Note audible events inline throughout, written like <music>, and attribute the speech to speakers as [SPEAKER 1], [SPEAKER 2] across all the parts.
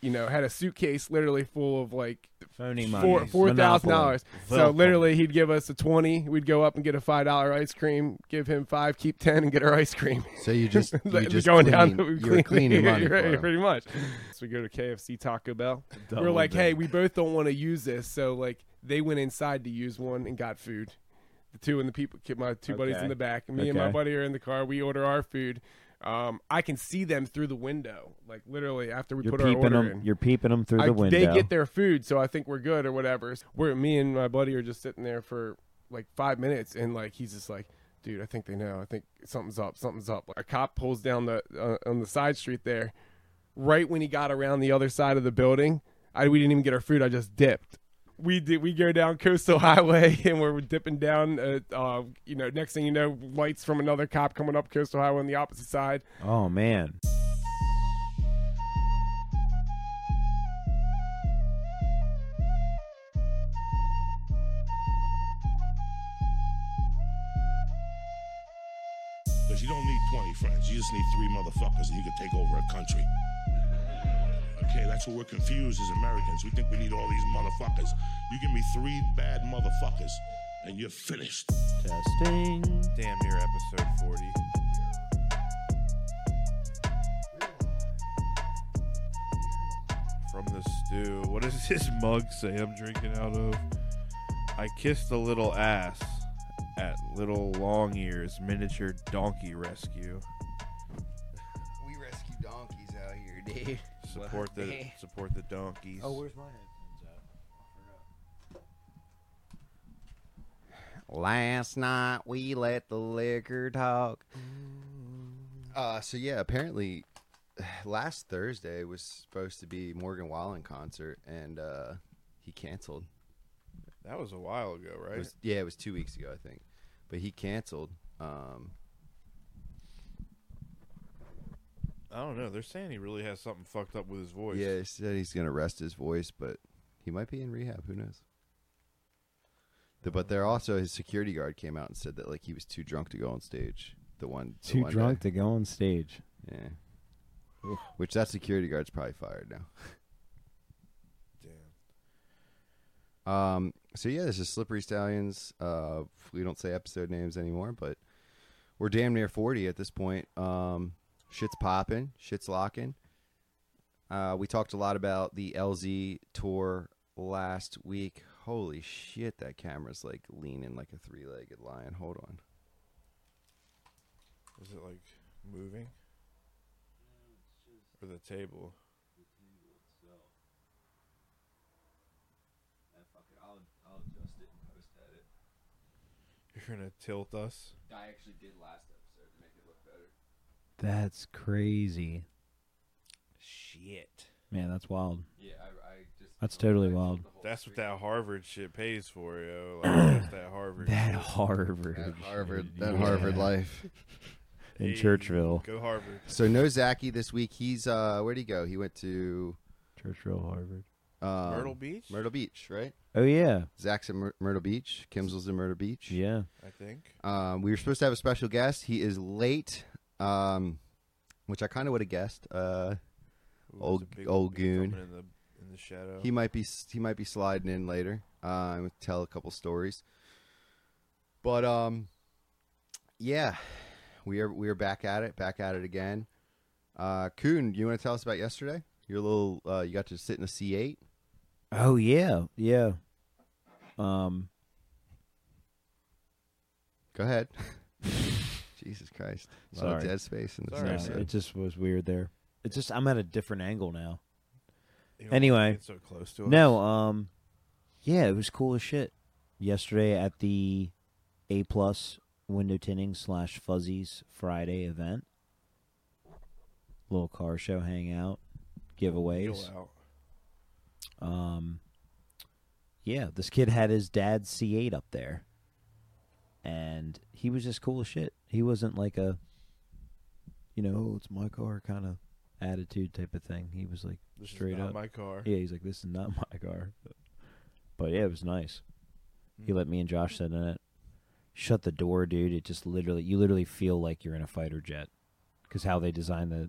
[SPEAKER 1] you know, had a suitcase literally full of like
[SPEAKER 2] Phony money.
[SPEAKER 1] four four thousand dollars. So
[SPEAKER 2] Monopoly.
[SPEAKER 1] literally, he'd give us a twenty. We'd go up and get a five dollar ice cream. Give him five, keep ten, and get our ice cream. <laughs>
[SPEAKER 3] So you just you
[SPEAKER 1] Like,
[SPEAKER 3] just
[SPEAKER 1] going down,
[SPEAKER 3] clean-
[SPEAKER 1] we
[SPEAKER 3] you
[SPEAKER 1] <laughs>
[SPEAKER 3] were cleaning money. for
[SPEAKER 1] right,
[SPEAKER 3] him.
[SPEAKER 1] pretty much. So we go to KFC, Taco Bell.
[SPEAKER 2] Double
[SPEAKER 1] we're like,
[SPEAKER 2] dip.
[SPEAKER 1] hey, we both don't want to use this, so like they went inside to use one and got food. The two and the people, my two buddies
[SPEAKER 2] Okay.
[SPEAKER 1] in the back. Me and my
[SPEAKER 2] Okay.
[SPEAKER 1] buddy are in the car. We order our food. Um, I can see them through the window, like literally after we
[SPEAKER 2] You're
[SPEAKER 1] put our
[SPEAKER 2] peeping
[SPEAKER 1] order
[SPEAKER 2] them.
[SPEAKER 1] in.
[SPEAKER 2] You're peeping them through
[SPEAKER 1] I-
[SPEAKER 2] the window.
[SPEAKER 1] They get their food, so I think we're good or whatever. Where me and my buddy are just sitting there for like five minutes, and like he's just like, "Dude, I think they know. I think something's up. Something's up." Like, a cop pulls down the uh, on the side street there. Right when he got around the other side of the building, I we didn't even get our food. I just dipped. We did. We go down Coastal <laughs> Highway, and we're dipping down. Uh, uh, you know, next thing you know, lights from another cop coming up Coastal Highway on the opposite side.
[SPEAKER 2] oh man.
[SPEAKER 4] Because you don't need 20 friends. You just need three motherfuckers and you can take over a country. Okay, that's what we're confused as Americans. We think we need all these motherfuckers. You give me three bad motherfuckers and you're finished.
[SPEAKER 2] Testing.
[SPEAKER 5] Damn near episode 40. From the stew. What does this mug say I'm drinking out of? I kissed a little ass at Little Long Ears Miniature Donkey Rescue.
[SPEAKER 6] We rescue donkeys out here, dude.
[SPEAKER 5] Support the
[SPEAKER 6] Hey.
[SPEAKER 5] support the donkeys.
[SPEAKER 3] Oh, where's my headphones at? Last night we let the liquor talk. Uh, so yeah, apparently last Thursday was supposed to be Morgan Wallen concert, and uh, he canceled.
[SPEAKER 5] that was a while ago,
[SPEAKER 3] It
[SPEAKER 5] right?
[SPEAKER 3] was, yeah, it was two weeks ago, I think, but he canceled. Um,
[SPEAKER 5] I don't know. They're saying he really has something fucked up with his voice.
[SPEAKER 3] yeah, he said he's gonna rest his voice, but he might be in rehab. Who knows? The- But there also his security guard came out and said that like he was too drunk to go on stage. The one the
[SPEAKER 2] Too
[SPEAKER 3] one
[SPEAKER 2] drunk
[SPEAKER 3] day.
[SPEAKER 2] to go on stage.
[SPEAKER 3] yeah.
[SPEAKER 2] Oof.
[SPEAKER 3] Which that security guard's probably fired now.
[SPEAKER 5] Damn.
[SPEAKER 3] Um, so yeah, this is Slippery Stallions. Uh, we don't say episode names anymore, but we're damn near forty at this point. Um, shit's popping, shit's locking. Uh, we talked a lot about the LZ tour last week. Holy shit, that camera's like leaning like a three-legged lion. Hold on.
[SPEAKER 5] Is it like moving? Or the table? You're gonna tilt us?
[SPEAKER 3] I actually did last episode to make it look better.
[SPEAKER 2] That's crazy.
[SPEAKER 5] Shit.
[SPEAKER 2] Man, that's wild.
[SPEAKER 3] Yeah, I, I just
[SPEAKER 2] That's totally wild.
[SPEAKER 5] That's what that Harvard shit pays for, yo.
[SPEAKER 2] <clears throat>
[SPEAKER 5] Like that's that Harvard.
[SPEAKER 2] That
[SPEAKER 5] shit.
[SPEAKER 2] Harvard.
[SPEAKER 3] that Harvard,
[SPEAKER 2] shit.
[SPEAKER 3] that
[SPEAKER 2] Yeah.
[SPEAKER 3] Harvard life.
[SPEAKER 2] In
[SPEAKER 5] Hey,
[SPEAKER 2] Churchville.
[SPEAKER 5] Go Harvard.
[SPEAKER 3] So no Zaki this week. He's uh, where'd he go? He went to
[SPEAKER 2] Churchville, Harvard.
[SPEAKER 3] um,
[SPEAKER 5] Myrtle Beach?
[SPEAKER 3] Myrtle Beach, right?
[SPEAKER 2] Oh yeah,
[SPEAKER 3] Zach's in Myr- Myrtle Beach. Kimsel's in Myrtle Beach.
[SPEAKER 2] yeah.
[SPEAKER 5] I think.
[SPEAKER 3] Um, we were supposed to have a special guest. He is late, um, which I kind of would have guessed. Uh,
[SPEAKER 5] Ooh,
[SPEAKER 3] Old-
[SPEAKER 5] there's a
[SPEAKER 3] old
[SPEAKER 5] thing coming
[SPEAKER 3] goon.
[SPEAKER 5] In the, in the shadow.
[SPEAKER 3] He might be he might be sliding in later. Uh, and tell a couple stories. But um, yeah, we are we are back at it, back at it again. Uh, Kuhn, you want to tell us about yesterday? Your little uh, you got to sit in a C eight.
[SPEAKER 2] Oh yeah, yeah. Um,
[SPEAKER 3] Go ahead. <laughs> Jesus Christ, a lot of
[SPEAKER 2] Sorry.
[SPEAKER 3] dead space in this
[SPEAKER 5] Sorry,
[SPEAKER 2] no,
[SPEAKER 3] episode.
[SPEAKER 2] it just was weird there. It's just I'm at a different angle now.
[SPEAKER 5] You don't
[SPEAKER 2] anyway.
[SPEAKER 5] wanna get so close to us.
[SPEAKER 2] No, um, yeah, it was cool as shit. Yesterday at the A plus window tinting slash fuzzies Friday event, little car show hangout,
[SPEAKER 5] Feel
[SPEAKER 2] giveaways.
[SPEAKER 5] out.
[SPEAKER 2] Um, yeah, this kid had his dad's C8 up there, and he was just cool as shit. He wasn't like a, you know, oh, it's my car kind of attitude type of thing. He was like
[SPEAKER 5] This is
[SPEAKER 2] straight
[SPEAKER 5] not
[SPEAKER 2] up.
[SPEAKER 5] my car.
[SPEAKER 2] Yeah, he's like, this is not <laughs> my car. But yeah, it was nice.
[SPEAKER 5] Hmm.
[SPEAKER 2] He let me and Josh sit in it. Shut the door, dude. It just literally, you literally feel like you're in a fighter jet because how they designed the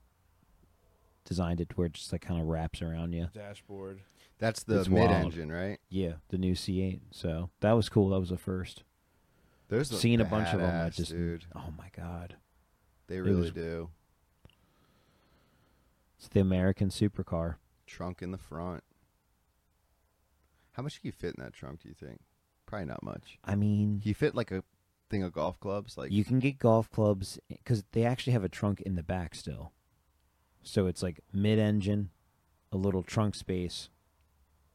[SPEAKER 2] designed it to where it just like kind of wraps around you.
[SPEAKER 5] Dashboard.
[SPEAKER 3] That's the
[SPEAKER 2] It's wild.
[SPEAKER 3] mid-engine, right?
[SPEAKER 2] Yeah, the new C8. So that was cool. That was the first.
[SPEAKER 3] Those look
[SPEAKER 2] Seen a bunch of them. I
[SPEAKER 3] badass,
[SPEAKER 2] just
[SPEAKER 3] dude.
[SPEAKER 2] oh my god,
[SPEAKER 3] They really
[SPEAKER 2] was-
[SPEAKER 3] do.
[SPEAKER 2] it's the American supercar.
[SPEAKER 3] Trunk in the front. How much can you fit in that trunk? Do you think? Probably not much.
[SPEAKER 2] I mean,
[SPEAKER 3] Can you fit like a thing of golf clubs? Like
[SPEAKER 2] you can get golf clubs because they actually have a trunk in the back still. So it's like mid-engine, a little trunk space,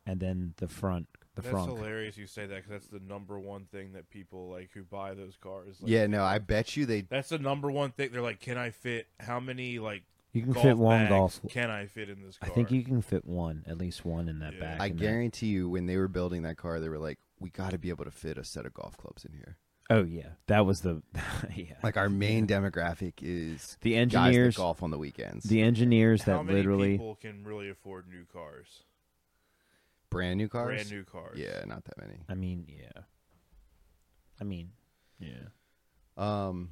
[SPEAKER 2] and then the front. The
[SPEAKER 5] that's
[SPEAKER 2] front.
[SPEAKER 5] hilarious you say that because that's the number one thing that people like who buy those cars. Like,
[SPEAKER 3] yeah, no, I bet you they.
[SPEAKER 5] That's the number one thing. They're like, can I fit how many like
[SPEAKER 2] You can
[SPEAKER 5] golf
[SPEAKER 2] fit one
[SPEAKER 5] bags
[SPEAKER 2] golf.
[SPEAKER 5] Can I fit in this
[SPEAKER 2] I
[SPEAKER 5] car?
[SPEAKER 2] think you can fit one, at least one in that
[SPEAKER 5] Yeah.
[SPEAKER 2] back.
[SPEAKER 3] I
[SPEAKER 2] and that-
[SPEAKER 3] guarantee you, when they were building that car, they were like, "We got to be able to fit a set of golf clubs in here."
[SPEAKER 2] Oh yeah, that was the <laughs> yeah.
[SPEAKER 3] Like our main demographic is
[SPEAKER 2] the
[SPEAKER 3] guys that
[SPEAKER 2] engineers,
[SPEAKER 3] golf on the weekends.
[SPEAKER 2] the engineers
[SPEAKER 5] how
[SPEAKER 2] that
[SPEAKER 5] many
[SPEAKER 2] literally
[SPEAKER 5] people can really afford new cars,
[SPEAKER 3] brand new cars.
[SPEAKER 5] brand new cars.
[SPEAKER 3] Yeah, not that many.
[SPEAKER 2] I mean, yeah. I mean, yeah.
[SPEAKER 3] Um,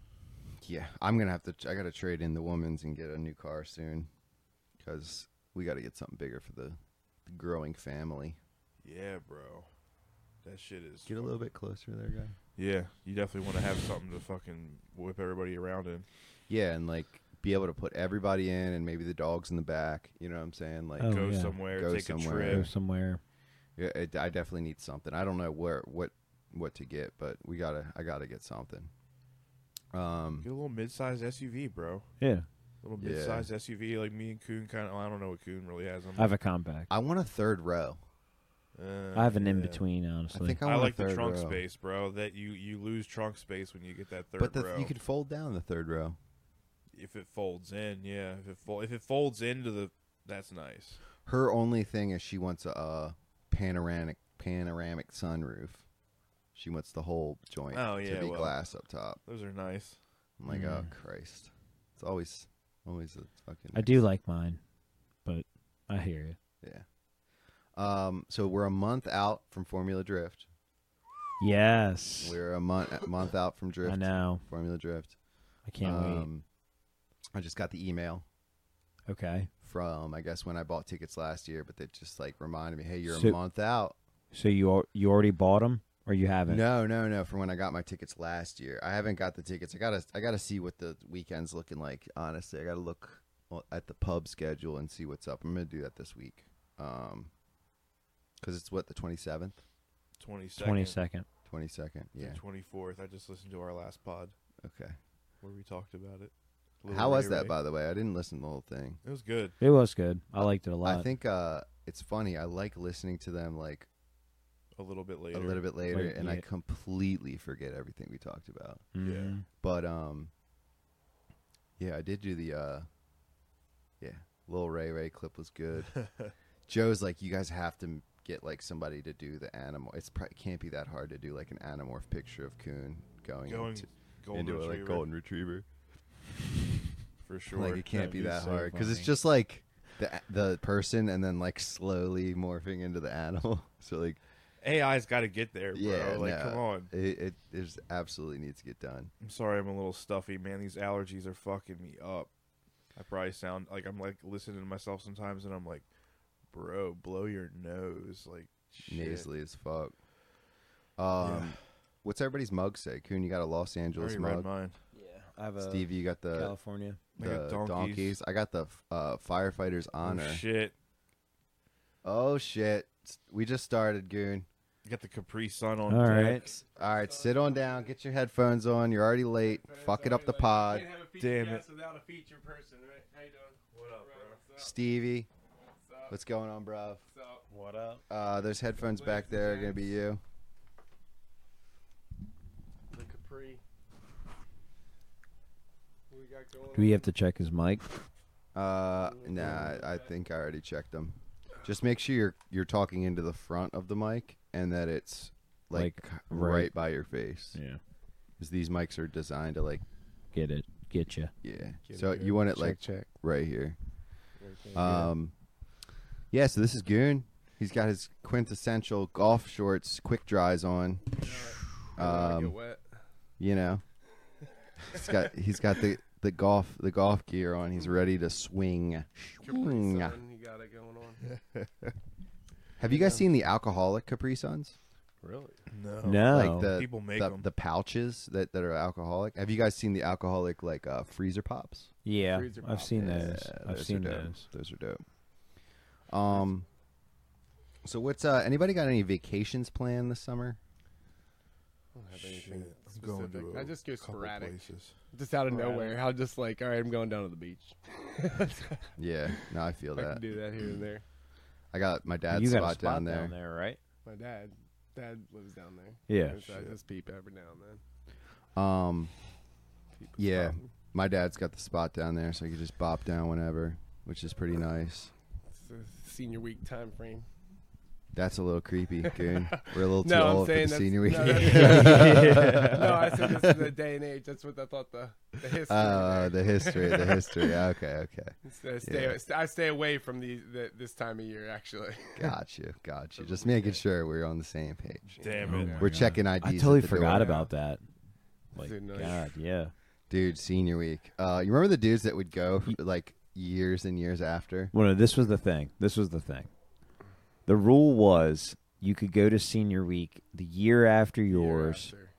[SPEAKER 3] yeah, I'm gonna have to. I gotta trade in the woman's and get a new car soon, because we gotta get something bigger for the, the growing family.
[SPEAKER 5] yeah, bro. That shit is.
[SPEAKER 3] Get a little bit closer there, guy.
[SPEAKER 5] Yeah, you definitely want to have something to fucking whip everybody around in.
[SPEAKER 3] Yeah, and like be able to put everybody in, and maybe the dogs in the back. You know what I'm saying? Like,
[SPEAKER 2] Oh,
[SPEAKER 5] go
[SPEAKER 2] yeah.
[SPEAKER 5] somewhere,
[SPEAKER 3] Go
[SPEAKER 5] take
[SPEAKER 3] somewhere.
[SPEAKER 5] a
[SPEAKER 2] Go
[SPEAKER 5] trip.
[SPEAKER 2] somewhere.
[SPEAKER 3] yeah, it, I definitely need something. I don't know where what what to get, but we gotta. I gotta get something. Um,
[SPEAKER 5] Get a little mid-sized SUV, bro.
[SPEAKER 2] Yeah,
[SPEAKER 5] little
[SPEAKER 3] Yeah.
[SPEAKER 5] mid-sized SUV like me and Coon kind of. I don't know what Coon really has. I'm,
[SPEAKER 2] I have a compact.
[SPEAKER 3] I want a third row.
[SPEAKER 5] uh,
[SPEAKER 2] I have an
[SPEAKER 5] yeah.
[SPEAKER 2] in between,
[SPEAKER 3] I
[SPEAKER 2] honestly.
[SPEAKER 3] think I,
[SPEAKER 5] I
[SPEAKER 3] want
[SPEAKER 5] like
[SPEAKER 3] a third
[SPEAKER 5] the trunk
[SPEAKER 3] row.
[SPEAKER 5] space, bro. That you you lose trunk space when you get that third
[SPEAKER 3] but the,
[SPEAKER 5] row.
[SPEAKER 3] you could fold down the third row.
[SPEAKER 5] if it folds in, yeah. If it fol- if it folds into the, that's nice.
[SPEAKER 3] Her only thing is she wants a uh, panoramic panoramic sunroof. She wants the whole joint
[SPEAKER 5] Oh,
[SPEAKER 3] to
[SPEAKER 5] yeah,
[SPEAKER 3] be
[SPEAKER 5] well.
[SPEAKER 3] glass up top.
[SPEAKER 5] Those are nice.
[SPEAKER 3] I'm like, oh
[SPEAKER 2] Mm.
[SPEAKER 3] Christ! It's always always a fucking.
[SPEAKER 2] I do like mine, but I hear you.
[SPEAKER 3] Um, so we're a month out from Formula Drift.
[SPEAKER 2] Yes,
[SPEAKER 3] We're a month a month out from Drift.
[SPEAKER 2] I know.
[SPEAKER 3] Formula Drift.
[SPEAKER 2] I can't
[SPEAKER 3] um, I just got the email
[SPEAKER 2] wait. Okay,
[SPEAKER 3] from I guess when I bought tickets last year, but they just like reminded me, hey, you're
[SPEAKER 2] So-
[SPEAKER 3] a month out.
[SPEAKER 2] so you al- you already bought them or you haven't?
[SPEAKER 3] No, no, no. From when I got my tickets last year, I haven't got the tickets. I gotta, I gotta see what the weekend's looking like. Honestly, I gotta look at the pub schedule and see what's up. I'm gonna do that this week, um, because it's what the 27th,
[SPEAKER 5] Twenty second.
[SPEAKER 2] Twenty second.
[SPEAKER 3] 22nd. Yeah.
[SPEAKER 5] Twenty fourth. I just listened to our last pod
[SPEAKER 3] Okay.
[SPEAKER 5] where we talked about it. Lil
[SPEAKER 3] How
[SPEAKER 5] Ray
[SPEAKER 3] was that,
[SPEAKER 5] Ray.
[SPEAKER 3] by the way? I didn't listen to the whole thing.
[SPEAKER 5] It was good.
[SPEAKER 2] It was good. I liked it a lot.
[SPEAKER 3] I think uh, it's funny. I like listening to them like
[SPEAKER 5] A little bit later.
[SPEAKER 3] a little bit later,
[SPEAKER 2] Like,
[SPEAKER 3] and I
[SPEAKER 2] yeah.
[SPEAKER 3] completely forget everything we talked about.
[SPEAKER 2] Mhm.
[SPEAKER 3] But um, yeah, I did do the uh, yeah, Lil Ray Ray clip was good.
[SPEAKER 5] <laughs>
[SPEAKER 3] Joe's like, you guys have to m- get like somebody to do the animal. It's probably can't be that hard to do like an animorph picture of Coon going,
[SPEAKER 5] Going
[SPEAKER 3] into,
[SPEAKER 5] golden
[SPEAKER 3] into a like
[SPEAKER 5] retriever,
[SPEAKER 3] golden retriever.
[SPEAKER 5] for sure.
[SPEAKER 3] Like it can't
[SPEAKER 2] That'd
[SPEAKER 3] be
[SPEAKER 2] be
[SPEAKER 3] that
[SPEAKER 2] so
[SPEAKER 3] hard because it's
[SPEAKER 2] funny.
[SPEAKER 3] just like the a- the person and then like slowly morphing into the animal. <laughs> So like,
[SPEAKER 5] AI's got to get there, bro.
[SPEAKER 3] yeah,
[SPEAKER 5] like,
[SPEAKER 3] no,
[SPEAKER 5] come on.
[SPEAKER 3] it it is absolutely needs to get done.
[SPEAKER 5] I'm sorry, I'm a little stuffy, man. These allergies are fucking me up. I probably sound like I'm like listening to myself sometimes, and I'm like, bro, blow your nose, like shit.
[SPEAKER 3] nasally as fuck. Um, what's everybody's mug say? Coon, you got a Los
[SPEAKER 5] I
[SPEAKER 3] Angeles
[SPEAKER 5] already read
[SPEAKER 3] mug.
[SPEAKER 5] mine.
[SPEAKER 2] Yeah, I have a
[SPEAKER 3] Steve, you got the,
[SPEAKER 2] California.
[SPEAKER 5] I
[SPEAKER 3] the
[SPEAKER 5] got donkeys.
[SPEAKER 3] donkeys. I got the uh, firefighters
[SPEAKER 5] Oh,
[SPEAKER 3] honor. Oh shit.
[SPEAKER 5] shit,
[SPEAKER 3] we just started, Goon.
[SPEAKER 5] I got the Capri Sun on.
[SPEAKER 2] All
[SPEAKER 5] deck.
[SPEAKER 2] right.
[SPEAKER 3] All right, sit on down. Get your headphones on. You're already late. Fucking up the pod.
[SPEAKER 5] Damn it.
[SPEAKER 1] Without a feature person, right? How you doing? What up, bro?
[SPEAKER 3] Stevie,
[SPEAKER 1] What's up?
[SPEAKER 3] what's going on, bruv?
[SPEAKER 1] What's up?
[SPEAKER 3] Uh, those headphones back there are gonna be you.
[SPEAKER 1] The Capri. What we got going
[SPEAKER 2] Do we have to check his mic?
[SPEAKER 3] Uh, nah, I I think I already checked them. Just make sure you're you're talking into the front of the mic and that it's like,
[SPEAKER 2] Like,
[SPEAKER 3] right.
[SPEAKER 2] right-
[SPEAKER 3] by your face.
[SPEAKER 2] Yeah.
[SPEAKER 3] Because these mics are designed to like
[SPEAKER 2] Get it. Get you.
[SPEAKER 3] yeah.
[SPEAKER 1] Get
[SPEAKER 3] so
[SPEAKER 1] it,
[SPEAKER 3] you want it
[SPEAKER 1] check,
[SPEAKER 3] like
[SPEAKER 1] check.
[SPEAKER 3] right here.
[SPEAKER 1] Everything.
[SPEAKER 3] Um, yeah. So this is Goon. He's got his quintessential golf shorts, quick dries on.
[SPEAKER 1] I don't wanna get
[SPEAKER 3] um,
[SPEAKER 1] wet.
[SPEAKER 3] You know, he's got he's got the the golf the golf gear on. He's ready to swing.
[SPEAKER 1] you
[SPEAKER 3] Swing.
[SPEAKER 1] got it going on. <laughs>
[SPEAKER 3] Have you guys seen the alcoholic Capri Suns?
[SPEAKER 1] Really?
[SPEAKER 5] No.
[SPEAKER 2] No.
[SPEAKER 3] Like the
[SPEAKER 5] People make
[SPEAKER 3] the,
[SPEAKER 5] 'em.
[SPEAKER 3] the pouches that, that are alcoholic. Have you guys seen the alcoholic like uh, freezer pops?
[SPEAKER 2] yeah,
[SPEAKER 1] Freezer
[SPEAKER 2] I've
[SPEAKER 1] pop.
[SPEAKER 2] seen those.
[SPEAKER 3] Yeah,
[SPEAKER 2] I've
[SPEAKER 3] those
[SPEAKER 2] seen
[SPEAKER 3] are dope.
[SPEAKER 2] those.
[SPEAKER 3] Those are dope. Um. So what's uh anybody got any vacations planned this summer?
[SPEAKER 1] I don't have
[SPEAKER 5] Shit,
[SPEAKER 1] anything
[SPEAKER 5] I'm going
[SPEAKER 1] specific.
[SPEAKER 5] to
[SPEAKER 1] I
[SPEAKER 5] a
[SPEAKER 1] just go
[SPEAKER 5] couple
[SPEAKER 1] sporadic,
[SPEAKER 5] Places.
[SPEAKER 1] just out of
[SPEAKER 5] Sporadic.
[SPEAKER 1] nowhere. How just like, all right, I'm going down to the beach.
[SPEAKER 3] Yeah, no, I feel
[SPEAKER 1] I can
[SPEAKER 3] that.
[SPEAKER 1] do that <clears throat> here and there.
[SPEAKER 3] I got my dad's
[SPEAKER 2] you got
[SPEAKER 3] spot,
[SPEAKER 2] a spot
[SPEAKER 3] down there.
[SPEAKER 2] right?
[SPEAKER 1] My dad, dad lives down there.
[SPEAKER 2] Yeah.
[SPEAKER 1] So I just peep every now and then.
[SPEAKER 3] Um,
[SPEAKER 1] Peep his
[SPEAKER 3] yeah,
[SPEAKER 1] spot.
[SPEAKER 3] my dad's got the spot down there, so I could just bop down whenever, which is pretty nice.
[SPEAKER 1] It's a senior week time frame.
[SPEAKER 3] That's a
[SPEAKER 1] <laughs>
[SPEAKER 3] little creepy, Goon. We're a little too
[SPEAKER 1] No, I'm
[SPEAKER 3] old for the
[SPEAKER 1] saying that's-
[SPEAKER 3] senior week.
[SPEAKER 1] no,
[SPEAKER 3] <laughs>
[SPEAKER 1] no, I said this is the day and age. That's what I thought the, the history.
[SPEAKER 3] uh,
[SPEAKER 1] there.
[SPEAKER 3] the history, the history.
[SPEAKER 1] <laughs>
[SPEAKER 3] Okay, okay.
[SPEAKER 1] It's, uh, stay, I stay away from the, the this time of year actually. <laughs>
[SPEAKER 3] Gotcha, gotcha. Just making sure we're on the same page.
[SPEAKER 5] Damn
[SPEAKER 2] Oh
[SPEAKER 5] it.
[SPEAKER 2] my
[SPEAKER 3] We're
[SPEAKER 2] God.
[SPEAKER 3] checking IDs.
[SPEAKER 2] I
[SPEAKER 3] at
[SPEAKER 2] totally
[SPEAKER 3] the door.
[SPEAKER 2] forgot about that. Like,
[SPEAKER 1] Dude, nice.
[SPEAKER 2] God, yeah.
[SPEAKER 3] dude. Senior week. Uh, you remember the dudes that would go for, like years and years after?
[SPEAKER 2] Well, no, this was the thing. This was the thing. The rule was you could go to senior week the year after yours,
[SPEAKER 1] Year after.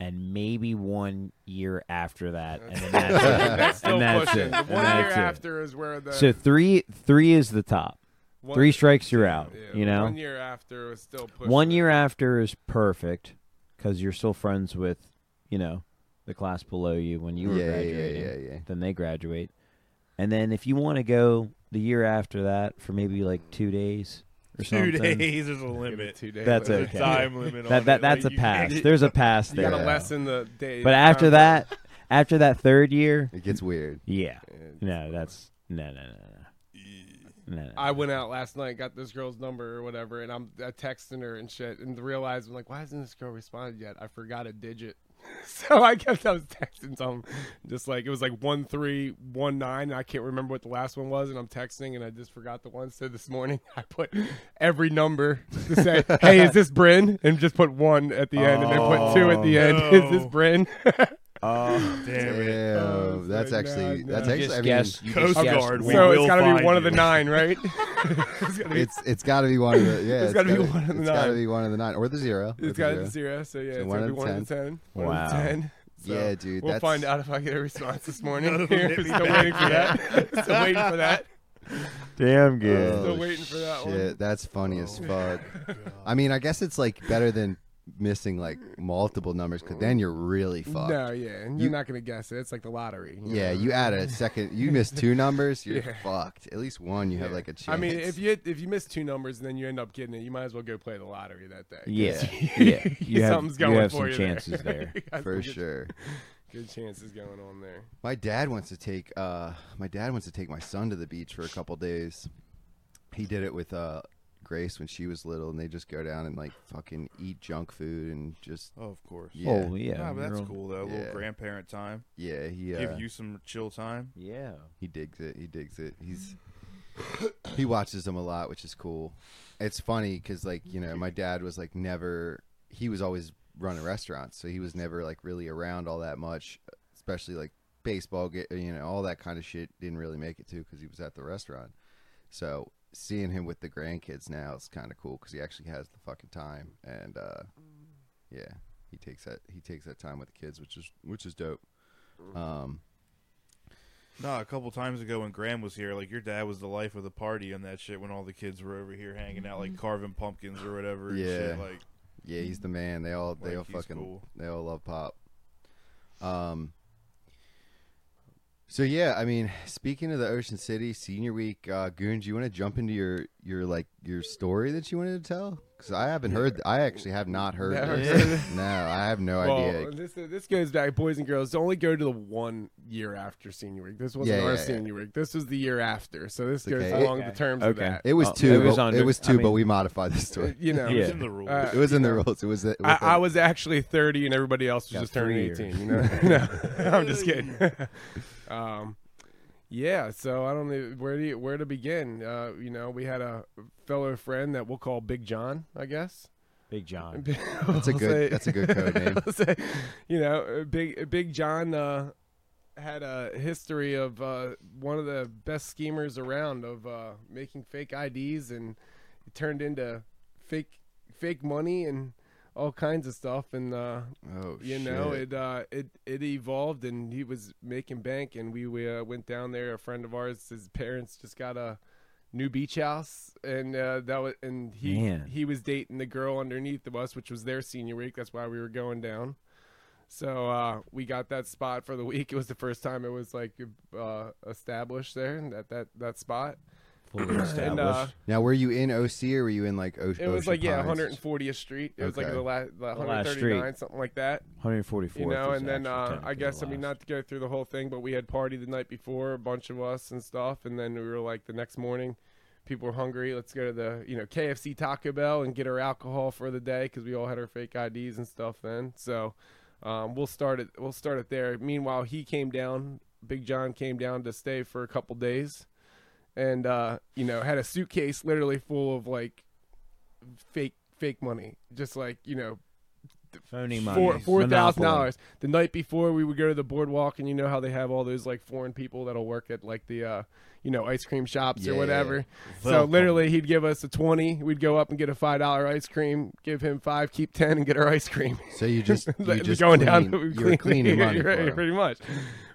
[SPEAKER 2] and maybe one year after that,
[SPEAKER 1] <laughs>
[SPEAKER 2] and then that's
[SPEAKER 1] That's
[SPEAKER 2] it.
[SPEAKER 1] still
[SPEAKER 2] and that's
[SPEAKER 1] pushing.
[SPEAKER 2] it.
[SPEAKER 1] The
[SPEAKER 2] and
[SPEAKER 1] one year
[SPEAKER 2] that's it.
[SPEAKER 1] after is where the
[SPEAKER 2] So three, three is the top.
[SPEAKER 1] one-
[SPEAKER 2] three strikes, you're out.
[SPEAKER 1] yeah,
[SPEAKER 2] you know,
[SPEAKER 1] One year after was still pushing.
[SPEAKER 2] One
[SPEAKER 1] it.
[SPEAKER 2] year after is perfect because you're still friends with, you know, the class below you when you were
[SPEAKER 3] Yeah, yeah, yeah,
[SPEAKER 2] graduating.
[SPEAKER 3] yeah, yeah.
[SPEAKER 2] Then they graduate, and then if you want to go the year after that for maybe like two days or
[SPEAKER 5] <laughs> Two
[SPEAKER 2] something,
[SPEAKER 5] days. There's a
[SPEAKER 1] Give it
[SPEAKER 5] limit.
[SPEAKER 1] two days.
[SPEAKER 2] That's
[SPEAKER 1] later.
[SPEAKER 5] There's
[SPEAKER 2] okay.
[SPEAKER 5] a
[SPEAKER 1] <laughs>
[SPEAKER 5] time limit.
[SPEAKER 2] <laughs>
[SPEAKER 5] on
[SPEAKER 2] that, that
[SPEAKER 5] it.
[SPEAKER 2] that's a
[SPEAKER 5] Like, you can't
[SPEAKER 2] pass.
[SPEAKER 5] get-
[SPEAKER 2] There's a pass
[SPEAKER 1] You gotta
[SPEAKER 2] there.
[SPEAKER 3] Yeah.
[SPEAKER 1] lessen the day.
[SPEAKER 2] But after that, after that third year,
[SPEAKER 3] It gets weird.
[SPEAKER 2] yeah,
[SPEAKER 1] It's-
[SPEAKER 2] no, that's no, no, no, no, no. no, no.
[SPEAKER 1] I went out last night, got this girl's number or whatever, and I'm uh, texting her and shit, and realized I'm like, why hasn't this girl responded yet? I forgot a digit, <laughs> so I kept I was texting some, just like it was like one three one nine, and I can't remember what the last one was, and I'm texting, and I just forgot the one. So this morning <laughs> I put every number to
[SPEAKER 5] <laughs>
[SPEAKER 1] say, hey, is this Bryn? And just put one at the end, and then put two at the end. <laughs>
[SPEAKER 5] Oh,
[SPEAKER 1] Is this
[SPEAKER 5] no.
[SPEAKER 1] Bryn?
[SPEAKER 5] <laughs> Oh, damn it.
[SPEAKER 1] Oh, it's
[SPEAKER 3] Damn, that's
[SPEAKER 1] like,
[SPEAKER 3] actually
[SPEAKER 1] nah,
[SPEAKER 3] that's
[SPEAKER 1] nah.
[SPEAKER 2] You
[SPEAKER 3] actually.
[SPEAKER 2] just
[SPEAKER 3] I mean,
[SPEAKER 2] guess, you just
[SPEAKER 5] Coast
[SPEAKER 2] guess
[SPEAKER 1] <laughs>
[SPEAKER 5] Guard,
[SPEAKER 2] one.
[SPEAKER 5] We
[SPEAKER 1] so it's
[SPEAKER 5] will
[SPEAKER 1] gotta be
[SPEAKER 5] find
[SPEAKER 1] one of the
[SPEAKER 5] you.
[SPEAKER 1] nine, right? <laughs> it's gotta be,
[SPEAKER 3] it's
[SPEAKER 1] <laughs>
[SPEAKER 3] it's got to be one of the yeah.
[SPEAKER 1] It's
[SPEAKER 3] got
[SPEAKER 1] gotta
[SPEAKER 3] to
[SPEAKER 1] be one of the
[SPEAKER 3] It's got to
[SPEAKER 1] nine.
[SPEAKER 3] be one of the nine or the zero. or
[SPEAKER 1] It's
[SPEAKER 3] the
[SPEAKER 1] got
[SPEAKER 3] zero.
[SPEAKER 1] a zero, so yeah,
[SPEAKER 3] So
[SPEAKER 1] it's
[SPEAKER 3] one
[SPEAKER 1] gonna be
[SPEAKER 3] out
[SPEAKER 1] one
[SPEAKER 3] of
[SPEAKER 1] out of ten. One
[SPEAKER 2] Wow.
[SPEAKER 1] out of ten. So
[SPEAKER 3] yeah, dude.
[SPEAKER 1] We'll
[SPEAKER 3] that's,
[SPEAKER 1] find out if I get a response
[SPEAKER 3] <laughs>
[SPEAKER 1] this morning. <laughs>
[SPEAKER 5] None of them hit me
[SPEAKER 1] Still waiting for that. Still waiting for that.
[SPEAKER 2] Damn
[SPEAKER 3] Oh,
[SPEAKER 1] Still waiting for that one. Oh,
[SPEAKER 3] shit, that's funny as
[SPEAKER 1] <laughs>
[SPEAKER 3] fuck. I mean, I guess it's like better than missing like multiple numbers because then you're really fucked.
[SPEAKER 1] No, yeah, and
[SPEAKER 3] You-
[SPEAKER 1] you're not gonna guess it. It's like the lottery. you
[SPEAKER 3] Yeah,
[SPEAKER 1] know?
[SPEAKER 3] you add a second. You miss two numbers, you're
[SPEAKER 1] Yeah.
[SPEAKER 3] fucked. At least one, you have
[SPEAKER 1] Yeah.
[SPEAKER 3] like a chance.
[SPEAKER 1] I mean, if you if you miss two numbers and then you end up getting it, you might as well go play the lottery that day. 'cause <laughs>
[SPEAKER 2] Yeah, yeah. You have,
[SPEAKER 1] something's
[SPEAKER 2] you
[SPEAKER 1] going
[SPEAKER 2] have
[SPEAKER 1] for
[SPEAKER 2] some
[SPEAKER 1] <laughs> you
[SPEAKER 2] chances
[SPEAKER 1] there.
[SPEAKER 2] there.
[SPEAKER 1] You got some
[SPEAKER 3] for
[SPEAKER 1] good-
[SPEAKER 3] sure.
[SPEAKER 1] Good chances going on there.
[SPEAKER 3] My dad wants to take uh my dad wants to take my son to the beach for a couple days. He did it with uh Grace when she was little and they just go down and like fucking eat junk food and just
[SPEAKER 5] Oh, of course.
[SPEAKER 3] yeah.
[SPEAKER 2] Oh yeah,
[SPEAKER 5] Nah, but that's
[SPEAKER 2] you're-
[SPEAKER 5] cool though. A
[SPEAKER 3] Yeah.
[SPEAKER 5] little grandparent time.
[SPEAKER 3] yeah, he uh,
[SPEAKER 5] Give you some chill time.
[SPEAKER 2] Yeah.
[SPEAKER 3] he digs it. He digs it. He's he watches them a lot, which is cool. It's funny cuz like, you know, my dad was like never he was always running restaurants, so he was never like really around all that much, especially like baseball get you know, all that kind of shit didn't really make it too cuz he was at the restaurant. So seeing him with the grandkids now is kind of cool because he actually has the fucking time and uh, yeah, he takes that he takes that time with the kids, which is which is dope. Um,
[SPEAKER 5] No, a couple times ago when Graham was here, like your dad was the life of the party on that shit when all the kids were over here hanging out, like carving pumpkins or whatever. and shit,
[SPEAKER 3] Yeah.
[SPEAKER 5] like
[SPEAKER 3] yeah, he's the man. They all they
[SPEAKER 5] Like,
[SPEAKER 3] all
[SPEAKER 5] he's
[SPEAKER 3] fucking
[SPEAKER 5] cool.
[SPEAKER 3] they all love pop. Um. So yeah, I mean, speaking of the Ocean City Senior Week, uh, Goon, do you want to jump into your your like your story that you wanted to tell? Because I haven't heard. I actually have not heard.
[SPEAKER 1] Never. <laughs>
[SPEAKER 3] this. <laughs> no, I have no idea.
[SPEAKER 1] Well, uh, this this goes back, boys and girls. Only go to the one year after senior week. This wasn't
[SPEAKER 3] Yeah,
[SPEAKER 1] our
[SPEAKER 3] yeah, yeah.
[SPEAKER 1] senior week. This was the year after. So this goes
[SPEAKER 3] Okay.
[SPEAKER 1] along the terms of
[SPEAKER 2] Okay.
[SPEAKER 1] that. Uh,
[SPEAKER 3] It was
[SPEAKER 2] Oh,
[SPEAKER 3] two.
[SPEAKER 2] it was
[SPEAKER 3] but,
[SPEAKER 2] on
[SPEAKER 3] it
[SPEAKER 2] the-
[SPEAKER 3] was
[SPEAKER 2] I
[SPEAKER 3] two, but
[SPEAKER 2] mean-
[SPEAKER 3] we modified the story.
[SPEAKER 1] You know,
[SPEAKER 5] it was
[SPEAKER 2] Yeah.
[SPEAKER 5] in the rules.
[SPEAKER 1] Uh,
[SPEAKER 3] It was in the rules. It was. It was
[SPEAKER 1] I, I was actually 30 and everybody else was
[SPEAKER 2] Got
[SPEAKER 1] just turning
[SPEAKER 2] three years.
[SPEAKER 1] 18. You know, <laughs> no, I'm just
[SPEAKER 3] <laughs>
[SPEAKER 1] kidding. <laughs> um, yeah, so I don't know where do you, where to begin. Uh, you know, we had a fellow friend that we'll call Big John, I guess.
[SPEAKER 2] Big John.
[SPEAKER 1] That's <laughs>
[SPEAKER 3] good- that's a good code name.
[SPEAKER 1] you know, uh, Big Big John uh, had a history of uh, one of the best schemers around of uh, making fake IDs, and it turned into fake fake money and all kinds of stuff. And uh,
[SPEAKER 3] Oh,
[SPEAKER 1] you know, it uh, it it evolved, and he was making bank, and we, we uh, went down there. A friend of ours, his parents just got a new beach house, and uh, that was, and he
[SPEAKER 2] Man.
[SPEAKER 1] he was dating the girl underneath of us, which was their senior week. That's why we were going down. So uh, we got that spot for the week. <laughs> It was the first time it was like uh, established there, and that that that spot.
[SPEAKER 2] Fully
[SPEAKER 1] <laughs> And uh,
[SPEAKER 2] established.
[SPEAKER 3] Now, were you in OC or were you in like Ocean?
[SPEAKER 1] it was like yeah,
[SPEAKER 3] Pines?
[SPEAKER 1] 140th Street. It was like
[SPEAKER 3] Okay.
[SPEAKER 1] the last, the
[SPEAKER 2] last street.
[SPEAKER 1] 139, something like that.
[SPEAKER 2] 144th.
[SPEAKER 1] you know
[SPEAKER 2] is
[SPEAKER 1] and then
[SPEAKER 2] actually
[SPEAKER 1] uh, i
[SPEAKER 2] technically
[SPEAKER 1] guess
[SPEAKER 2] the
[SPEAKER 1] i mean
[SPEAKER 2] last.
[SPEAKER 1] not to go through the whole thing but we had party the night before a bunch of us and stuff and then we were like the next morning people were hungry let's go to the you know kfc taco bell and get our alcohol for the day because we all had our fake ids and stuff then so um, we'll start it we'll start it there meanwhile he came down big john came down to stay for a couple days and uh, you know had a suitcase literally full of like fake fake money just like you know
[SPEAKER 2] phony money.
[SPEAKER 1] Four four thousand
[SPEAKER 2] Monopoly.
[SPEAKER 1] dollars. The night before, we would go to the boardwalk, and you know how they have all those like foreign people that'll work at like the, uh, you know, ice cream shops
[SPEAKER 3] Yeah,
[SPEAKER 1] or
[SPEAKER 3] yeah,
[SPEAKER 1] whatever. So
[SPEAKER 5] Welcome.
[SPEAKER 1] literally, he'd give us a twenty. We'd go up and get a five dollar ice cream. Give him five, keep ten, and get our ice cream. <laughs>
[SPEAKER 3] So you just you
[SPEAKER 1] Like,
[SPEAKER 3] just
[SPEAKER 1] going
[SPEAKER 3] clean,
[SPEAKER 1] down,
[SPEAKER 3] you
[SPEAKER 1] <laughs>
[SPEAKER 3] were cleaning money.
[SPEAKER 1] Right,
[SPEAKER 3] for 'em.
[SPEAKER 1] pretty much.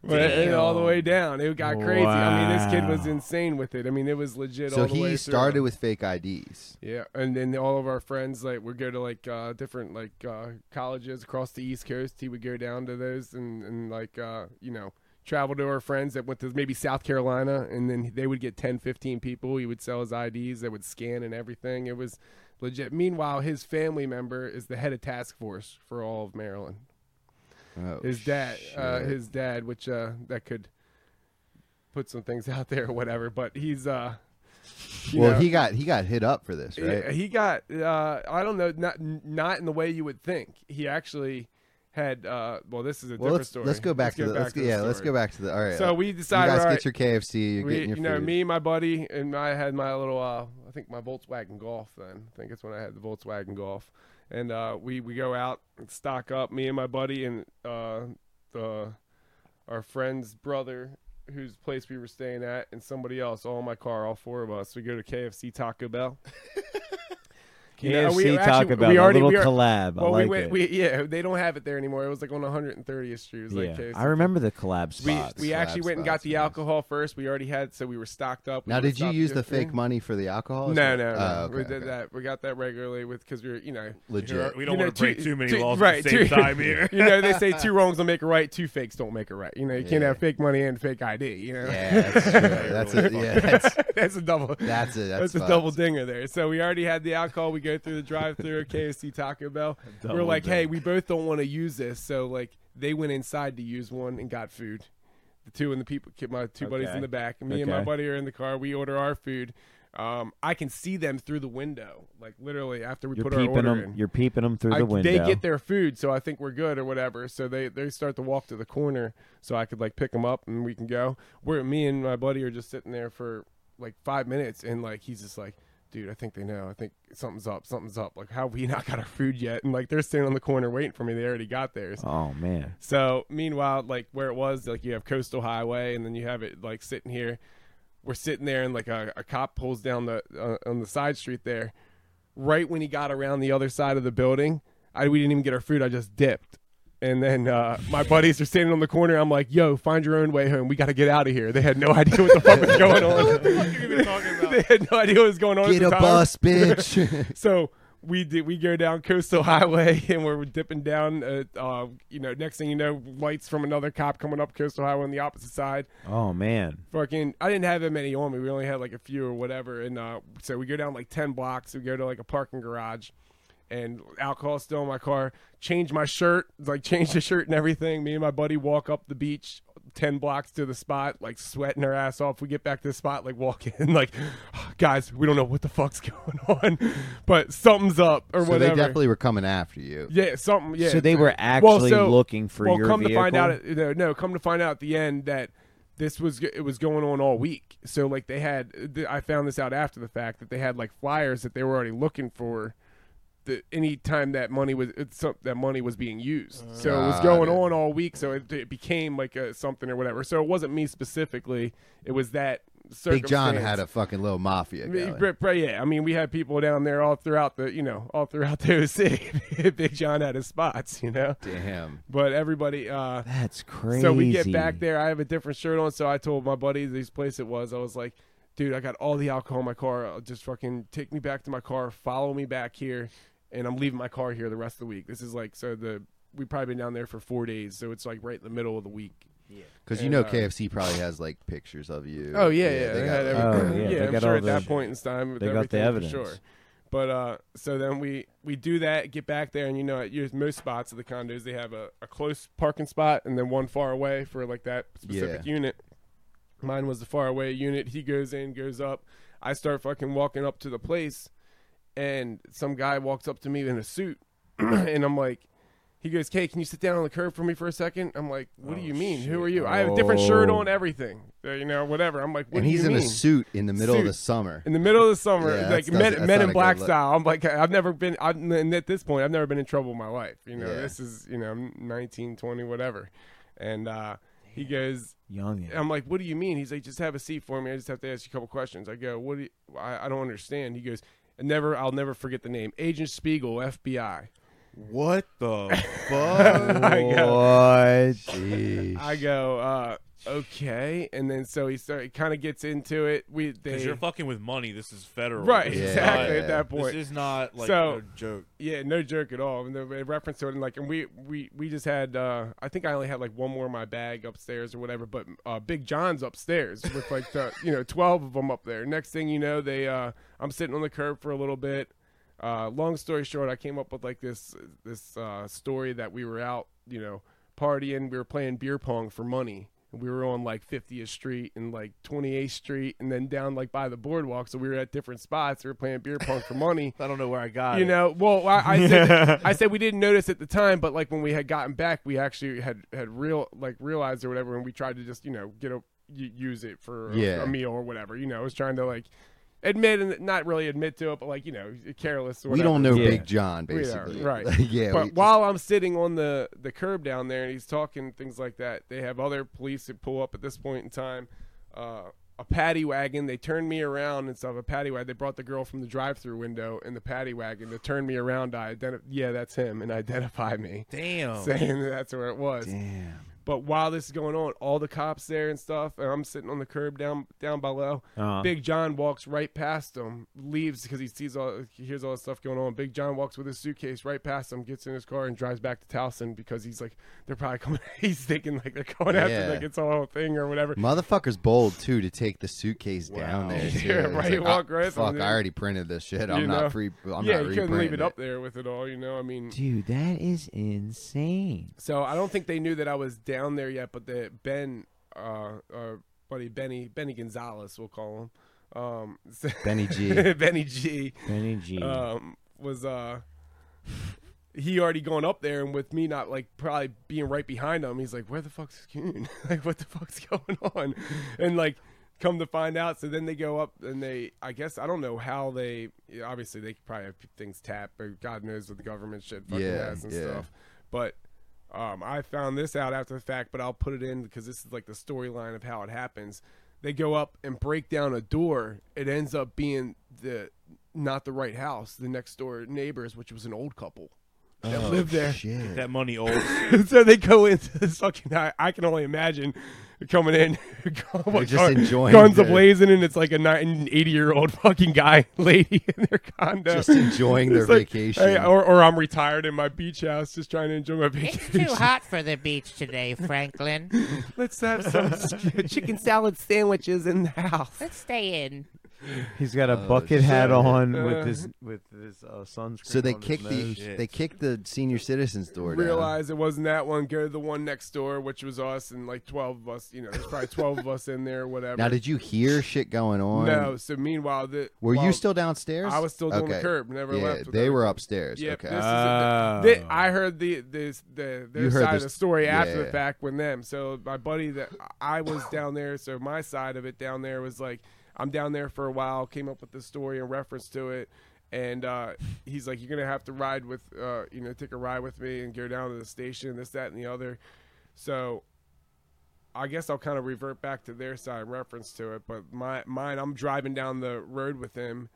[SPEAKER 1] But and all the way down, it got crazy. I mean, this kid was
[SPEAKER 2] Wow.
[SPEAKER 1] insane with it. I mean, it was legit.
[SPEAKER 3] So
[SPEAKER 1] all the way
[SPEAKER 3] he
[SPEAKER 1] through.
[SPEAKER 3] started with fake IDs.
[SPEAKER 1] Yeah, and then all of our friends like would go to like uh, different like uh, colleges across the East Coast. He would go down to those and and like uh, you know travel to our friends that went to maybe South Carolina, and then they would get 10, 15 people. He would sell his IDs. They would scan and everything. It was legit. Meanwhile, his family member is the head of task force for all of Maryland.
[SPEAKER 3] Oh,
[SPEAKER 1] His dad, uh,
[SPEAKER 3] shit.
[SPEAKER 1] his dad, which uh, that could put some things <laughs> out there or whatever. But he's uh, you
[SPEAKER 3] well,
[SPEAKER 1] know-
[SPEAKER 3] he got he got hit up for this, right?
[SPEAKER 1] yeah, he got uh, I don't know, not not in the way you would think. He actually had uh, well, this is a
[SPEAKER 3] well,
[SPEAKER 1] different
[SPEAKER 3] let's
[SPEAKER 1] story.
[SPEAKER 3] let's go back to the, let's, yeah, let's
[SPEAKER 1] story.
[SPEAKER 3] go back to the all right.
[SPEAKER 1] So
[SPEAKER 3] uh,
[SPEAKER 1] we
[SPEAKER 3] you
[SPEAKER 1] decided,
[SPEAKER 3] guys
[SPEAKER 1] all right,
[SPEAKER 3] get your KFC, you're
[SPEAKER 1] we-
[SPEAKER 3] getting your
[SPEAKER 1] you know,
[SPEAKER 3] food.
[SPEAKER 1] me, my buddy, and I had my little, uh, I think my Volkswagen Golf. Then I think it's when I had the Volkswagen Golf, and uh, we we go out and stock up. Me and my buddy and uh, the our friend's brother, whose place we were staying at, and somebody else. All in my car, all four of us. We go to KFC Taco Bell. You know,
[SPEAKER 2] KFC
[SPEAKER 1] we actually-
[SPEAKER 2] talk about
[SPEAKER 1] we
[SPEAKER 2] a
[SPEAKER 1] already-
[SPEAKER 2] little
[SPEAKER 1] we are-
[SPEAKER 2] collab. I
[SPEAKER 1] Well,
[SPEAKER 2] like
[SPEAKER 1] we went.
[SPEAKER 2] it.
[SPEAKER 1] We, yeah, they don't have it there anymore. It was like on 130th Street. It was like
[SPEAKER 2] yeah.
[SPEAKER 1] KFC.
[SPEAKER 2] I remember the collab
[SPEAKER 1] We,
[SPEAKER 2] spots.
[SPEAKER 1] we actually went and got
[SPEAKER 3] Spots,
[SPEAKER 1] the
[SPEAKER 3] yes.
[SPEAKER 1] alcohol first. We already had, so we were stocked up. We
[SPEAKER 3] now,
[SPEAKER 1] would've
[SPEAKER 3] did you
[SPEAKER 1] stopped
[SPEAKER 3] use the
[SPEAKER 1] just
[SPEAKER 3] fake
[SPEAKER 1] drinking.
[SPEAKER 3] money for the alcohol? or
[SPEAKER 1] No,
[SPEAKER 3] something?
[SPEAKER 1] no, no.
[SPEAKER 3] Oh, okay,
[SPEAKER 1] we did
[SPEAKER 3] okay.
[SPEAKER 1] that. We got that regularly with because we were, you know,
[SPEAKER 3] Legit.
[SPEAKER 5] We don't
[SPEAKER 1] you know,
[SPEAKER 5] want to break
[SPEAKER 1] two-
[SPEAKER 5] too many
[SPEAKER 1] two-
[SPEAKER 5] laws
[SPEAKER 1] right,
[SPEAKER 5] at the same
[SPEAKER 1] two-
[SPEAKER 5] time here.
[SPEAKER 1] <laughs> you know, they say
[SPEAKER 3] <laughs>
[SPEAKER 1] two wrongs don't make a right, two fakes don't make a right. You know, you can't
[SPEAKER 3] Yeah.
[SPEAKER 1] have fake money and fake ID. You know, <laughs>
[SPEAKER 3] Yeah, that's true. That's a, yeah, that's
[SPEAKER 1] that's a double.
[SPEAKER 3] <laughs> that's a that's,
[SPEAKER 1] That's a
[SPEAKER 3] fucked.
[SPEAKER 1] double dinger there. So we already had the alcohol. We go through the drive-through at KFC Taco
[SPEAKER 2] <laughs>
[SPEAKER 1] Bell. we're
[SPEAKER 2] Double
[SPEAKER 1] like, hey, we both don't want to use this. So like, they went inside to use one and got food. The two and the people, my two buddies
[SPEAKER 2] Okay.
[SPEAKER 1] in the back. Me and my
[SPEAKER 2] Okay.
[SPEAKER 1] buddy are in the car. We order our food. Um, I can see them through the window, like literally after we
[SPEAKER 2] You're
[SPEAKER 1] put our order
[SPEAKER 2] peeping them.
[SPEAKER 1] in.
[SPEAKER 2] You're peeping them through
[SPEAKER 1] I-
[SPEAKER 2] the window.
[SPEAKER 1] They get their food, so I think we're good or whatever. So they they start to walk to the corner, so I could like pick them up and we can go. Where me and my buddy are just sitting there for like five minutes, and like he's just like, "Dude, I think they know. I think something's up. Something's up. Like, how have we not got our food yet?" And like they're standing on the corner waiting for me. They already got theirs.
[SPEAKER 2] Oh man.
[SPEAKER 1] So meanwhile, like where it was, like you have Coastal Highway, and then you have it like sitting here. We're sitting there, and like a, a cop pulls down the uh, on the side street there. Right when he got around the other side of the building, I we didn't even get our food. I just dipped, and then uh, my buddies are standing on the corner. I'm like, "Yo, find your own way home. We got to get out of here." They had no <laughs> idea what the fuck
[SPEAKER 3] <laughs>
[SPEAKER 1] was going on. <laughs> they had no idea what was going on. at
[SPEAKER 3] Get a
[SPEAKER 1] the time. <laughs>
[SPEAKER 3] bus, bitch.
[SPEAKER 1] So we did. We go down Coastal Highway, <laughs> and we're dipping down. Uh, uh, you know, next thing you know, lights from another cop coming up Coastal Highway on the opposite side.
[SPEAKER 2] Oh man.
[SPEAKER 1] Fucking, I didn't have that many on me. We only had like a few or whatever. And uh, so we go down like ten blocks. We go to like a parking garage, and alcohol still in my car. Change my shirt, like <laughs> change the shirt and everything. Me and my buddy walk up the beach. 10 blocks to the spot, like sweating our ass off. We get back to the spot, like walking, <laughs> like, <sighs> guys, we don't know what the fuck's <laughs> going on, but something's up or
[SPEAKER 3] <laughs> so they
[SPEAKER 1] whatever.
[SPEAKER 3] definitely were coming after you.
[SPEAKER 1] Yeah, something. Yeah.
[SPEAKER 2] so they were actually
[SPEAKER 1] Well, so-
[SPEAKER 2] looking for
[SPEAKER 1] well,
[SPEAKER 2] your
[SPEAKER 1] come
[SPEAKER 2] vehicle.
[SPEAKER 1] to find out, at- no, no, come to find out at the end that this was it was going on all week. So like they had, I found this out after the fact that they had like flyers that they were already looking for the any time that money was it's some, that money was being used. So it was
[SPEAKER 3] Got
[SPEAKER 1] going
[SPEAKER 3] it.
[SPEAKER 1] on all week. So it, it became like a something or whatever. So it wasn't me specifically. It was that.
[SPEAKER 3] Big John
[SPEAKER 1] circumstance.
[SPEAKER 3] had a fucking little mafia.
[SPEAKER 1] I
[SPEAKER 3] Going.
[SPEAKER 1] mean, br- br- yeah, I mean, we had people down there all throughout the, you know, all throughout <laughs> the OC. Big John had his spots, you know,
[SPEAKER 3] Damn.
[SPEAKER 1] but everybody. uh
[SPEAKER 2] That's crazy.
[SPEAKER 1] So we get back there. I have a different shirt on, so I told my buddy this place it was. I was like, dude, I got all the alcohol in my car. I'll just fucking take me back to my car, follow me back here, and I'm leaving my car here the rest of the week. This is like so the we probably been down there for four days, so it's like right in the middle of the week.
[SPEAKER 3] Because you
[SPEAKER 1] And,
[SPEAKER 3] know
[SPEAKER 1] uh,
[SPEAKER 3] KFC probably has like pictures of you.
[SPEAKER 1] Oh yeah, yeah.
[SPEAKER 3] They
[SPEAKER 1] They
[SPEAKER 3] got
[SPEAKER 1] had <laughs>
[SPEAKER 3] like,
[SPEAKER 2] Oh,
[SPEAKER 1] everything.
[SPEAKER 2] yeah,
[SPEAKER 1] yeah,
[SPEAKER 2] they
[SPEAKER 1] I'm
[SPEAKER 2] got
[SPEAKER 1] sure
[SPEAKER 2] all
[SPEAKER 1] at
[SPEAKER 2] the-
[SPEAKER 1] that point in time, with
[SPEAKER 2] they got the
[SPEAKER 1] everything, for
[SPEAKER 2] evidence.
[SPEAKER 1] sure. But uh, so then we we do that, get back there, and you know, at your, most spots of the condos, they have a, a close parking spot and then one far away for like that specific
[SPEAKER 3] Yeah.
[SPEAKER 1] unit. Mine was the far away unit. He goes in, goes up. I start fucking walking up to the place, and some guy walks up to me in a suit, <clears throat> and I'm like. He goes, "Kay, can you sit down on the curb for me for a second? I'm like, "What do
[SPEAKER 5] Oh,
[SPEAKER 1] you mean?
[SPEAKER 5] shit.
[SPEAKER 1] Who are you? I have a different shirt
[SPEAKER 5] Oh.
[SPEAKER 1] on, everything, Uh, you know, whatever." I'm like, "What
[SPEAKER 3] and
[SPEAKER 1] do
[SPEAKER 3] he's
[SPEAKER 1] you
[SPEAKER 3] in a
[SPEAKER 1] mean?
[SPEAKER 3] suit in the middle of the
[SPEAKER 1] Suit. <laughs>
[SPEAKER 3] summer.
[SPEAKER 1] in the middle of the summer,
[SPEAKER 3] Yeah,
[SPEAKER 1] like
[SPEAKER 3] that's-
[SPEAKER 1] men,
[SPEAKER 3] that's
[SPEAKER 1] men
[SPEAKER 3] not
[SPEAKER 1] in
[SPEAKER 3] a
[SPEAKER 1] black
[SPEAKER 3] good look.
[SPEAKER 1] style. I'm like, I've never been, I've, and at this point, I've never been in trouble in my life. You know,
[SPEAKER 3] Yeah.
[SPEAKER 1] this is, you know, I'm 19, 20, whatever. And uh, he goes,
[SPEAKER 2] Young. and-
[SPEAKER 1] I'm like, what do you mean? He's like, just have a seat for me. I just have to ask you a couple questions. I go, what do you, I, I don't understand. He goes, never, I'll never forget the name. Agent Spiegel, FBI.
[SPEAKER 5] What the
[SPEAKER 1] I
[SPEAKER 5] fuck?
[SPEAKER 1] go, <laughs>
[SPEAKER 3] Jeez.
[SPEAKER 1] I go, uh, okay. And then so he started, kind of gets into it. We, they,
[SPEAKER 7] Because you're fucking with money. This is federal.
[SPEAKER 1] right,
[SPEAKER 7] This is
[SPEAKER 1] exactly
[SPEAKER 3] Yeah.
[SPEAKER 1] at that
[SPEAKER 7] not-
[SPEAKER 1] point.
[SPEAKER 7] This is not like
[SPEAKER 1] So-
[SPEAKER 7] a joke.
[SPEAKER 1] Yeah, no jerk at all. And they they referenced to it, and like, and we we we just had. uh I think I only had like one more in my bag upstairs or whatever. But uh Big John's upstairs with like the you know twelve of them up there. Next thing you know, they uh I'm sitting on the curb for a little bit. Uh, long story short, I came up with like this this uh, story that we were out, you know, partying. We were playing beer pong for money. We were on like 50th Street and like 28th Street, and then down like by the boardwalk. So we were at different spots. We were playing beer pong for money.
[SPEAKER 5] I don't know where I got
[SPEAKER 1] you
[SPEAKER 5] it.
[SPEAKER 1] know well i, I
[SPEAKER 3] <laughs>
[SPEAKER 1] said i said we didn't notice at the time but like when we had gotten back we actually had had real like realized or whatever and we tried to just you know get a y- use it for a-
[SPEAKER 3] Yeah.
[SPEAKER 1] a meal or whatever you know i was trying to like admit and not really admit to it but like you know careless or
[SPEAKER 3] we
[SPEAKER 1] whatever.
[SPEAKER 3] don't know
[SPEAKER 2] Yeah.
[SPEAKER 3] Big John,
[SPEAKER 1] We are,
[SPEAKER 3] basically.
[SPEAKER 1] right.
[SPEAKER 3] <laughs> yeah.
[SPEAKER 1] but
[SPEAKER 3] we-
[SPEAKER 1] while I'm sitting on the the curb down there and he's talking things like that, they have other police that pull up at this point in time. Uh, a paddy wagon. They turned me around and stuff. A paddy wagon. They brought the girl from the drive-through window in the paddy wagon to turn me around. I identi- yeah, that's him, and identify
[SPEAKER 3] <laughs>
[SPEAKER 1] me,
[SPEAKER 5] Damn.
[SPEAKER 1] saying that that's where it was.
[SPEAKER 3] Oh. Damn.
[SPEAKER 1] But while this is going on, all the cops there and stuff, and I'm sitting on the curb down down below.
[SPEAKER 2] Uh-huh.
[SPEAKER 1] Big John walks right past him, leaves because he sees all, he hears all the stuff going on. Big John walks with his suitcase right past him, gets in his car, and drives back to Towson because he's like, they're probably coming. <laughs> He's thinking like they're going
[SPEAKER 3] Yeah.
[SPEAKER 1] after like it's a whole thing or whatever.
[SPEAKER 3] Motherfucker's bold too to take the suitcase down there.
[SPEAKER 1] <laughs> Yeah,
[SPEAKER 3] too. It's
[SPEAKER 1] right,
[SPEAKER 3] like,
[SPEAKER 1] walk
[SPEAKER 3] ah,
[SPEAKER 1] right up
[SPEAKER 3] Fuck,
[SPEAKER 1] on
[SPEAKER 3] I
[SPEAKER 1] it.
[SPEAKER 3] already printed this shit. I'm
[SPEAKER 1] You
[SPEAKER 3] not
[SPEAKER 1] know?
[SPEAKER 3] free. I'm
[SPEAKER 1] yeah,
[SPEAKER 3] not
[SPEAKER 1] you couldn't leave
[SPEAKER 3] reprinting
[SPEAKER 1] it up there with it all, you know. I mean,
[SPEAKER 2] Dude, that is insane.
[SPEAKER 1] So I don't think they knew that I was down there yet, but the Ben, uh, our buddy Benny, Benny Gonzalez, we'll call him, um, <laughs>
[SPEAKER 3] Benny G.
[SPEAKER 1] Benny G,
[SPEAKER 2] Benny G.
[SPEAKER 1] um, was uh, he already going up there, and with me not like probably being right behind him, he's like, "Where the fuck's Coon? <laughs> like, what the fuck's going on?" And like, come to find out, so then they go up and they, I guess I don't know how they. yeah, Obviously, they probably have things tapped, or God knows what the government shit fucking
[SPEAKER 3] Yeah,
[SPEAKER 1] has and
[SPEAKER 3] yeah.
[SPEAKER 1] stuff. But um, I found this out after the fact, but I'll put it in because this is like the storyline of how it happens. They go up and break down a door. It ends up being the not the right house, the next door neighbors, which was an old couple that
[SPEAKER 3] Oh,
[SPEAKER 1] lived there.
[SPEAKER 3] <laughs> Shit.
[SPEAKER 7] That money
[SPEAKER 1] <laughs>
[SPEAKER 7] old.
[SPEAKER 1] so they go into this fucking. I, I can only imagine coming in, <laughs>
[SPEAKER 3] just enjoying
[SPEAKER 1] guns
[SPEAKER 3] the-
[SPEAKER 1] a blazing, and it's like a eighty year old <laughs> fucking guy lady in their condo.
[SPEAKER 3] Just enjoying their
[SPEAKER 1] It's like,
[SPEAKER 3] vacation.
[SPEAKER 1] hey, or, or I'm retired in my beach house, just trying to enjoy my vacation. <laughs>
[SPEAKER 8] It's too hot for the beach today, Franklin.
[SPEAKER 1] Let's have some chicken salad sandwiches in the house.
[SPEAKER 8] Let's stay in.
[SPEAKER 2] He's got a
[SPEAKER 3] Oh,
[SPEAKER 2] bucket hat
[SPEAKER 1] shit.
[SPEAKER 2] on
[SPEAKER 1] Uh,
[SPEAKER 2] with his with his uh, sunscreen.
[SPEAKER 3] so they
[SPEAKER 2] on his
[SPEAKER 3] kicked the
[SPEAKER 2] nose.
[SPEAKER 5] Shit.
[SPEAKER 3] they kicked the senior citizens door down.
[SPEAKER 1] Realize it wasn't that one. Go to the one next door, which was us, and like twelve of us. You know, there's probably twelve of us in there, or whatever.
[SPEAKER 3] Now, did you hear shit going on?
[SPEAKER 1] no. So meanwhile, the
[SPEAKER 3] Were
[SPEAKER 1] while-
[SPEAKER 3] you still downstairs?
[SPEAKER 1] I was still doing the
[SPEAKER 3] Okay.
[SPEAKER 1] curb. Never
[SPEAKER 3] yeah,
[SPEAKER 1] left. with
[SPEAKER 3] they were
[SPEAKER 1] everything.
[SPEAKER 3] upstairs.
[SPEAKER 1] Yeah,
[SPEAKER 3] okay.
[SPEAKER 1] this is a, th- they- I heard the this the their
[SPEAKER 3] You heard
[SPEAKER 1] side of
[SPEAKER 3] this-
[SPEAKER 1] the story after
[SPEAKER 3] yeah.
[SPEAKER 1] the fact when them. So my buddy that I was down there, so my side of it down there was like I'm down there for a while, came up with the story in reference to it, and uh, he's like, "You're gonna have to ride with, uh, you know, take a ride with me and go down to the station, this, that, and the other." So, I guess I'll kind of revert back to their side in reference to it, but my mine, I'm driving down the road with him,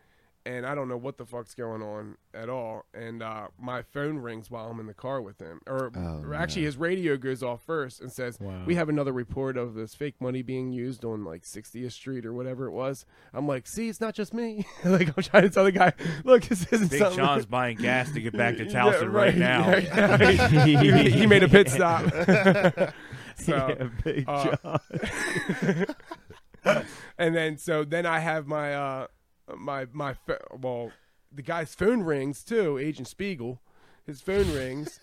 [SPEAKER 1] and I don't know what the fuck's going on at all, and uh, my phone rings while I'm in the car with him, or,
[SPEAKER 3] Oh,
[SPEAKER 1] or actually
[SPEAKER 3] no.
[SPEAKER 1] his radio goes off first and says,
[SPEAKER 2] Wow.
[SPEAKER 1] "We have another report of this fake money being used on like 60th Street or whatever it was." I'm like, "See, it's not just me." <laughs> like I'm trying to tell the guy, "Look, this isn't
[SPEAKER 5] Big
[SPEAKER 1] something- <laughs>
[SPEAKER 5] John's buying gas to get back to
[SPEAKER 1] Yeah,
[SPEAKER 5] Towson right, now.
[SPEAKER 1] yeah, he, <laughs> he made a pit stop. <laughs>
[SPEAKER 5] <laughs>
[SPEAKER 2] <laughs> yeah,
[SPEAKER 1] <laughs> so,
[SPEAKER 2] big
[SPEAKER 1] uh, <laughs>
[SPEAKER 2] John.
[SPEAKER 1] and then so then I have my uh my my pho- well the guy's phone rings too, Agent Spiegel. His phone rings,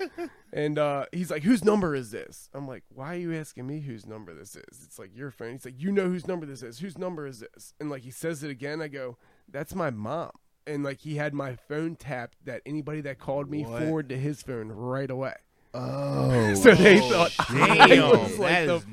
[SPEAKER 1] and uh, he's like, "Whose number is this?" I'm like, "Why are you asking me whose number this is?" It's like your phone. He's like, "You know whose number this is? Whose number is this?" And like he says it again. I go, "That's my mom." And like he had my phone tapped that anybody that called me
[SPEAKER 5] What?
[SPEAKER 1] forward to his phone right away. <laughs>
[SPEAKER 3] Oh,
[SPEAKER 1] So they thought <laughs> I
[SPEAKER 5] Damn,
[SPEAKER 1] was like
[SPEAKER 5] that
[SPEAKER 1] the
[SPEAKER 5] is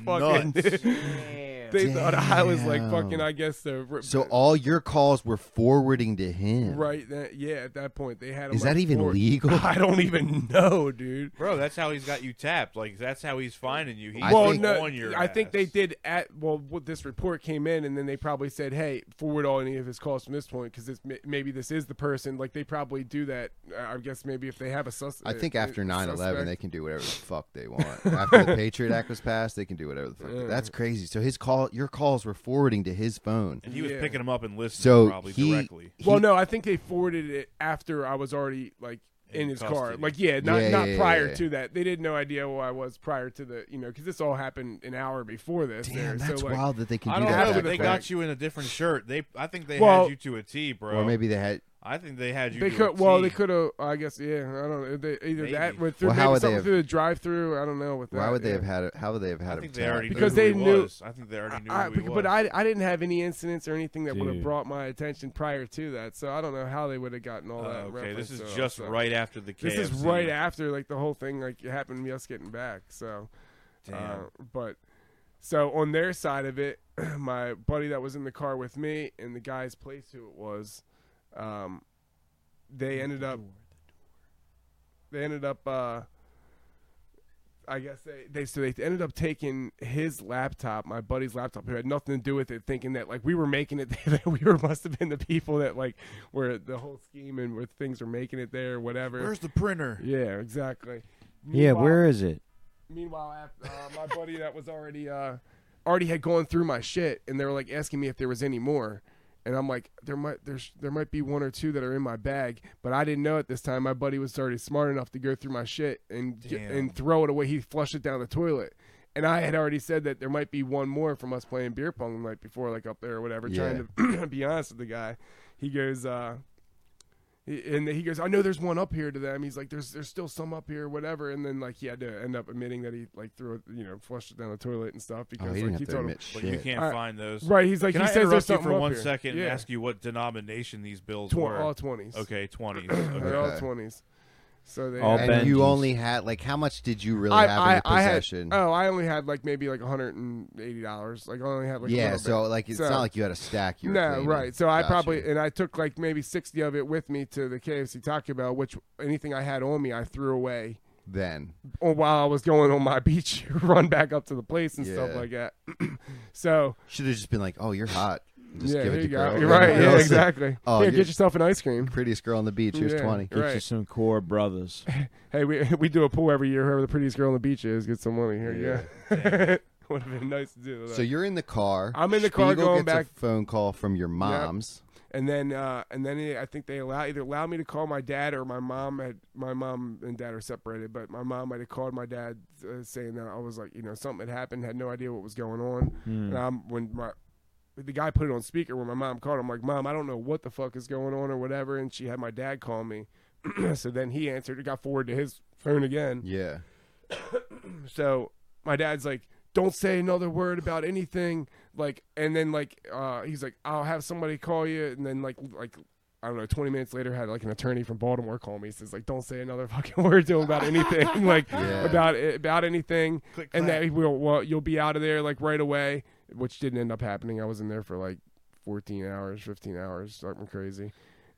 [SPEAKER 1] fucking. <laughs> They thought I was like
[SPEAKER 3] Damn.
[SPEAKER 1] fucking. I guess the
[SPEAKER 3] so all your calls were forwarding to him.
[SPEAKER 1] right. That, yeah, at that point they had. him
[SPEAKER 3] Is that
[SPEAKER 1] like
[SPEAKER 3] even
[SPEAKER 1] four-
[SPEAKER 3] legal?
[SPEAKER 1] <laughs> I don't even know, dude.
[SPEAKER 7] Bro, that's how he's got you tapped. Like that's how he's finding you. He's
[SPEAKER 3] I
[SPEAKER 1] well,
[SPEAKER 3] think-
[SPEAKER 1] no,
[SPEAKER 7] on your
[SPEAKER 1] I think
[SPEAKER 7] ass.
[SPEAKER 1] they did at well. What this report came in, and then they probably said, "Hey, forward all any of his calls from this point because maybe this is the person." Like they probably do that. Uh, I guess maybe if they have a sus.
[SPEAKER 3] I think
[SPEAKER 1] a-
[SPEAKER 3] after
[SPEAKER 1] a
[SPEAKER 3] 9 11,
[SPEAKER 1] suspect.
[SPEAKER 3] they can do whatever the fuck
[SPEAKER 1] <laughs>
[SPEAKER 3] they want. after the Patriot Act was passed, they can do whatever the fuck. they- That's crazy. So his call, your calls were forwarding to his phone.
[SPEAKER 7] And he was
[SPEAKER 1] Yeah.
[SPEAKER 7] picking him up and listening
[SPEAKER 3] So
[SPEAKER 7] probably
[SPEAKER 3] he,
[SPEAKER 7] directly.
[SPEAKER 3] he-
[SPEAKER 1] Well, no, I think they forwarded it after I was already like in,
[SPEAKER 7] In
[SPEAKER 1] his car.
[SPEAKER 7] custody.
[SPEAKER 1] Like, yeah, not
[SPEAKER 3] Yeah,
[SPEAKER 1] not
[SPEAKER 3] yeah, yeah,
[SPEAKER 1] prior
[SPEAKER 3] yeah.
[SPEAKER 1] to that. They did no idea who I was prior to the, you know, because this all happened an hour before this.
[SPEAKER 3] damn,
[SPEAKER 1] there.
[SPEAKER 3] that's
[SPEAKER 1] so, like,
[SPEAKER 3] wild that they can
[SPEAKER 7] I
[SPEAKER 3] do
[SPEAKER 7] don't
[SPEAKER 3] that.
[SPEAKER 7] know,
[SPEAKER 3] that
[SPEAKER 7] but they
[SPEAKER 3] quick.
[SPEAKER 7] got you in a different shirt. They, I think they
[SPEAKER 1] Well-
[SPEAKER 7] had you to a T, bro.
[SPEAKER 3] Or maybe they had.
[SPEAKER 7] I think they had you.
[SPEAKER 1] They
[SPEAKER 7] to a
[SPEAKER 1] could. Well,
[SPEAKER 7] T.
[SPEAKER 1] they could have. I guess. Yeah. I don't know. They, either that
[SPEAKER 7] Maybe.
[SPEAKER 1] went through.
[SPEAKER 3] Well, how
[SPEAKER 1] maybe
[SPEAKER 3] would they
[SPEAKER 1] something
[SPEAKER 3] have-
[SPEAKER 1] through the drive-through. I don't know. With that,
[SPEAKER 3] Why would they
[SPEAKER 1] yeah.
[SPEAKER 3] have had it? How would they have had
[SPEAKER 7] I
[SPEAKER 3] it?
[SPEAKER 7] think they already
[SPEAKER 1] Because
[SPEAKER 7] knew who
[SPEAKER 1] they
[SPEAKER 7] he
[SPEAKER 1] knew-
[SPEAKER 7] Was. I think they already knew.
[SPEAKER 1] I,
[SPEAKER 7] who he was.
[SPEAKER 1] but I, I didn't have any incidents or anything that would have
[SPEAKER 2] Dude.
[SPEAKER 1] brought my attention prior to that, so I don't know how they would have gotten all
[SPEAKER 7] Uh,
[SPEAKER 1] that.
[SPEAKER 7] okay, this
[SPEAKER 1] reference
[SPEAKER 7] is
[SPEAKER 1] to it,
[SPEAKER 7] just
[SPEAKER 1] so.
[SPEAKER 7] right after the. KFC.
[SPEAKER 1] This is right after like the whole thing like it happened to me us getting back. So, uh,
[SPEAKER 7] Damn.
[SPEAKER 1] but so on their side of it, <clears throat> my buddy that was in the car with me and the guy's place who it was, um, they ended up they ended up uh I guess they, they so they ended up taking his laptop, my buddy's laptop, who had nothing to do with it, thinking that like we were making it <laughs> there, that we were must have been the people that like were the whole scheme and where things were making it there, whatever.
[SPEAKER 5] Where's the printer?
[SPEAKER 1] yeah, exactly.
[SPEAKER 2] yeah,
[SPEAKER 1] Meanwhile-
[SPEAKER 2] where is it?
[SPEAKER 1] Meanwhile, af- uh, my buddy that was already uh, already had gone through my shit, and they were like asking me if there was any more, and I'm like, there might there's there might be one or two that are in my bag, but I didn't know at this time. My buddy was already smart enough to go through my shit and get-
[SPEAKER 7] Damn.
[SPEAKER 1] and throw it away. He flushed it down the toilet. And I had already said that there might be one more from us playing beer pong the night before, like up there or whatever. Trying to <clears throat> be honest with the guy, he goes, uh, he- and he goes, I know there's one up here to them. He's like, there's there's still some up here, whatever. And then like he had to end up admitting that he like threw it, you know, flushed it down the toilet and stuff
[SPEAKER 3] Oh,
[SPEAKER 1] because
[SPEAKER 3] he didn't
[SPEAKER 1] like
[SPEAKER 3] have
[SPEAKER 1] he
[SPEAKER 3] to
[SPEAKER 1] told
[SPEAKER 3] admit
[SPEAKER 7] But
[SPEAKER 3] shit.
[SPEAKER 7] you can't
[SPEAKER 1] All right.
[SPEAKER 7] find those.
[SPEAKER 1] him, right? He's like,
[SPEAKER 7] Can I
[SPEAKER 1] he says there's
[SPEAKER 7] interrupt you
[SPEAKER 1] something
[SPEAKER 7] for
[SPEAKER 1] up
[SPEAKER 7] one
[SPEAKER 1] here.
[SPEAKER 7] second
[SPEAKER 1] yeah.
[SPEAKER 7] and ask you what denomination these bills
[SPEAKER 1] Tw-
[SPEAKER 7] were?
[SPEAKER 1] all twenties.
[SPEAKER 7] Okay,
[SPEAKER 1] <laughs>
[SPEAKER 7] twenties.
[SPEAKER 1] they're
[SPEAKER 7] Okay.
[SPEAKER 1] all
[SPEAKER 3] Okay.
[SPEAKER 1] twenties. So they.
[SPEAKER 2] All
[SPEAKER 1] had-
[SPEAKER 3] and you
[SPEAKER 2] Benjis.
[SPEAKER 3] only had like how much did you really have in
[SPEAKER 1] I, I,
[SPEAKER 3] your
[SPEAKER 1] I had
[SPEAKER 3] possession?
[SPEAKER 1] oh I only had like maybe like 180 dollars like I only had like a
[SPEAKER 3] yeah,
[SPEAKER 1] little
[SPEAKER 3] so
[SPEAKER 1] bit.
[SPEAKER 3] like it's
[SPEAKER 1] So-
[SPEAKER 3] not like you had a stack. You were
[SPEAKER 1] no
[SPEAKER 3] cleaning.
[SPEAKER 1] right so I
[SPEAKER 3] Gotcha.
[SPEAKER 1] probably and I took like maybe 60 of it with me to the KFC Taco Bell which anything I had on me I threw away
[SPEAKER 3] then
[SPEAKER 1] or while I was going on my <laughs> beach run back up to the place and stuff
[SPEAKER 3] Yeah.
[SPEAKER 1] like that. <clears throat> so
[SPEAKER 3] should have just been like, "Oh, you're hot." Just
[SPEAKER 1] yeah,
[SPEAKER 3] give
[SPEAKER 1] here
[SPEAKER 3] it
[SPEAKER 1] you
[SPEAKER 3] to
[SPEAKER 1] go.
[SPEAKER 3] girl.
[SPEAKER 1] You're right.
[SPEAKER 3] Girl
[SPEAKER 1] Yeah,
[SPEAKER 3] said,
[SPEAKER 1] exactly.
[SPEAKER 3] <laughs> Oh,
[SPEAKER 1] Here,
[SPEAKER 3] you-
[SPEAKER 1] get yourself an ice cream.
[SPEAKER 3] Prettiest girl on the beach. Here's
[SPEAKER 1] Yeah.
[SPEAKER 3] twenty.
[SPEAKER 2] Get you
[SPEAKER 1] Right.
[SPEAKER 2] some core brothers.
[SPEAKER 1] Hey, we <laughs> we do a pool every year. Whoever the prettiest girl on the beach is gets some money. Here you <laughs> go. Would have been nice to do that.
[SPEAKER 3] So you're in the car.
[SPEAKER 1] I'm in the car
[SPEAKER 3] Spiegel
[SPEAKER 1] going
[SPEAKER 3] gets
[SPEAKER 1] back-
[SPEAKER 3] A phone call from your mom's.
[SPEAKER 1] and then uh, and then it- I think they allow either allowed me to call my dad or my mom had my mom and dad are separated, but my mom might have called my dad uh, saying that I was like you know something had happened, had no idea what was going on, and I'm when my the guy put it on speaker when my mom called. I'm like, mom, I don't know what the fuck is going on or whatever, and she had my dad call me. <clears throat> so then he answered. It got forwarded to his phone again.
[SPEAKER 3] Yeah.
[SPEAKER 1] So my dad's like, "Don't say another word about anything." Like, and then like, uh, he's like, "I'll have somebody call you," and then like, like. I don't know. Twenty minutes later, had like an attorney from Baltimore call me. He says like, "Don't say another <laughs> fucking word to him about anything, <laughs> like
[SPEAKER 3] Yeah.
[SPEAKER 1] about about anything."
[SPEAKER 5] Click,
[SPEAKER 1] and
[SPEAKER 5] clack.
[SPEAKER 1] that will well, you'll be out of there like right away, which didn't end up happening. I was in there for like fourteen hours, fifteen hours, something crazy,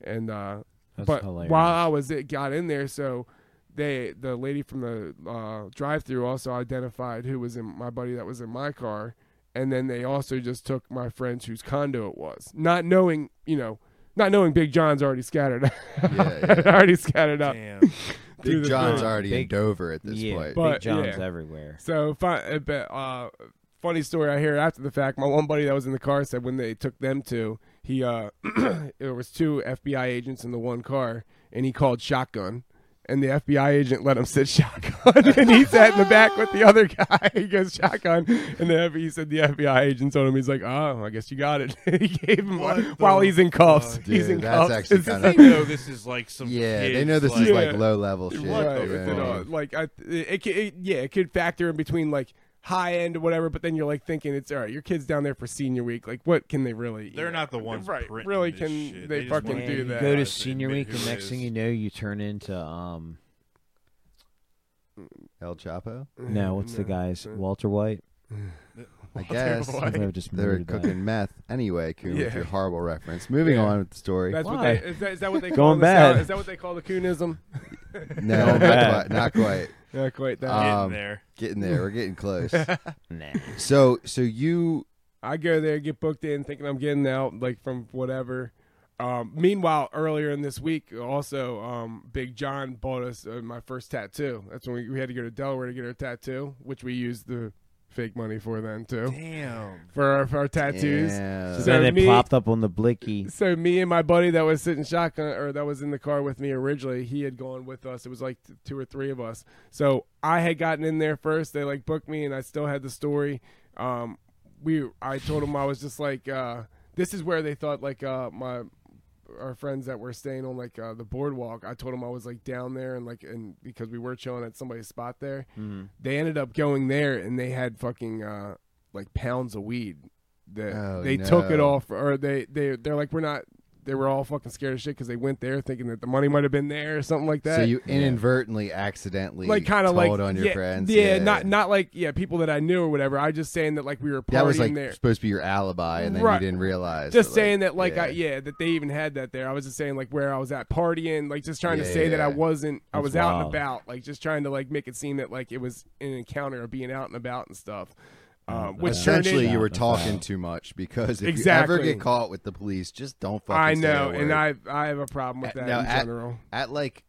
[SPEAKER 1] and uh,
[SPEAKER 2] That's
[SPEAKER 1] but
[SPEAKER 2] hilarious.
[SPEAKER 1] while I was it got in there, so they the lady from the uh, drive-through also identified who was in my buddy that was in my car, and then they also just took my friends whose condo it was, not knowing you know, not knowing Big John's already scattered, <laughs>
[SPEAKER 3] yeah.
[SPEAKER 1] already scattered up.
[SPEAKER 7] Damn.
[SPEAKER 1] <laughs> through
[SPEAKER 3] Big
[SPEAKER 1] the
[SPEAKER 3] John's
[SPEAKER 1] thing.
[SPEAKER 3] already in
[SPEAKER 2] Big-
[SPEAKER 3] Dover at this
[SPEAKER 2] yeah,
[SPEAKER 3] point.
[SPEAKER 1] But,
[SPEAKER 2] Big John's
[SPEAKER 1] yeah.
[SPEAKER 2] everywhere.
[SPEAKER 1] So, fun, uh, but, uh, funny story I hear after the fact. My one buddy that was in the car said when they took them to, he uh, <clears throat> there was two FBI agents in the one car, and he called shotgun, and the FBI agent let him sit <laughs> shotgun, and he sat in the back with the other guy. <laughs> he goes shotgun, and then he said the FBI agent told him he's like, oh, I guess you got it. <laughs> he gave him
[SPEAKER 7] What
[SPEAKER 1] one
[SPEAKER 7] the
[SPEAKER 1] while he's in cuffs.
[SPEAKER 7] fuck?
[SPEAKER 1] he's
[SPEAKER 3] Dude,
[SPEAKER 1] in
[SPEAKER 3] that's
[SPEAKER 1] cuffs.
[SPEAKER 3] actually
[SPEAKER 1] It's
[SPEAKER 3] kinda-
[SPEAKER 7] they know this is like some.
[SPEAKER 3] yeah, they
[SPEAKER 7] kids,
[SPEAKER 3] know this is
[SPEAKER 1] Yeah.
[SPEAKER 3] like low level shit.
[SPEAKER 1] Right.
[SPEAKER 3] you know
[SPEAKER 1] it's
[SPEAKER 3] what
[SPEAKER 1] an,
[SPEAKER 3] I
[SPEAKER 1] uh,
[SPEAKER 3] mean?
[SPEAKER 1] like I, it, can, it, yeah, it could factor in between like high end or whatever, but then you're like thinking it's all right. Your kid's down there for senior week. Like, what can they really?
[SPEAKER 7] They're not the ones
[SPEAKER 1] right?
[SPEAKER 7] printing
[SPEAKER 1] Really,
[SPEAKER 7] this
[SPEAKER 1] can
[SPEAKER 7] shit.
[SPEAKER 1] they,
[SPEAKER 7] They just
[SPEAKER 1] fucking
[SPEAKER 7] wanna
[SPEAKER 1] do
[SPEAKER 2] you
[SPEAKER 1] that?
[SPEAKER 2] go to
[SPEAKER 7] Honestly,
[SPEAKER 2] senior
[SPEAKER 7] but
[SPEAKER 2] week,
[SPEAKER 7] who
[SPEAKER 2] and next
[SPEAKER 1] <laughs>
[SPEAKER 2] thing
[SPEAKER 7] is-
[SPEAKER 2] you know, you turn into um.
[SPEAKER 3] El Chapo.
[SPEAKER 1] <laughs>
[SPEAKER 2] No, what's the
[SPEAKER 1] No,
[SPEAKER 2] guy's
[SPEAKER 1] uh,
[SPEAKER 2] Walter White?
[SPEAKER 3] I guess
[SPEAKER 2] I think I've just
[SPEAKER 3] they were
[SPEAKER 2] murdered that.
[SPEAKER 3] cooking meth anyway. Coon,
[SPEAKER 1] Yeah.
[SPEAKER 3] with your horrible reference. Moving
[SPEAKER 1] Yeah.
[SPEAKER 3] on with the story.
[SPEAKER 1] That's what
[SPEAKER 2] Why?
[SPEAKER 1] they, is, that, is that what they call
[SPEAKER 2] Going
[SPEAKER 1] this out?
[SPEAKER 2] bad.
[SPEAKER 1] Is that what they call the coonism?
[SPEAKER 3] <laughs> no,
[SPEAKER 2] Going
[SPEAKER 3] not
[SPEAKER 2] bad.
[SPEAKER 3] quite, not quite.
[SPEAKER 1] Not quite that.
[SPEAKER 3] Uh,
[SPEAKER 7] Getting
[SPEAKER 3] Um,
[SPEAKER 7] there.
[SPEAKER 3] Getting there. We're
[SPEAKER 1] <laughs>
[SPEAKER 3] getting close.
[SPEAKER 2] Nah.
[SPEAKER 3] So, so you
[SPEAKER 1] I go there, get booked in, thinking I'm getting out, like from whatever. Um, meanwhile, earlier in this week, also um, Big John bought us uh, my first tattoo. That's when we, we had to go to Delaware to get our tattoo, which we used the fake money for then too
[SPEAKER 7] Damn.
[SPEAKER 1] for our, for our tattoos.
[SPEAKER 3] Yeah.
[SPEAKER 2] So
[SPEAKER 1] So
[SPEAKER 2] then it
[SPEAKER 1] me-
[SPEAKER 2] plopped up on the blicky.
[SPEAKER 1] So me and my buddy that was sitting shotgun or that was in the car with me originally, he had gone with us. It was like t- two or three of us. So I had gotten in there first. They like booked me, and I still had the story. Um, we I told him I was just like uh, this is where they thought like uh, my our friends that were staying on like uh, the boardwalk. I told them I was like down there and like and because we were chilling at somebody's spot there. They ended up going there and they had fucking uh, like pounds of weed. That
[SPEAKER 3] Oh,
[SPEAKER 1] they took it
[SPEAKER 3] no.
[SPEAKER 1] off or they they they're like we're not. They were all fucking scared of shit because they went there thinking that the money might have been there or something like that
[SPEAKER 3] so you inadvertently, accidentally,
[SPEAKER 1] like kind of like
[SPEAKER 3] told on your
[SPEAKER 1] yeah,
[SPEAKER 3] friends.
[SPEAKER 1] Yeah, not not like yeah, people that I knew or whatever. I just saying that like we were partying
[SPEAKER 3] that was like
[SPEAKER 1] there.
[SPEAKER 3] supposed to be your alibi, and then
[SPEAKER 1] Right.
[SPEAKER 3] you didn't realize.
[SPEAKER 1] Just
[SPEAKER 3] but,
[SPEAKER 1] saying that like I yeah, that they even had that there. I was just saying like where I was at partying, like just trying to
[SPEAKER 3] Yeah,
[SPEAKER 1] say that I
[SPEAKER 3] yeah.
[SPEAKER 1] wasn't I
[SPEAKER 2] That's
[SPEAKER 1] was out and
[SPEAKER 2] wild.
[SPEAKER 1] about, like just trying to like make it seem that like it was an encounter of being out and about and stuff. Um, which turned
[SPEAKER 3] Essentially,
[SPEAKER 1] in-
[SPEAKER 3] you were
[SPEAKER 2] That's wild.
[SPEAKER 3] talking too much because if you
[SPEAKER 1] Exactly.
[SPEAKER 3] ever get caught with the police, just don't fucking.
[SPEAKER 1] I
[SPEAKER 3] say
[SPEAKER 1] know,
[SPEAKER 3] a
[SPEAKER 1] and
[SPEAKER 3] word.
[SPEAKER 1] I I have a problem with
[SPEAKER 3] Uh,
[SPEAKER 1] that
[SPEAKER 3] now,
[SPEAKER 1] in
[SPEAKER 3] at-
[SPEAKER 1] general.
[SPEAKER 3] at like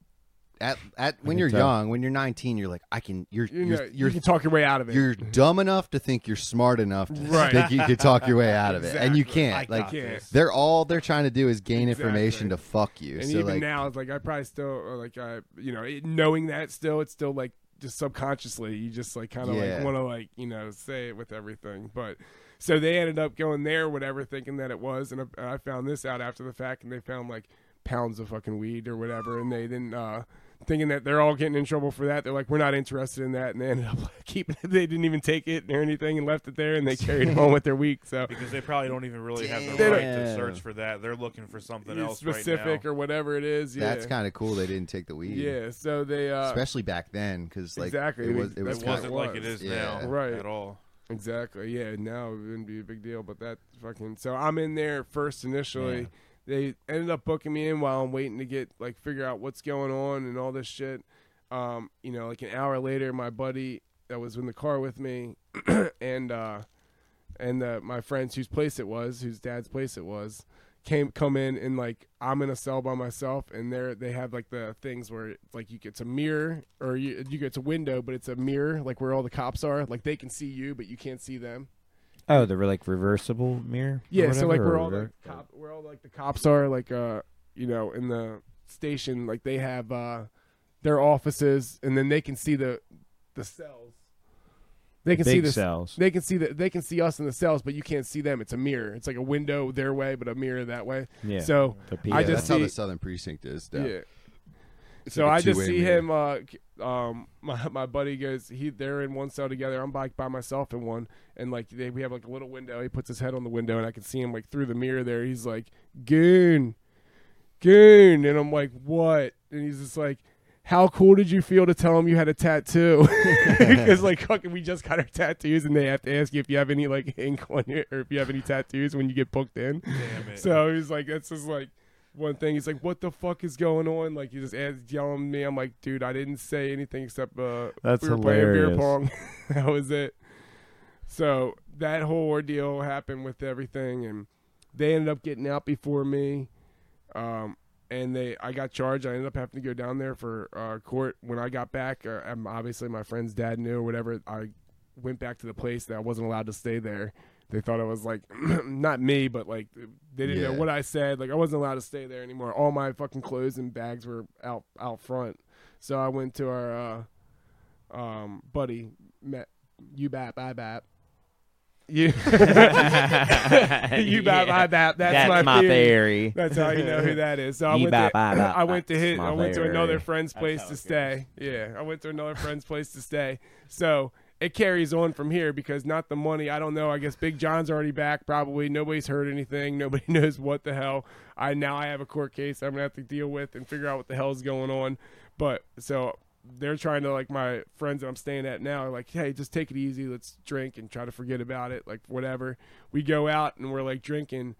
[SPEAKER 3] at at when
[SPEAKER 2] can
[SPEAKER 3] you're
[SPEAKER 2] tell.
[SPEAKER 3] young, when you're 19, you're like, I can. You're
[SPEAKER 1] You,
[SPEAKER 3] you're
[SPEAKER 1] know, you
[SPEAKER 3] you're,
[SPEAKER 1] can talk your way out of it.
[SPEAKER 3] you're dumb enough to think you're smart enough to
[SPEAKER 1] Right.
[SPEAKER 3] think you can talk your way out of it, and you
[SPEAKER 1] Exactly.
[SPEAKER 3] can't.
[SPEAKER 7] I
[SPEAKER 3] like
[SPEAKER 7] got
[SPEAKER 1] yeah.
[SPEAKER 7] this.
[SPEAKER 3] they're all they're trying to do is gain information
[SPEAKER 1] Exactly.
[SPEAKER 3] to fuck you.
[SPEAKER 1] and
[SPEAKER 3] so
[SPEAKER 1] even
[SPEAKER 3] like,
[SPEAKER 1] now it's like i probably still or like i you know it, knowing that still it's still like just subconsciously you just like kind of like
[SPEAKER 3] Yeah.
[SPEAKER 1] want to like you know say it with everything but so they ended up going there whatever thinking that it was and I, I found this out after the fact and they found like pounds of fucking weed or whatever and they didn't uh thinking that they're all getting in trouble for that they're like we're not interested in that and they ended up like, <laughs> keeping it they didn't even take it or anything and left it there
[SPEAKER 3] <laughs>
[SPEAKER 1] and they carried it on with their week so
[SPEAKER 7] Because they probably don't even really have
[SPEAKER 1] They
[SPEAKER 7] the
[SPEAKER 1] don't-
[SPEAKER 7] right to search for that. They're looking for something else
[SPEAKER 1] specific
[SPEAKER 7] right now.
[SPEAKER 1] or whatever it is yeah
[SPEAKER 3] that's kind of cool. They didn't take the weed,
[SPEAKER 1] yeah so they uh
[SPEAKER 3] especially back then, because like
[SPEAKER 1] Exactly,
[SPEAKER 3] it
[SPEAKER 1] we-
[SPEAKER 3] was it
[SPEAKER 1] that
[SPEAKER 3] was
[SPEAKER 7] It
[SPEAKER 1] kinda
[SPEAKER 3] kind
[SPEAKER 7] wasn't like it
[SPEAKER 1] was.
[SPEAKER 7] is
[SPEAKER 3] Yeah.
[SPEAKER 7] now,
[SPEAKER 1] Right.
[SPEAKER 7] At all.
[SPEAKER 1] Exactly. Yeah. Now it wouldn't be a big deal, but that fucking. So I'm in there first initially. They ended up booking me in while I'm waiting to get like figure out what's going on and all this shit. Um, you know, like an hour later, my buddy that was in the car with me, <clears throat> and uh, and uh, my friends whose place it was, whose dad's place it was, came come in and like I'm in a cell by myself, and there they have like the things where it's like you it's a mirror or you you it's a window, but it's a mirror like where all the cops are, like they can see you but you can't see them.
[SPEAKER 2] Oh, they're like reversible mirror. or
[SPEAKER 1] Yeah, so like
[SPEAKER 2] whatever,
[SPEAKER 1] where
[SPEAKER 2] or
[SPEAKER 1] all the
[SPEAKER 2] rever-
[SPEAKER 1] cop, where all like the cops are, like uh, you know, in the station, like they have uh, their offices, and then they can see the the cells. They can see
[SPEAKER 2] big
[SPEAKER 1] the
[SPEAKER 2] cells.
[SPEAKER 1] They can see that they can see us in the cells, but you can't see them. It's a mirror. It's like a window their way, but a mirror that way.
[SPEAKER 2] Yeah.
[SPEAKER 1] So
[SPEAKER 2] the
[SPEAKER 1] I
[SPEAKER 3] yeah,
[SPEAKER 2] PO.
[SPEAKER 1] just
[SPEAKER 3] that's how
[SPEAKER 1] see-
[SPEAKER 3] the Southern Precinct is. though.
[SPEAKER 1] yeah.
[SPEAKER 3] It's
[SPEAKER 1] So
[SPEAKER 3] like a
[SPEAKER 1] I just
[SPEAKER 3] two-way
[SPEAKER 1] see
[SPEAKER 3] mirror.
[SPEAKER 1] him. Uh, c- um, my <laughs> my buddy goes. He they're in one cell together. I'm by by myself in one, and like they, we have like a little window. He puts his head on the window, and I can see him like through the mirror there. He's like, "Goon, goon," and I'm like, "What?" And he's just like. How cool did you feel to tell him you had a tattoo? <laughs> Because like fucking, we just got our tattoos, and they have to ask you if you have any <laughs> like ink on your, or if you have any tattoos when you get booked in.
[SPEAKER 7] Damn it.
[SPEAKER 1] So he's like, that's just like one thing. He's like, "What the fuck is going on?" Like he just adds yelling at me. I'm like, "Dude, I didn't say anything except uh,
[SPEAKER 2] That's
[SPEAKER 1] we were playing beer
[SPEAKER 2] hilarious.
[SPEAKER 1] pong. <laughs> that was it." So that whole ordeal happened with everything, and they ended up getting out before me. Um, and they, I got charged. I ended up having to go down there for uh, court. When I got back, uh, um, obviously my friend's dad knew or whatever. I went back to the place that I wasn't allowed to stay there. They thought I was like, <clears throat> not me, but like they didn't know
[SPEAKER 3] Yeah.
[SPEAKER 1] what I said. Like I wasn't allowed to stay there anymore. All my fucking clothes and bags were out out front. So I went to our uh, um, buddy, Matt, you bap, I bap. You, <laughs> <laughs> you bap, I bap. <laughs> That's, my, theory.
[SPEAKER 2] theory.
[SPEAKER 1] That's how you know who that is. So I
[SPEAKER 2] Ye
[SPEAKER 1] went,
[SPEAKER 2] bop,
[SPEAKER 1] to,
[SPEAKER 2] bop, bop,
[SPEAKER 1] I went to
[SPEAKER 2] bop.
[SPEAKER 1] hit.
[SPEAKER 2] Small
[SPEAKER 1] I went to
[SPEAKER 2] theory.
[SPEAKER 1] another friend's place to stay. Yeah, I went to another friend's place to stay. So it carries on from here because not the money. I don't know. I guess Big John's already back. Probably nobody's heard anything. Nobody <laughs> knows what the hell. I now I have a court case I'm gonna have to deal with and figure out what the hell's going on. But so they're trying to like my friends that I'm staying at now are like, hey, just take it easy. Let's drink and try to forget about it. Like whatever. We go out and we're like drinking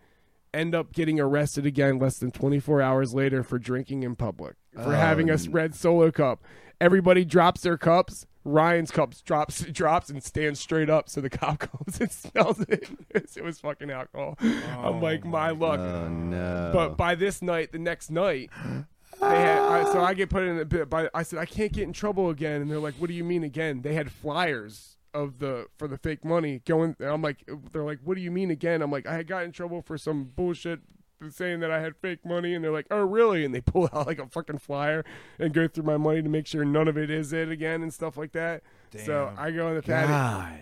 [SPEAKER 1] end up getting arrested again less than 24 hours later for drinking in public, for
[SPEAKER 3] Oh,
[SPEAKER 1] having a
[SPEAKER 3] n-
[SPEAKER 1] red solo cup. Everybody drops their cups. Ryan's cups drops <laughs> drops and stands straight up, so the cop <laughs> comes and smells it. <laughs> It was fucking alcohol. I'm like, my, luck.
[SPEAKER 3] Oh no!
[SPEAKER 1] But by this night, the next night, they had, I, so I get put in a bit. By I said I can't get in trouble again, and they're like, "What do you mean again?" They had flyers of the for the fake money going. And I'm like, they're like, "What do you mean again?" I'm like, I got in trouble for some bullshit saying that I had fake money, and they're like, "Oh, really?" And they <laughs> pull out like a fucking flyer and go through my money to make sure none of it is it again and stuff like that. So I go in the patty.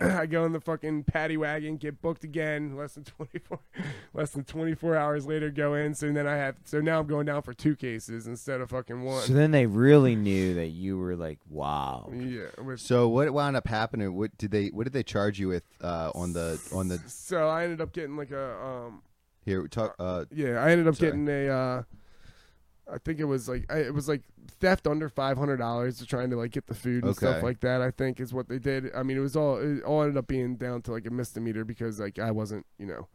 [SPEAKER 1] <clears throat> I go in the fucking paddy wagon, get booked again. Less than twenty four, <laughs> less than twenty four hours later, go in. So then I have. So now I'm going down for two cases instead of fucking one.
[SPEAKER 2] So then they really knew that you were like, wow.
[SPEAKER 1] yeah. With,
[SPEAKER 3] so what wound up happening? What did they? What did they charge you with uh, on the on the
[SPEAKER 1] so I ended up getting like a um.
[SPEAKER 3] here? Talk.
[SPEAKER 1] <laughs>
[SPEAKER 3] Uh,
[SPEAKER 1] Yeah, I ended up
[SPEAKER 3] Sorry.
[SPEAKER 1] getting a. uh I think it was like I, it was like theft under five hundred dollars to trying to like get the food and stuff
[SPEAKER 3] Okay.
[SPEAKER 1] like that. I think is what they did. I mean, it was all it all ended up being down to like a misdemeanor because like I wasn't you know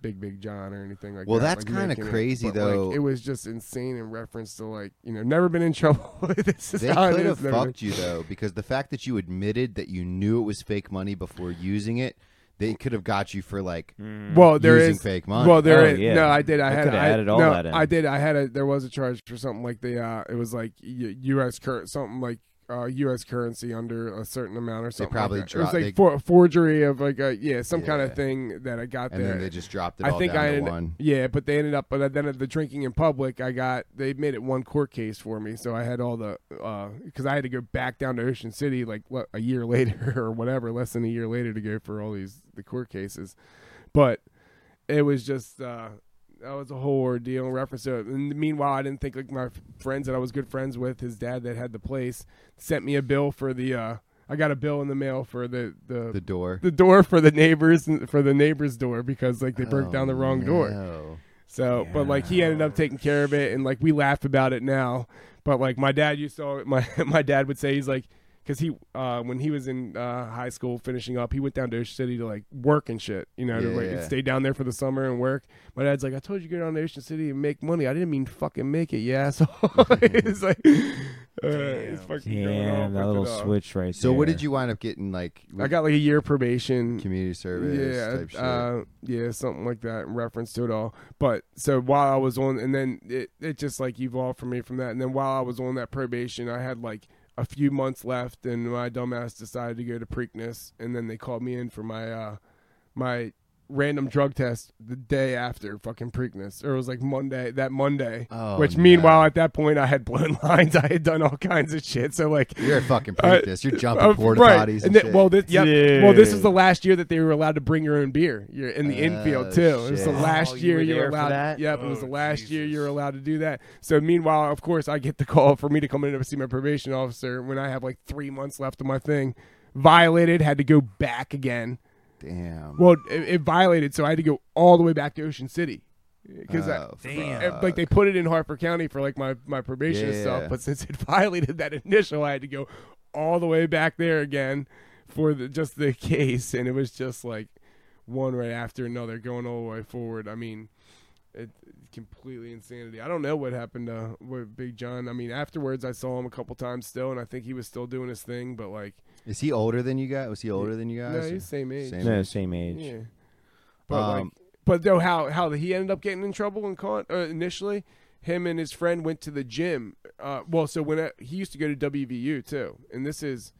[SPEAKER 1] big big John or anything like
[SPEAKER 3] Well,
[SPEAKER 1] that.
[SPEAKER 3] that's
[SPEAKER 1] like,
[SPEAKER 3] kinda
[SPEAKER 1] making it.
[SPEAKER 3] crazy,
[SPEAKER 1] But, like,
[SPEAKER 3] though.
[SPEAKER 1] it was just insane in reference to like you know never been in <laughs> trouble. this is
[SPEAKER 3] they
[SPEAKER 1] how
[SPEAKER 3] could
[SPEAKER 1] it
[SPEAKER 3] have
[SPEAKER 1] is. Never been-
[SPEAKER 3] fucked you though, because the fact that you admitted that you knew it was fake money before using it, they could have got you for like
[SPEAKER 1] Well, there
[SPEAKER 3] using
[SPEAKER 1] is
[SPEAKER 3] fake money.
[SPEAKER 1] Well, there
[SPEAKER 2] Oh,
[SPEAKER 1] is
[SPEAKER 2] yeah.
[SPEAKER 1] no. I did. I
[SPEAKER 2] I
[SPEAKER 1] had.
[SPEAKER 2] coulda
[SPEAKER 1] I,
[SPEAKER 2] added all
[SPEAKER 1] no,
[SPEAKER 2] that in.
[SPEAKER 1] I did. I had a. There was a charge for something like the. Uh, it was like U- U.S. cur something like uh, U.S. currency under a certain amount or something. like
[SPEAKER 3] probably
[SPEAKER 1] that. it was like
[SPEAKER 3] dro- they-
[SPEAKER 1] for, forgery of like a yeah some kind
[SPEAKER 3] Yeah.
[SPEAKER 1] of thing that I got
[SPEAKER 3] and
[SPEAKER 1] there.
[SPEAKER 3] then they just dropped it.
[SPEAKER 1] I
[SPEAKER 3] all
[SPEAKER 1] think
[SPEAKER 3] down
[SPEAKER 1] I
[SPEAKER 3] to
[SPEAKER 1] ended,
[SPEAKER 3] one.
[SPEAKER 1] yeah, but they ended up. But then at the drinking in public, I got they made it one court case for me, so I had all the because I had to go back down to Ocean City like what, a year <laughs> later or whatever, less than a year later to go for all these the court cases. But it was just uh, that was a whole ordeal in reference to it. And meanwhile, I didn't think like my f- friends that I was good friends with, his dad that had the place, sent me a bill for the. Uh, I got a bill in the mail for the the
[SPEAKER 3] The door.
[SPEAKER 1] the door for the neighbors for the neighbor's door because like they broke
[SPEAKER 3] Oh,
[SPEAKER 1] down the wrong door.
[SPEAKER 3] no.
[SPEAKER 1] So, but like he ended up taking care of it, and like we laugh about it now. But like my dad used to, <laughs> my my dad would say he's like, because he uh, when he was in uh, high school finishing up, he went down to Ocean City to like work and shit, you know, to
[SPEAKER 3] Yeah,
[SPEAKER 1] like,
[SPEAKER 3] yeah.
[SPEAKER 1] stay down there for the summer and work. My dad's like, I told you to go down to Ocean City and make money. I didn't mean fucking make it, yeah. So <laughs> it's like, uh, it's fucking going off
[SPEAKER 2] Damn,
[SPEAKER 1] with
[SPEAKER 2] that
[SPEAKER 1] it
[SPEAKER 2] little
[SPEAKER 1] all.
[SPEAKER 2] switch right
[SPEAKER 3] So
[SPEAKER 2] there.
[SPEAKER 3] what did you wind up getting? Like
[SPEAKER 1] I got like a year probation.
[SPEAKER 3] community service
[SPEAKER 1] yeah,
[SPEAKER 3] type shit.
[SPEAKER 1] Uh, yeah, something like that in reference to it all. But so while I was on, and then it, it just like evolved for me from that. And then while I was on that probation, I had like a few months left, and my dumbass decided to go to Preakness, and then they called me in for my uh, my random drug test the day after fucking Preakness, or it was like Monday that Monday.
[SPEAKER 3] Oh,
[SPEAKER 1] Which
[SPEAKER 3] no.
[SPEAKER 1] meanwhile at that point I had blown lines, <laughs> I had done all kinds of shit. So like
[SPEAKER 3] You're a fucking
[SPEAKER 1] uh,
[SPEAKER 3] princess. You're jumping
[SPEAKER 1] uh,
[SPEAKER 3] porta
[SPEAKER 1] right.
[SPEAKER 3] potties and,
[SPEAKER 1] thi-
[SPEAKER 3] shit.
[SPEAKER 1] Well, this, yep. well, this is the last year that they were allowed to bring your own beer. You're in the
[SPEAKER 3] Oh,
[SPEAKER 1] infield too. It was the
[SPEAKER 3] shit.
[SPEAKER 1] last
[SPEAKER 2] Oh, you
[SPEAKER 1] year
[SPEAKER 2] were
[SPEAKER 1] you were
[SPEAKER 2] there for
[SPEAKER 1] allowed.
[SPEAKER 2] that?
[SPEAKER 1] Yep, it was
[SPEAKER 7] Oh,
[SPEAKER 1] the last year you were
[SPEAKER 7] Jesus.
[SPEAKER 1] allowed to do that. So meanwhile, of course, I get the call for me to come in and see my probation officer when I have like three months left of my thing. Violated, had to go back again.
[SPEAKER 3] damn.
[SPEAKER 1] Well, it, it violated, so I had to go all the way back to Ocean City because
[SPEAKER 3] oh,
[SPEAKER 7] Damn.
[SPEAKER 1] it- Eh, like they put it in Harper County for like my my probation and stuff,
[SPEAKER 3] Yeah.
[SPEAKER 1] but since it <laughs> violated that initial, I had to go all the way back there again for the, just the case, and it was just like one right after another going all the way forward. I mean, It, completely insanity. I don't know what happened to with Big John. I mean, afterwards I saw him a couple times still, and I think he was still doing his thing. But like,
[SPEAKER 3] Is he older than you guys? Was he older than you guys?
[SPEAKER 1] no, he's same age.
[SPEAKER 3] Same
[SPEAKER 2] No, same age.
[SPEAKER 1] Yeah. But like,
[SPEAKER 3] Um,
[SPEAKER 1] but though how how he ended up getting in trouble and caught uh, initially, him and his friend went to the gym. Uh, well, so when I, he used to go to WVU too, and this is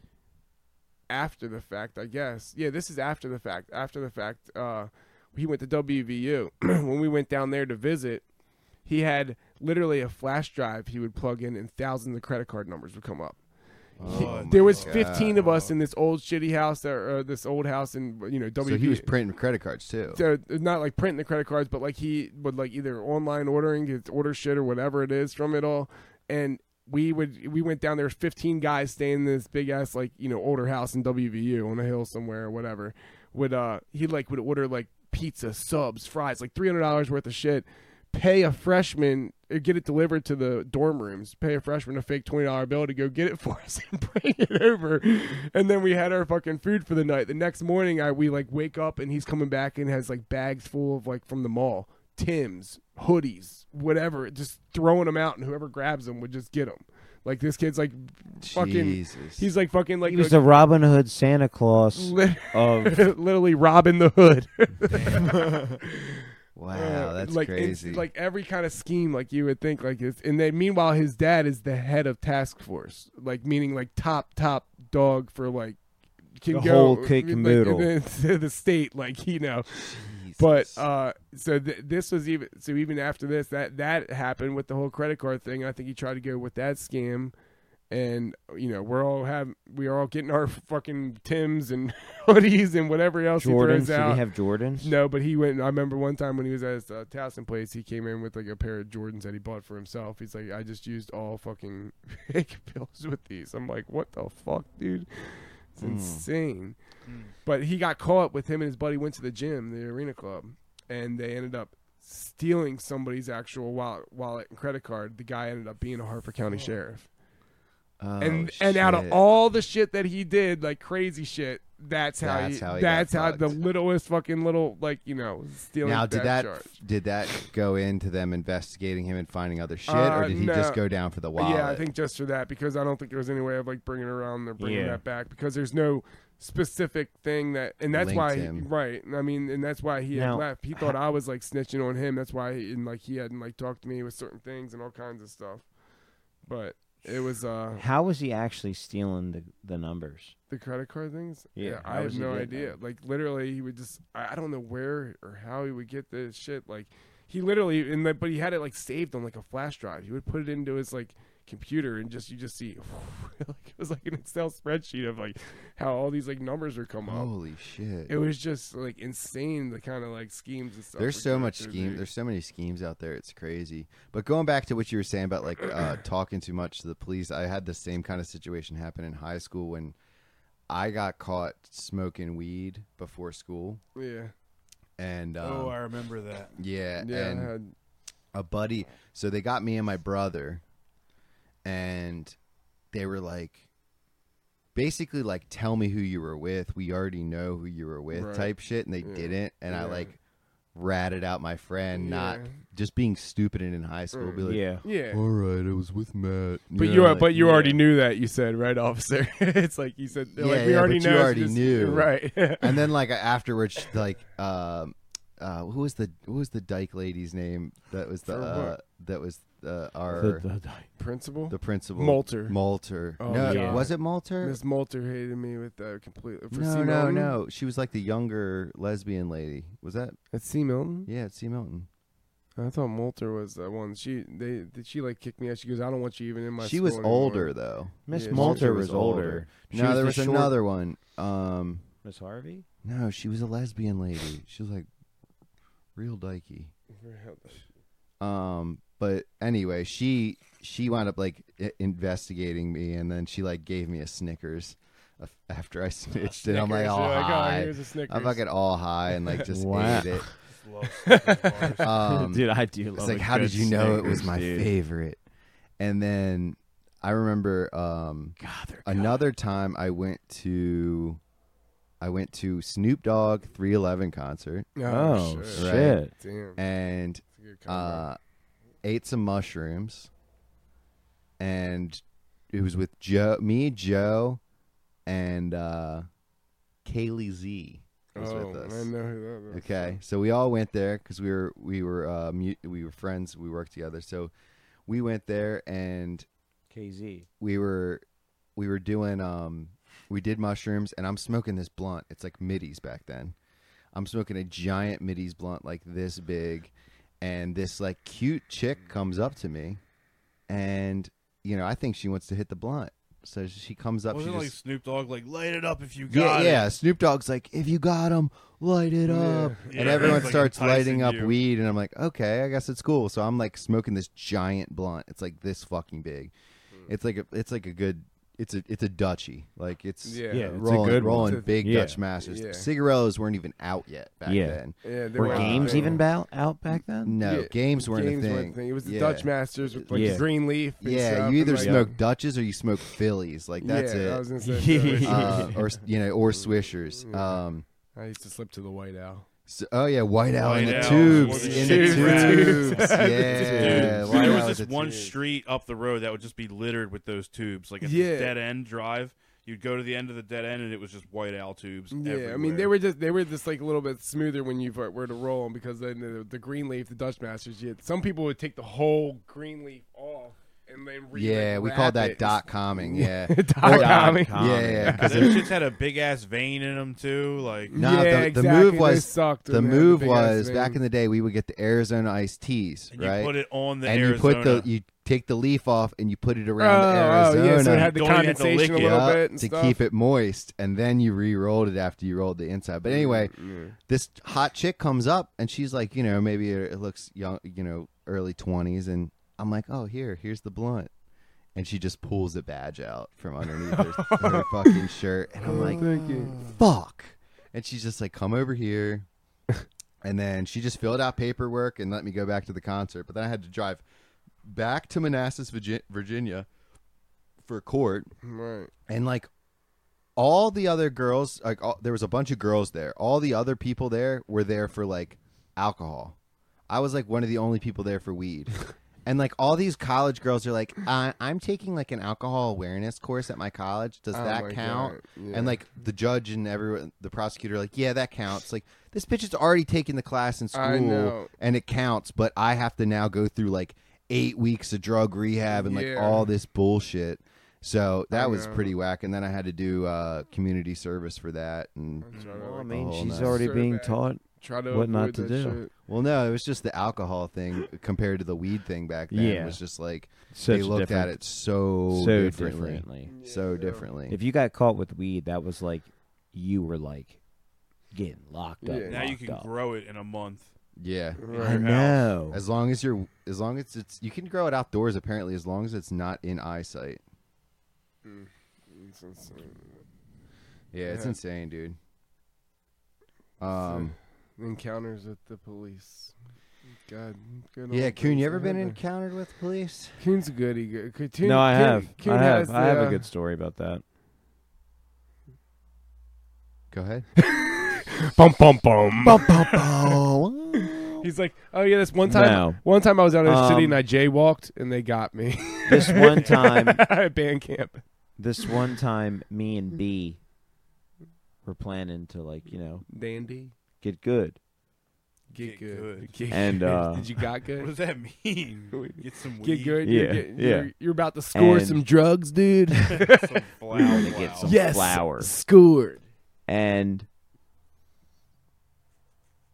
[SPEAKER 1] after the fact, I guess. Yeah, this is after the fact. After the fact, uh, he went to WVU. <clears throat> when we went down there to visit, he had literally a flash drive he would plug in, and thousands of credit card numbers would come up. He-
[SPEAKER 3] Oh my
[SPEAKER 1] there was
[SPEAKER 3] God.
[SPEAKER 1] 15 of us in this old shitty house, or uh, this old house in you know WVU
[SPEAKER 3] So he was printing credit cards too.
[SPEAKER 1] so not like printing the credit cards, but like he would like either online ordering, he'd order shit or whatever it is from it all. And we would we went down there, was fifteen guys staying in this big ass like you know older house in WVU on a hill somewhere or whatever. Would uh he like would order like pizza, subs, fries, like three hundred dollars worth of shit. Pay a freshman or get it delivered to the dorm rooms. Pay a freshman a fake twenty dollar bill to go get it for <laughs> us and bring it over. And then we had our fucking food for the night. The next morning, I we like wake up and he's coming back and has like bags full of like from the mall, Tim's, hoodies, whatever, just throwing them out and whoever grabs them would just get them. Like this kid's like fucking.
[SPEAKER 3] Jesus.
[SPEAKER 1] He's like fucking like
[SPEAKER 2] He was the Robin Hood
[SPEAKER 1] <laughs>
[SPEAKER 2] Santa Claus
[SPEAKER 1] lit-
[SPEAKER 2] of
[SPEAKER 1] literally Robin the Hood. <laughs>
[SPEAKER 3] wow, that's
[SPEAKER 1] uh, like, it's
[SPEAKER 3] crazy.
[SPEAKER 1] like every kind of scheme, like you would think, like it's. And then meanwhile, his dad is the head of task force, like meaning like top top dog for like can
[SPEAKER 2] The
[SPEAKER 1] go <laughs>
[SPEAKER 2] whole
[SPEAKER 1] like,
[SPEAKER 2] kit caboodle.
[SPEAKER 1] in the, the state, like you know.
[SPEAKER 3] Jesus.
[SPEAKER 1] But uh, so th- this was even so even after this that that happened with the whole credit card thing. I think he tried to go with that scam, and you know we're all have we are all getting our <laughs> fucking Tims and <laughs> hoodies and whatever else he
[SPEAKER 2] Jordans.
[SPEAKER 1] throws
[SPEAKER 2] Did
[SPEAKER 1] out.
[SPEAKER 2] he have Jordans?
[SPEAKER 1] No, but he went. I remember one time when he was at his uh, Towson place, he came in with like a pair of Jordans that he bought for himself. He's like, I just used all fucking <laughs> fake pills with these. I'm like, what the fuck, dude? It's insane. But he got caught with him and his buddy went to the gym, the arena club, and they ended up stealing somebody's actual wallet, wallet and credit card. The guy ended up being a Harper County sheriff.
[SPEAKER 3] Oh,
[SPEAKER 1] and and out of
[SPEAKER 3] shit.
[SPEAKER 1] all the shit that he did, like crazy shit, that's how
[SPEAKER 3] That's
[SPEAKER 1] he,
[SPEAKER 3] how he got
[SPEAKER 1] that's how the
[SPEAKER 3] fucked.
[SPEAKER 1] littlest fucking little like you know stealing.
[SPEAKER 3] now did
[SPEAKER 1] theft
[SPEAKER 3] that
[SPEAKER 1] charge.
[SPEAKER 3] did that go into them investigating him and finding other shit,
[SPEAKER 1] Uh,
[SPEAKER 3] or did he
[SPEAKER 1] no.
[SPEAKER 3] just go down for the wallet?
[SPEAKER 1] Yeah, I think just for that because I don't think there was any way of like bringing it around or bringing
[SPEAKER 5] Yeah.
[SPEAKER 1] that back because there's no specific thing that and that's
[SPEAKER 3] Linked
[SPEAKER 1] why
[SPEAKER 3] him.
[SPEAKER 1] right and I mean and that's why he had
[SPEAKER 2] Now,
[SPEAKER 1] left. He thought I was like snitching on him. That's why he, and like he hadn't like talked to me with certain things and all kinds of stuff. But it was uh
[SPEAKER 2] How was he actually stealing the, the numbers?
[SPEAKER 1] the credit card things.
[SPEAKER 2] Yeah, how
[SPEAKER 1] I have
[SPEAKER 2] was he
[SPEAKER 1] no
[SPEAKER 2] getting
[SPEAKER 1] idea.
[SPEAKER 2] them?
[SPEAKER 1] Like literally, he would just I, I don't know where or how he would get this shit. Like he literally and like, but he had it like saved on like a flash drive. He would put it into his like computer and just you just see <laughs> like it was like an Excel spreadsheet of like how all these like numbers would come up.
[SPEAKER 3] Holy shit!
[SPEAKER 1] It was just like insane the kind of like schemes and stuff.
[SPEAKER 3] There's
[SPEAKER 1] the
[SPEAKER 3] so much
[SPEAKER 1] characters
[SPEAKER 3] scheme.
[SPEAKER 1] do.
[SPEAKER 3] There's so many schemes out there. It's crazy. But going back to what you were saying about
[SPEAKER 1] <clears throat>
[SPEAKER 3] like uh, talking too much to the police, I had the same kind of situation happen in high school when I got caught smoking weed before school,
[SPEAKER 1] yeah.
[SPEAKER 3] and um,
[SPEAKER 7] Oh, I remember that.
[SPEAKER 3] yeah,
[SPEAKER 1] Yeah, I
[SPEAKER 3] and
[SPEAKER 1] had-
[SPEAKER 3] a buddy. So they got me and my brother, and they were like, basically like, tell me who you were with. We already know who you were with,
[SPEAKER 1] Right.
[SPEAKER 3] type shit. And they
[SPEAKER 1] Yeah.
[SPEAKER 3] didn't. And I
[SPEAKER 1] Yeah.
[SPEAKER 3] like ratted out my friend, not
[SPEAKER 1] Yeah.
[SPEAKER 3] just being stupid and in high school. Be like,
[SPEAKER 2] yeah.
[SPEAKER 1] yeah.
[SPEAKER 3] all right, I was with Matt.
[SPEAKER 1] Mm. But
[SPEAKER 3] know,
[SPEAKER 1] you,
[SPEAKER 3] like-
[SPEAKER 1] but you already
[SPEAKER 2] yeah.
[SPEAKER 1] knew that you said right, <laughs> officer. it's like you said, they're like
[SPEAKER 3] Yeah,
[SPEAKER 1] we
[SPEAKER 3] yeah,
[SPEAKER 1] already
[SPEAKER 3] but
[SPEAKER 1] know.
[SPEAKER 3] you
[SPEAKER 1] it's
[SPEAKER 3] already
[SPEAKER 1] just- <laughs>
[SPEAKER 3] knew.
[SPEAKER 1] right?
[SPEAKER 3] and then like afterwards, <laughs> like um, uh, who was the who was the dyke lady's name? That was the
[SPEAKER 1] For
[SPEAKER 3] uh,
[SPEAKER 1] what?
[SPEAKER 3] that was uh, our
[SPEAKER 2] The- the- the-
[SPEAKER 1] Principal,
[SPEAKER 3] the principal
[SPEAKER 1] Moulter.
[SPEAKER 3] Moulter.
[SPEAKER 1] Oh,
[SPEAKER 3] no,
[SPEAKER 1] yeah.
[SPEAKER 3] was it Moulter?
[SPEAKER 1] Miss Moulter hated me with uh, completely. For
[SPEAKER 3] no,
[SPEAKER 1] C.
[SPEAKER 3] no,
[SPEAKER 1] Milton?
[SPEAKER 3] no. She was like the younger lesbian lady. Was that?
[SPEAKER 1] That's C. Milton.
[SPEAKER 3] Yeah, it's C. Milton.
[SPEAKER 1] I thought Moulter was the one. She they did she like kicked me out. She goes, I don't want you even in my.
[SPEAKER 3] She
[SPEAKER 1] school
[SPEAKER 3] was
[SPEAKER 1] anymore." <laughs>
[SPEAKER 3] older though.
[SPEAKER 2] Miss
[SPEAKER 1] Yeah, she
[SPEAKER 2] Moulter
[SPEAKER 3] was
[SPEAKER 2] was older.
[SPEAKER 3] older.
[SPEAKER 2] She
[SPEAKER 3] no,
[SPEAKER 2] was
[SPEAKER 3] there
[SPEAKER 2] the
[SPEAKER 3] was
[SPEAKER 2] short-
[SPEAKER 3] another one. Um,
[SPEAKER 2] Miss <laughs> Harvey.
[SPEAKER 3] no, she was a lesbian lady. She was like real dykey. Um, but anyway, she she wound up like i- investigating me, and then she like gave me a Snickers af- after I snitched it. I'm like
[SPEAKER 1] Snickers.
[SPEAKER 3] all
[SPEAKER 1] You're like, "Oh,
[SPEAKER 3] high.
[SPEAKER 1] here's a Snickers."
[SPEAKER 3] I'm fucking all high and like just
[SPEAKER 2] Wow.
[SPEAKER 3] ate it.
[SPEAKER 7] Just
[SPEAKER 5] <laughs>
[SPEAKER 7] love Snickers bars.
[SPEAKER 3] Um,
[SPEAKER 2] <laughs> dude, I do love.
[SPEAKER 3] it's
[SPEAKER 2] a
[SPEAKER 3] like, how
[SPEAKER 2] good
[SPEAKER 3] did you know it was
[SPEAKER 2] Snickers,
[SPEAKER 3] my
[SPEAKER 2] dude.
[SPEAKER 3] favorite? And then I remember um,
[SPEAKER 2] God, they're good.
[SPEAKER 3] another time I went to I went to Snoop Dogg 311 concert,
[SPEAKER 1] Oh,
[SPEAKER 2] Oh
[SPEAKER 1] shit.
[SPEAKER 3] Right.
[SPEAKER 2] shit!
[SPEAKER 1] Damn.
[SPEAKER 3] and
[SPEAKER 1] That's a good combo.
[SPEAKER 3] uh, ate some mushrooms, and it was with Joe, me, Joe, and uh, Kaylee Z was
[SPEAKER 1] oh,
[SPEAKER 3] with us.
[SPEAKER 1] I know who that was.
[SPEAKER 3] Okay, so we all went there because we were we were uh, mu- we were friends. We worked together, so we went there and
[SPEAKER 2] KZ.
[SPEAKER 3] we were we were doing um we did mushrooms and I'm smoking this blunt. It's like middies back then. I'm smoking a giant middies blunt like this big and this like cute chick comes up to me and you know, I think she wants to hit the blunt. So she comes up
[SPEAKER 5] Was
[SPEAKER 3] she
[SPEAKER 5] it like
[SPEAKER 3] just-
[SPEAKER 5] Snoop Dogg like light it up if you
[SPEAKER 3] yeah,
[SPEAKER 5] got it?
[SPEAKER 3] yeah. Snoop Dogg's like, if you got 'em, light it up,
[SPEAKER 5] Yeah,
[SPEAKER 3] and everyone
[SPEAKER 5] it's like
[SPEAKER 3] starts lighting
[SPEAKER 5] enticing
[SPEAKER 3] up
[SPEAKER 5] you.
[SPEAKER 3] weed, and I'm like, okay, I guess it's cool. So I'm like smoking this giant blunt. It's like this fucking big.
[SPEAKER 1] Hmm.
[SPEAKER 3] It's like a, it's like a good, it's a, it's a Dutchy. Like it's
[SPEAKER 1] Yeah.
[SPEAKER 2] Yeah, it's a
[SPEAKER 3] rolling,
[SPEAKER 2] good one.
[SPEAKER 3] rolling
[SPEAKER 1] It's a-
[SPEAKER 3] big
[SPEAKER 2] Yeah.
[SPEAKER 3] Dutch masters.
[SPEAKER 1] Yeah.
[SPEAKER 3] Cigarillos weren't even out yet back
[SPEAKER 2] Yeah.
[SPEAKER 3] then.
[SPEAKER 1] Yeah, they
[SPEAKER 2] Were Oh,
[SPEAKER 1] were
[SPEAKER 2] games
[SPEAKER 1] they
[SPEAKER 2] even
[SPEAKER 1] were-
[SPEAKER 2] ba- out back then?
[SPEAKER 3] No,
[SPEAKER 1] Yeah,
[SPEAKER 3] games weren't
[SPEAKER 1] games
[SPEAKER 3] a thing.
[SPEAKER 1] weren't It was the
[SPEAKER 3] Yeah.
[SPEAKER 1] Dutch Masters with like
[SPEAKER 2] Yeah.
[SPEAKER 1] green leaf. and
[SPEAKER 3] Yeah,
[SPEAKER 1] stuff
[SPEAKER 3] you either
[SPEAKER 1] and, like,
[SPEAKER 3] smoke Dutches or you smoke Phillies. Like that's
[SPEAKER 1] yeah,
[SPEAKER 3] it.
[SPEAKER 1] I was gonna
[SPEAKER 2] <laughs>
[SPEAKER 1] say, Mm-hmm.
[SPEAKER 3] uh, or you
[SPEAKER 1] <laughs>
[SPEAKER 3] know, or Swishers. Um,
[SPEAKER 1] I used to slip to the White Owl.
[SPEAKER 3] So, oh yeah, white out in
[SPEAKER 5] White
[SPEAKER 3] the
[SPEAKER 5] Owl.
[SPEAKER 3] tubes,
[SPEAKER 5] Tubes.
[SPEAKER 3] in the
[SPEAKER 5] Tubes.
[SPEAKER 3] tubes.
[SPEAKER 1] Tubes.
[SPEAKER 3] <laughs> Yeah,
[SPEAKER 5] Dude,
[SPEAKER 3] White
[SPEAKER 5] there
[SPEAKER 3] Owl
[SPEAKER 5] was
[SPEAKER 3] in
[SPEAKER 5] this
[SPEAKER 3] the
[SPEAKER 5] one
[SPEAKER 3] tubes.
[SPEAKER 5] street up the road that would just be littered with those tubes, like at
[SPEAKER 1] Yeah.
[SPEAKER 5] this dead end drive. You'd go to the end of the dead end, and it was just white owl tubes.
[SPEAKER 1] Yeah,
[SPEAKER 5] everywhere.
[SPEAKER 1] I mean they were just they were just like a little bit smoother when you were to roll 'em because then the, the green leaf, the Dutch Masters, you had, some people would take the whole green leaf off and then re-
[SPEAKER 3] Yeah,
[SPEAKER 1] like,
[SPEAKER 3] we
[SPEAKER 1] wrap
[SPEAKER 3] called
[SPEAKER 1] it
[SPEAKER 3] that
[SPEAKER 1] and
[SPEAKER 3] dot comming.
[SPEAKER 5] <laughs>
[SPEAKER 3] Yeah,
[SPEAKER 1] Dot
[SPEAKER 3] Or-
[SPEAKER 1] comming.
[SPEAKER 3] Yeah, yeah. 'cause it- <laughs>
[SPEAKER 5] Those shits had a big ass vein in them too. Like
[SPEAKER 3] Nah, the-
[SPEAKER 1] Yeah,
[SPEAKER 3] the,
[SPEAKER 1] exactly,
[SPEAKER 3] move
[SPEAKER 1] they
[SPEAKER 3] was
[SPEAKER 1] sucked
[SPEAKER 3] the
[SPEAKER 1] and they had the
[SPEAKER 3] move
[SPEAKER 1] big ass
[SPEAKER 3] was back
[SPEAKER 1] thing.
[SPEAKER 3] in the day. We would get the Arizona iced teas,
[SPEAKER 5] and you
[SPEAKER 3] right?
[SPEAKER 5] put it on the
[SPEAKER 3] and you
[SPEAKER 5] Arizona.
[SPEAKER 3] put the you take the leaf off and you put it
[SPEAKER 1] Oh,
[SPEAKER 3] around
[SPEAKER 1] oh,
[SPEAKER 3] the Arizona
[SPEAKER 1] yeah, so it had the
[SPEAKER 5] Don't even have to lick
[SPEAKER 1] condensation a
[SPEAKER 5] it.
[SPEAKER 1] little
[SPEAKER 3] Yeah,
[SPEAKER 1] bit and
[SPEAKER 3] to
[SPEAKER 1] stuff.
[SPEAKER 3] keep it moist, and then you re-rolled it after you rolled the inside. But anyway, this hot chick comes up, and she's like, you know, maybe it it looks young, you know, early twenties, and I'm like, oh, here, here's the blunt, and she just pulls the badge out from underneath
[SPEAKER 1] <laughs>
[SPEAKER 3] her, her fucking shirt, and I'm like,
[SPEAKER 1] Oh, Thank you.
[SPEAKER 3] fuck, and she's just like, come over
[SPEAKER 1] <laughs>
[SPEAKER 3] here, and then she just filled out paperwork and let me go back to the concert, but then I had to drive back to Manassas, Virgi- Virginia, for court
[SPEAKER 1] Right.
[SPEAKER 3] and like all the other girls like all, there was a bunch of girls there all the other people there were there for like alcohol i was like one of the only people there for
[SPEAKER 1] <laughs>
[SPEAKER 3] weed and like all these college girls are like I- i'm taking like an alcohol awareness course at my college does
[SPEAKER 1] Oh
[SPEAKER 3] that
[SPEAKER 1] my
[SPEAKER 3] count
[SPEAKER 1] God, yeah.
[SPEAKER 3] and like the judge and everyone the prosecutor are like yeah that counts like this bitch has already taken the class in school
[SPEAKER 1] I know.
[SPEAKER 3] and it counts but i have to now go through like eight weeks of drug rehab and like
[SPEAKER 1] Yeah.
[SPEAKER 3] all this bullshit so that
[SPEAKER 1] I
[SPEAKER 3] was
[SPEAKER 1] know.
[SPEAKER 3] pretty whack. And then I had to do uh, community service for that. And
[SPEAKER 2] Well, I
[SPEAKER 1] Try
[SPEAKER 2] mean,
[SPEAKER 3] Oh,
[SPEAKER 2] she's
[SPEAKER 3] no.
[SPEAKER 2] already being
[SPEAKER 1] Survey.
[SPEAKER 2] taught.
[SPEAKER 1] to, try to
[SPEAKER 2] What not
[SPEAKER 1] avoid
[SPEAKER 2] to
[SPEAKER 1] that
[SPEAKER 2] do.
[SPEAKER 1] shit.
[SPEAKER 3] well, no, it was just the alcohol thing compared to the weed thing back then.
[SPEAKER 2] Yeah.
[SPEAKER 3] It was just like
[SPEAKER 2] Such
[SPEAKER 3] they
[SPEAKER 2] a
[SPEAKER 3] looked at
[SPEAKER 2] different-
[SPEAKER 3] it so,
[SPEAKER 2] so
[SPEAKER 3] differently,
[SPEAKER 2] differently.
[SPEAKER 3] so differently.
[SPEAKER 2] If you got caught with weed, that was like you were like getting locked up.
[SPEAKER 1] Yeah.
[SPEAKER 5] now you
[SPEAKER 2] locked
[SPEAKER 5] can
[SPEAKER 2] up.
[SPEAKER 5] grow it in a month.
[SPEAKER 3] yeah,
[SPEAKER 2] I
[SPEAKER 5] your house.
[SPEAKER 2] know.
[SPEAKER 3] as long as you're, as long as it's, you can grow it outdoors. Apparently, as long as it's not in eyesight.
[SPEAKER 1] It's insane.
[SPEAKER 3] Yeah, it's
[SPEAKER 1] Yeah.
[SPEAKER 3] insane, dude. Um,
[SPEAKER 1] Encounters with the police. God. Good
[SPEAKER 3] yeah,
[SPEAKER 1] old
[SPEAKER 3] Coon,
[SPEAKER 1] days.
[SPEAKER 3] you
[SPEAKER 1] I
[SPEAKER 3] ever been
[SPEAKER 1] had the-
[SPEAKER 3] encountered with police?
[SPEAKER 1] Coon's a goody. Good. Coon, Coon-
[SPEAKER 2] no, I have.
[SPEAKER 1] Coon
[SPEAKER 2] I have.
[SPEAKER 1] has
[SPEAKER 2] I have
[SPEAKER 1] the,
[SPEAKER 2] a
[SPEAKER 1] uh,
[SPEAKER 2] good story about <laughs> that.
[SPEAKER 3] Go <laughs> ahead.
[SPEAKER 1] Bum bum bum.
[SPEAKER 2] Ba-ba-ba.
[SPEAKER 1] He's like, oh yeah, this one time.
[SPEAKER 2] No.
[SPEAKER 1] One time I was out in the city
[SPEAKER 2] Um,
[SPEAKER 1] and I jaywalked and they got me <laughs>
[SPEAKER 2] this one time,
[SPEAKER 1] at band camp.
[SPEAKER 2] this one time, me
[SPEAKER 1] Mm-hmm.
[SPEAKER 2] and B were planning to like you know
[SPEAKER 1] Dandy,
[SPEAKER 2] get good.
[SPEAKER 1] get,
[SPEAKER 5] Get
[SPEAKER 1] good.
[SPEAKER 5] good.
[SPEAKER 1] Get
[SPEAKER 2] And,
[SPEAKER 1] good.
[SPEAKER 2] uh,
[SPEAKER 1] <laughs> did you got
[SPEAKER 5] What
[SPEAKER 1] good?
[SPEAKER 5] does that
[SPEAKER 3] <laughs>
[SPEAKER 5] mean? Get some weed.
[SPEAKER 1] Get good.
[SPEAKER 2] Yeah,
[SPEAKER 1] you're, getting-
[SPEAKER 2] yeah.
[SPEAKER 1] You're, you're about to score
[SPEAKER 2] And-
[SPEAKER 1] some drugs,
[SPEAKER 2] <laughs>
[SPEAKER 1] dude.
[SPEAKER 3] <laughs>
[SPEAKER 5] <laughs> Some flour.
[SPEAKER 2] We wanna get some
[SPEAKER 1] yes,
[SPEAKER 2] flour.
[SPEAKER 1] scored.
[SPEAKER 2] and